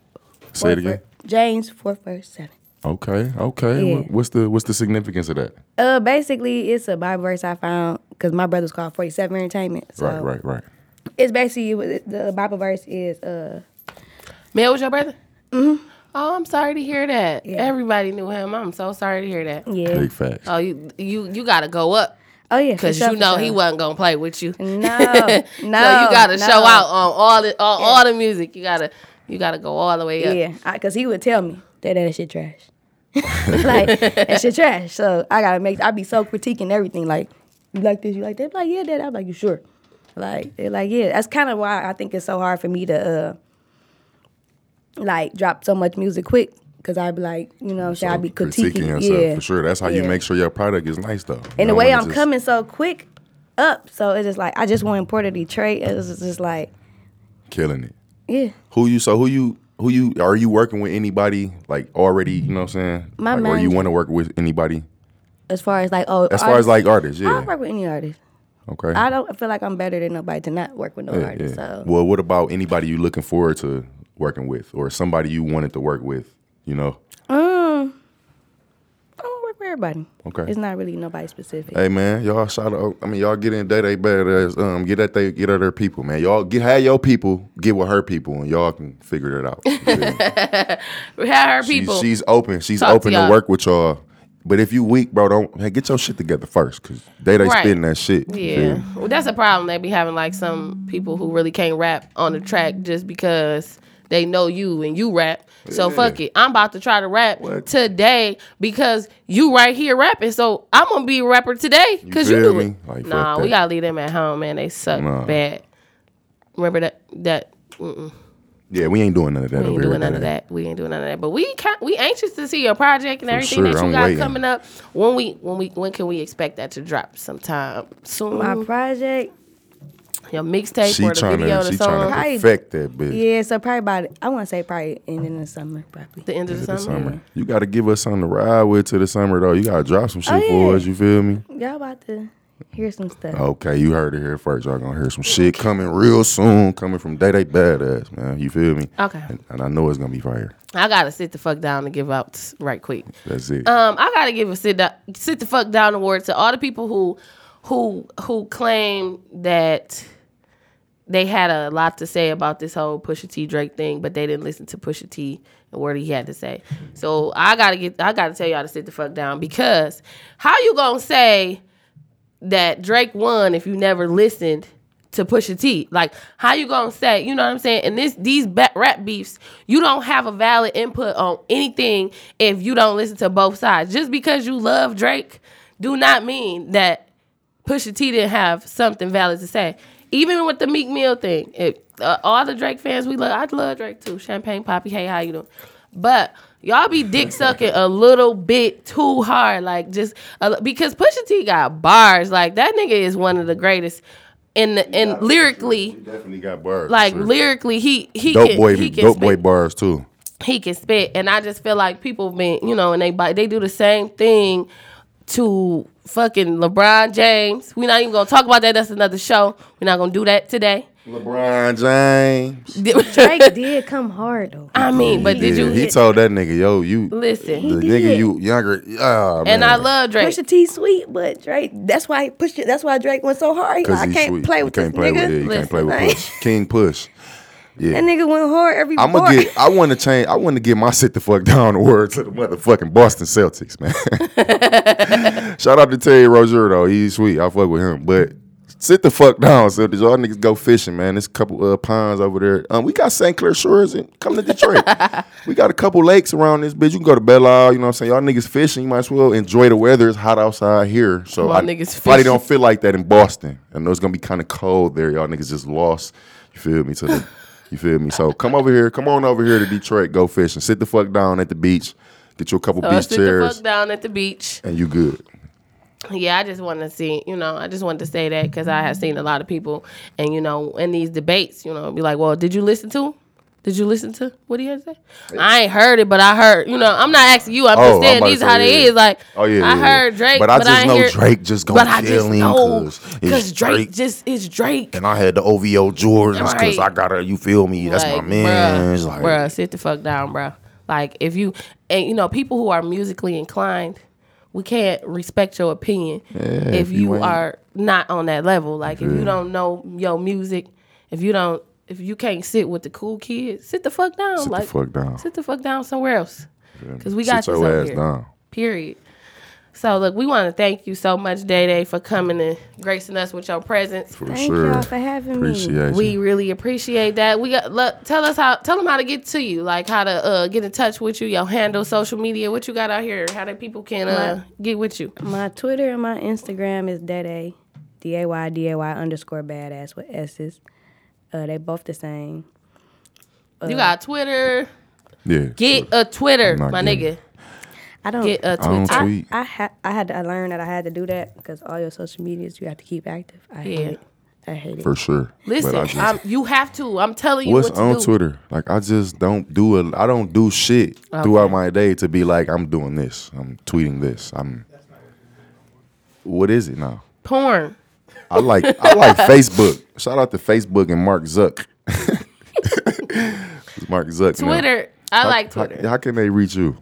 [SPEAKER 4] Say it again.
[SPEAKER 6] James 447.
[SPEAKER 4] Okay. Okay.
[SPEAKER 6] Yeah.
[SPEAKER 4] What- What's the What's the significance of that?
[SPEAKER 6] Uh, basically, it's a Bible verse I found because my brother's called 47 Entertainment. So
[SPEAKER 4] Right. Right. Right.
[SPEAKER 6] It's basically what- the Bible verse is uh
[SPEAKER 5] Mel was your brother. Mm-hmm. Oh, I'm sorry to hear that. Everybody knew him. I'm so sorry to hear that.
[SPEAKER 6] yeah
[SPEAKER 4] Big facts.
[SPEAKER 5] Oh, you you you gotta go up
[SPEAKER 6] oh yeah
[SPEAKER 5] because you know he wasn't gonna play with you.
[SPEAKER 6] no no you
[SPEAKER 5] so you gotta show out on all the on all the music. You gotta you gotta go all the way up.
[SPEAKER 6] yeah because he would tell me that that shit trash like that shit trash so I gotta make I be so critiquing everything like you like this you like that like yeah dad I'm like you sure like they're like yeah that's kind of why I think it's so hard for me to uh like drop so much music quick because I'd be like you know what I'm saying I'd be critiquing,
[SPEAKER 4] yourself
[SPEAKER 6] yeah
[SPEAKER 4] for sure. That's how you
[SPEAKER 6] Yeah.
[SPEAKER 4] make sure your product is nice though.
[SPEAKER 6] And the way I'm coming so quick up, so it's just like I just want to import to Detroit. It was just like,
[SPEAKER 4] killing it.
[SPEAKER 6] yeah,
[SPEAKER 4] Who you? So who you? Who you? Are you working with anybody like already? You know what I'm saying?
[SPEAKER 6] My
[SPEAKER 4] like, or you
[SPEAKER 6] manager-
[SPEAKER 4] want to work with anybody?
[SPEAKER 6] As far as like oh,
[SPEAKER 4] As far as
[SPEAKER 6] artists-
[SPEAKER 4] like artists,
[SPEAKER 6] I
[SPEAKER 4] yeah.
[SPEAKER 6] don't work with any artist.
[SPEAKER 4] Okay.
[SPEAKER 6] I don't feel like I'm better than nobody to not work with no
[SPEAKER 4] Yeah,
[SPEAKER 6] artist.
[SPEAKER 4] yeah.
[SPEAKER 6] So
[SPEAKER 4] Well, what about anybody you looking forward to working with, or somebody you wanted to work with? You know.
[SPEAKER 6] um, I don't work with everybody.
[SPEAKER 4] Okay.
[SPEAKER 6] It's not really nobody specific.
[SPEAKER 4] Hey man, y'all shout out. I mean, y'all get in day they better as um get at they get at their people, man. Y'all get have your people get with her people, and y'all can figure it out. You feel me?
[SPEAKER 5] We had her
[SPEAKER 4] She-
[SPEAKER 5] people.
[SPEAKER 4] she's open. She's
[SPEAKER 5] Talk to
[SPEAKER 4] open to,
[SPEAKER 5] y'all.
[SPEAKER 4] work with y'all. But if you weak, bro, don't hey, get your shit together first, cause they they
[SPEAKER 5] Right.
[SPEAKER 4] spitting that shit. you feel
[SPEAKER 5] yeah.
[SPEAKER 4] me?
[SPEAKER 5] Well, that's a problem. They be having like some people who really can't rap on the track just because they know you and you rap. So fuck it. I'm about to try to rap
[SPEAKER 4] What?
[SPEAKER 5] today because you right here rapping. So I'm gonna be a rapper today because you,
[SPEAKER 4] feel
[SPEAKER 5] do
[SPEAKER 4] me?
[SPEAKER 5] it.
[SPEAKER 4] Like, fuck
[SPEAKER 5] nah, we
[SPEAKER 4] that.
[SPEAKER 5] gotta leave them at home, man. They suck
[SPEAKER 4] Nah.
[SPEAKER 5] bad. Remember that that mm-mm,
[SPEAKER 4] Yeah, we ain't doing none of that
[SPEAKER 5] we
[SPEAKER 4] over
[SPEAKER 5] ain't
[SPEAKER 4] here.
[SPEAKER 5] doing none
[SPEAKER 4] man.
[SPEAKER 5] of that. We ain't doing none of that. But we ca- we anxious to see your project and everything
[SPEAKER 4] sure,
[SPEAKER 5] that you
[SPEAKER 4] I'm
[SPEAKER 5] got
[SPEAKER 4] waiting.
[SPEAKER 5] coming up. When we when we when can we expect that to drop sometime soon?
[SPEAKER 6] My project,
[SPEAKER 5] your mixtape
[SPEAKER 4] She
[SPEAKER 5] or the
[SPEAKER 4] trying to
[SPEAKER 5] video or
[SPEAKER 4] she
[SPEAKER 5] the
[SPEAKER 4] trying
[SPEAKER 5] song.
[SPEAKER 4] to
[SPEAKER 6] Right.
[SPEAKER 4] perfect that bitch.
[SPEAKER 6] yeah. So probably about I want to say probably ending the summer probably.
[SPEAKER 5] the end of the
[SPEAKER 4] The
[SPEAKER 5] summer.
[SPEAKER 4] summer. You got to give us something to ride with to the summer though. You got to drop some shit
[SPEAKER 5] Oh,
[SPEAKER 6] yeah.
[SPEAKER 4] for us. You feel me?
[SPEAKER 6] Y'all about to hear some stuff.
[SPEAKER 4] Okay, you heard it here first. Y'all gonna hear some shit coming real soon, coming from Day Day Badass, man. You feel me?
[SPEAKER 5] Okay.
[SPEAKER 4] And, and I know it's gonna be fire.
[SPEAKER 5] I gotta sit the fuck down and give out right quick.
[SPEAKER 4] That's it.
[SPEAKER 5] Um, I gotta give a sit down, sit the fuck down award to all the people who, who, who claim that they had a lot to say about this whole Pusha T Drake thing, but they didn't listen to Pusha T and what he had to say. So I gotta get, I gotta tell y'all to sit the fuck down because how you gonna say that Drake won if you never listened to Pusha T. Like, how you gonna say, you know what I'm saying? And this these ba- rap beefs, you don't have a valid input on anything if you don't listen to both sides. Just because you love Drake, do not mean that Pusha T didn't have something valid to say. Even with the Meek Mill thing, it, uh, all the Drake fans we love, I love Drake too. Champagne Poppy, hey, how you doing? But y'all be dick sucking a little bit too hard, like just a, li- because Pusha T got bars. Like that nigga is one of the greatest in the and lyrically,
[SPEAKER 4] definitely got bars.
[SPEAKER 5] like lyrically, he he
[SPEAKER 4] dope
[SPEAKER 5] can
[SPEAKER 4] boy,
[SPEAKER 5] he can
[SPEAKER 4] dope
[SPEAKER 5] spit
[SPEAKER 4] boy bars too.
[SPEAKER 5] he can spit, and I just feel like people been, you know, and they buy- they do the same thing to fucking LeBron James. We're not even gonna talk about that. That's another show. We're not gonna do that today.
[SPEAKER 4] LeBron James.
[SPEAKER 6] Drake did come hard though.
[SPEAKER 5] I mean, but did you
[SPEAKER 4] He told that nigga, yo, you the
[SPEAKER 5] listen?
[SPEAKER 6] did.
[SPEAKER 4] nigga you younger. Ah, man.
[SPEAKER 5] And I love Drake.
[SPEAKER 6] Pusha T sweet, but Drake. That's why he pushed it. That's why Drake went so hard. He
[SPEAKER 4] because
[SPEAKER 6] like, I can't play with
[SPEAKER 4] you
[SPEAKER 6] this
[SPEAKER 4] can't play
[SPEAKER 6] nigga.
[SPEAKER 4] With, yeah, you can't play with
[SPEAKER 6] Listen,
[SPEAKER 4] Push. King Push.
[SPEAKER 6] That nigga went hard every.
[SPEAKER 4] I'm
[SPEAKER 6] bar.
[SPEAKER 4] gonna get. I want to change. I want to get my sit the fuck down award to the motherfucking Boston Celtics, man. Shout out to Terry Rozier though. He's sweet. I fuck with him, but. Sit the fuck down, Celtics. Y'all niggas go fishing, man. There's a couple uh, ponds over there. Um, we got St. Clair Shores and come to Detroit. we got a couple lakes around this bitch. You can go to Belle Isle. You know what I'm saying? Y'all niggas fishing. You might as well enjoy the weather. It's hot outside here, so
[SPEAKER 5] My
[SPEAKER 4] I
[SPEAKER 5] niggas
[SPEAKER 4] probably
[SPEAKER 5] fishing.
[SPEAKER 4] don't feel like that in Boston. I know it's gonna be kind of cold there. Y'all niggas just lost. You feel me? To the, you feel me? So come over here. Come on over here to Detroit. Go fishing. Sit the fuck down at the beach. Get you a couple
[SPEAKER 5] So I
[SPEAKER 4] beach
[SPEAKER 5] Oh, sit the
[SPEAKER 4] chairs,
[SPEAKER 5] fuck down at the beach.
[SPEAKER 4] and you good.
[SPEAKER 5] Yeah, I just want to see, you know, I just wanted to say that because I have seen a lot of people, and you know, in these debates, you know, be like, well, did you listen to? him? Did you listen to what he had to say? I ain't heard it, but I heard. You know, I'm not asking you. I'm
[SPEAKER 4] Oh,
[SPEAKER 5] just
[SPEAKER 4] I'm
[SPEAKER 5] saying
[SPEAKER 4] about to
[SPEAKER 5] these
[SPEAKER 4] say,
[SPEAKER 5] how they
[SPEAKER 4] yeah.
[SPEAKER 5] is. Like,
[SPEAKER 4] Oh, yeah, yeah,
[SPEAKER 5] I
[SPEAKER 4] yeah.
[SPEAKER 5] heard Drake,
[SPEAKER 4] But I just
[SPEAKER 5] ain't
[SPEAKER 4] know
[SPEAKER 5] hear-
[SPEAKER 4] Drake just gonna
[SPEAKER 5] but I
[SPEAKER 4] kill
[SPEAKER 5] just
[SPEAKER 4] him
[SPEAKER 5] know,
[SPEAKER 4] 'cause it's
[SPEAKER 5] Drake,
[SPEAKER 4] Drake.
[SPEAKER 5] just is Drake.
[SPEAKER 4] And I had the OVO Jordans because
[SPEAKER 5] Right.
[SPEAKER 4] I got to You feel me? That's my man. It's
[SPEAKER 5] Bruh,
[SPEAKER 4] like,
[SPEAKER 5] bruh, sit the fuck down, bruh. Like, if you, and you know, people who are musically inclined, we can't respect your opinion if, you,
[SPEAKER 4] ain't-
[SPEAKER 5] are not on that level. Like, if you don't know your music, if you don't, if you can't sit with the cool kids, sit the fuck down.
[SPEAKER 4] sit
[SPEAKER 5] like,
[SPEAKER 4] the fuck down.
[SPEAKER 5] sit the fuck down somewhere else. Because we got
[SPEAKER 4] Sit
[SPEAKER 5] you
[SPEAKER 4] your
[SPEAKER 5] over
[SPEAKER 4] ass
[SPEAKER 5] here.
[SPEAKER 4] down.
[SPEAKER 5] Period. So look, we want to thank you so much, Day Day, for coming and gracing us with your presence.
[SPEAKER 4] For
[SPEAKER 6] Thank
[SPEAKER 4] sure.
[SPEAKER 6] y'all for having me.
[SPEAKER 4] Appreciate you.
[SPEAKER 5] We really appreciate that. We got look, tell us how tell them how to get to you, like how to uh, get in touch with you, your handle, social media, what you got out here, how that people can uh, get with you.
[SPEAKER 6] My Twitter and my Instagram is Dayday, D A Y D A Y underscore badass with S's. Uh, they both the same.
[SPEAKER 5] you got Twitter,
[SPEAKER 4] Yeah.
[SPEAKER 5] Uh, get a Twitter,
[SPEAKER 4] not
[SPEAKER 5] my
[SPEAKER 4] getting
[SPEAKER 5] nigga,
[SPEAKER 6] I don't.
[SPEAKER 5] get a
[SPEAKER 4] I don't
[SPEAKER 5] Twitter.
[SPEAKER 4] tweet.
[SPEAKER 6] I ha- I had to learn that I had to do that because all your social medias you have to keep active.
[SPEAKER 5] Yeah.
[SPEAKER 6] I hate it. I hate it.
[SPEAKER 4] for sure.
[SPEAKER 5] Listen,
[SPEAKER 4] But I just-
[SPEAKER 5] I'm, you have to. I'm telling you
[SPEAKER 4] What's
[SPEAKER 5] what to
[SPEAKER 4] on
[SPEAKER 5] do.
[SPEAKER 4] Twitter? Like I just don't do a I don't do shit throughout my day to be like I'm doing this. I'm tweeting this. I'm What is it now?
[SPEAKER 5] Porn.
[SPEAKER 4] I like I like Facebook. Shout out to Facebook and Mark Zuck. It's Mark Zuck. now.
[SPEAKER 5] Twitter. I
[SPEAKER 4] How-
[SPEAKER 5] like
[SPEAKER 4] how-
[SPEAKER 5] Twitter.
[SPEAKER 4] How, can they reach you?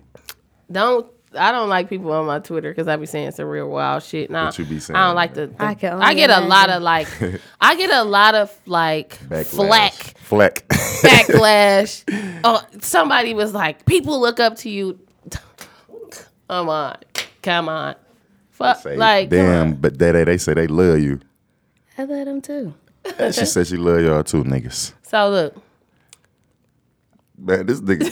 [SPEAKER 5] don't I don't like people on my Twitter because I be saying some real wild shit. Now
[SPEAKER 4] What you be saying,
[SPEAKER 5] I don't like the. the- I,
[SPEAKER 6] I can only
[SPEAKER 5] get a lot of
[SPEAKER 6] imagine.
[SPEAKER 5] like. I get a lot of like flack
[SPEAKER 4] Flack.
[SPEAKER 5] backlash. oh, somebody was like, people look up to you. come on, come on, fuck
[SPEAKER 4] Say,
[SPEAKER 5] like come on.
[SPEAKER 4] damn, but they, they they say they love you.
[SPEAKER 6] I love them too.
[SPEAKER 4] She said she love y'all too, niggas.
[SPEAKER 5] So look,
[SPEAKER 4] Man, this nigga.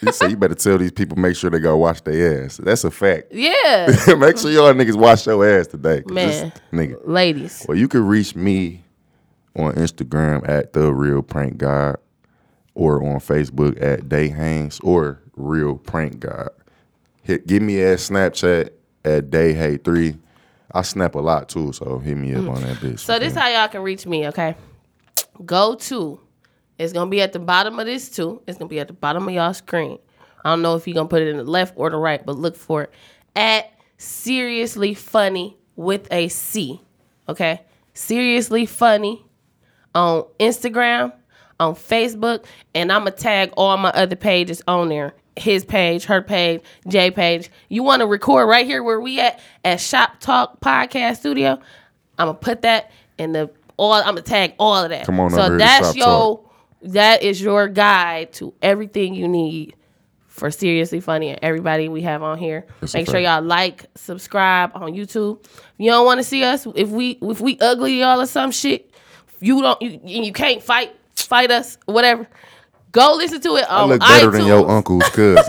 [SPEAKER 4] he said you better tell these people make sure they go wash their ass. That's a fact.
[SPEAKER 5] yeah,
[SPEAKER 4] make sure y'all niggas wash your ass today. 'cause this
[SPEAKER 5] Man.
[SPEAKER 4] nigga.
[SPEAKER 5] ladies,
[SPEAKER 4] Well, you can reach me on Instagram at the Real Prank God, or on Facebook at Day Haynes or Real Prank God. Hit, give me at Snapchat at Day Hay Three. I snap a lot too, so hit me up on that bitch.
[SPEAKER 5] Mm. So this how y'all can reach me, okay? Go to. It's gonna be at the bottom of this too. It's gonna be at the bottom of y'all screen. I don't know if you're gonna put it in the left or the right, but look for it. At seriously funny with a C. Okay? Seriously funny on Instagram, on Facebook, and I'ma tag all my other pages on there. His page, her page, J page. You wanna record right here where we at at Shop Talk Podcast Studio? I'ma put that in the all I'ma tag all of that.
[SPEAKER 4] Come on
[SPEAKER 5] so
[SPEAKER 4] over here to
[SPEAKER 5] that's
[SPEAKER 4] Shop
[SPEAKER 5] your
[SPEAKER 4] Talk.
[SPEAKER 5] that is your guide to everything you need for seriously funny and everybody we have on here.
[SPEAKER 4] That's a
[SPEAKER 5] Make sure
[SPEAKER 4] fact.
[SPEAKER 5] y'all like, subscribe on YouTube. If you don't want to see us, if we if we ugly y'all or some shit, you don't you and you can't fight fight us whatever. Go listen to it
[SPEAKER 4] I
[SPEAKER 5] on
[SPEAKER 4] look better
[SPEAKER 5] iTunes.
[SPEAKER 4] than your uncle's cousin.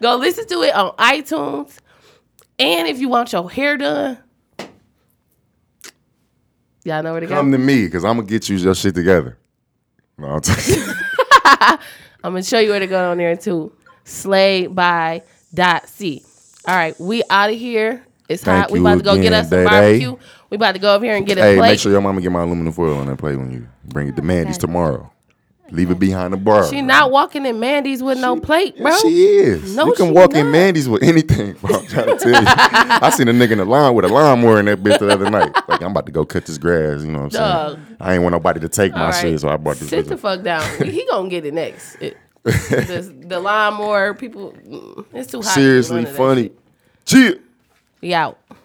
[SPEAKER 5] Go listen to it on iTunes. And if you want your hair done, y'all know where to go.
[SPEAKER 4] Come to me, cause I'm gonna get you your shit together. No, I'm t-
[SPEAKER 5] I'm gonna show you where to go on there too. Slay by dot C. All right, we out of here. It's
[SPEAKER 4] Thank
[SPEAKER 5] hot. We
[SPEAKER 4] you
[SPEAKER 5] about to go get
[SPEAKER 4] again,
[SPEAKER 5] us some
[SPEAKER 4] Day-Day.
[SPEAKER 5] barbecue. We about to go over here and get a
[SPEAKER 4] hey,
[SPEAKER 5] plate.
[SPEAKER 4] make sure your mama get my aluminum foil on that plate when you bring it to Mandy's tomorrow. Leave it behind the bar.
[SPEAKER 5] Oh she not walking in Mandy's with no plate, bro.
[SPEAKER 4] She is.
[SPEAKER 5] No,
[SPEAKER 4] you can
[SPEAKER 5] she
[SPEAKER 4] walk in
[SPEAKER 5] not.
[SPEAKER 4] Mandy's with anything. Bro, I'm trying to tell you. I seen a nigga in the lawn with a lawnmower in that bitch the other night. Like I'm about to go cut this grass. You know what I'm
[SPEAKER 5] Dog.
[SPEAKER 4] saying? I ain't want nobody to take my
[SPEAKER 5] All
[SPEAKER 4] shit, so I bought this.
[SPEAKER 5] Sit
[SPEAKER 4] bitch
[SPEAKER 5] the
[SPEAKER 4] up.
[SPEAKER 5] fuck down. he gonna get it next. It, this, the lawnmower people. mm, It's too hot. to be
[SPEAKER 4] Seriously
[SPEAKER 5] running that
[SPEAKER 4] funny.
[SPEAKER 5] shit.
[SPEAKER 4] Chill.
[SPEAKER 5] We out.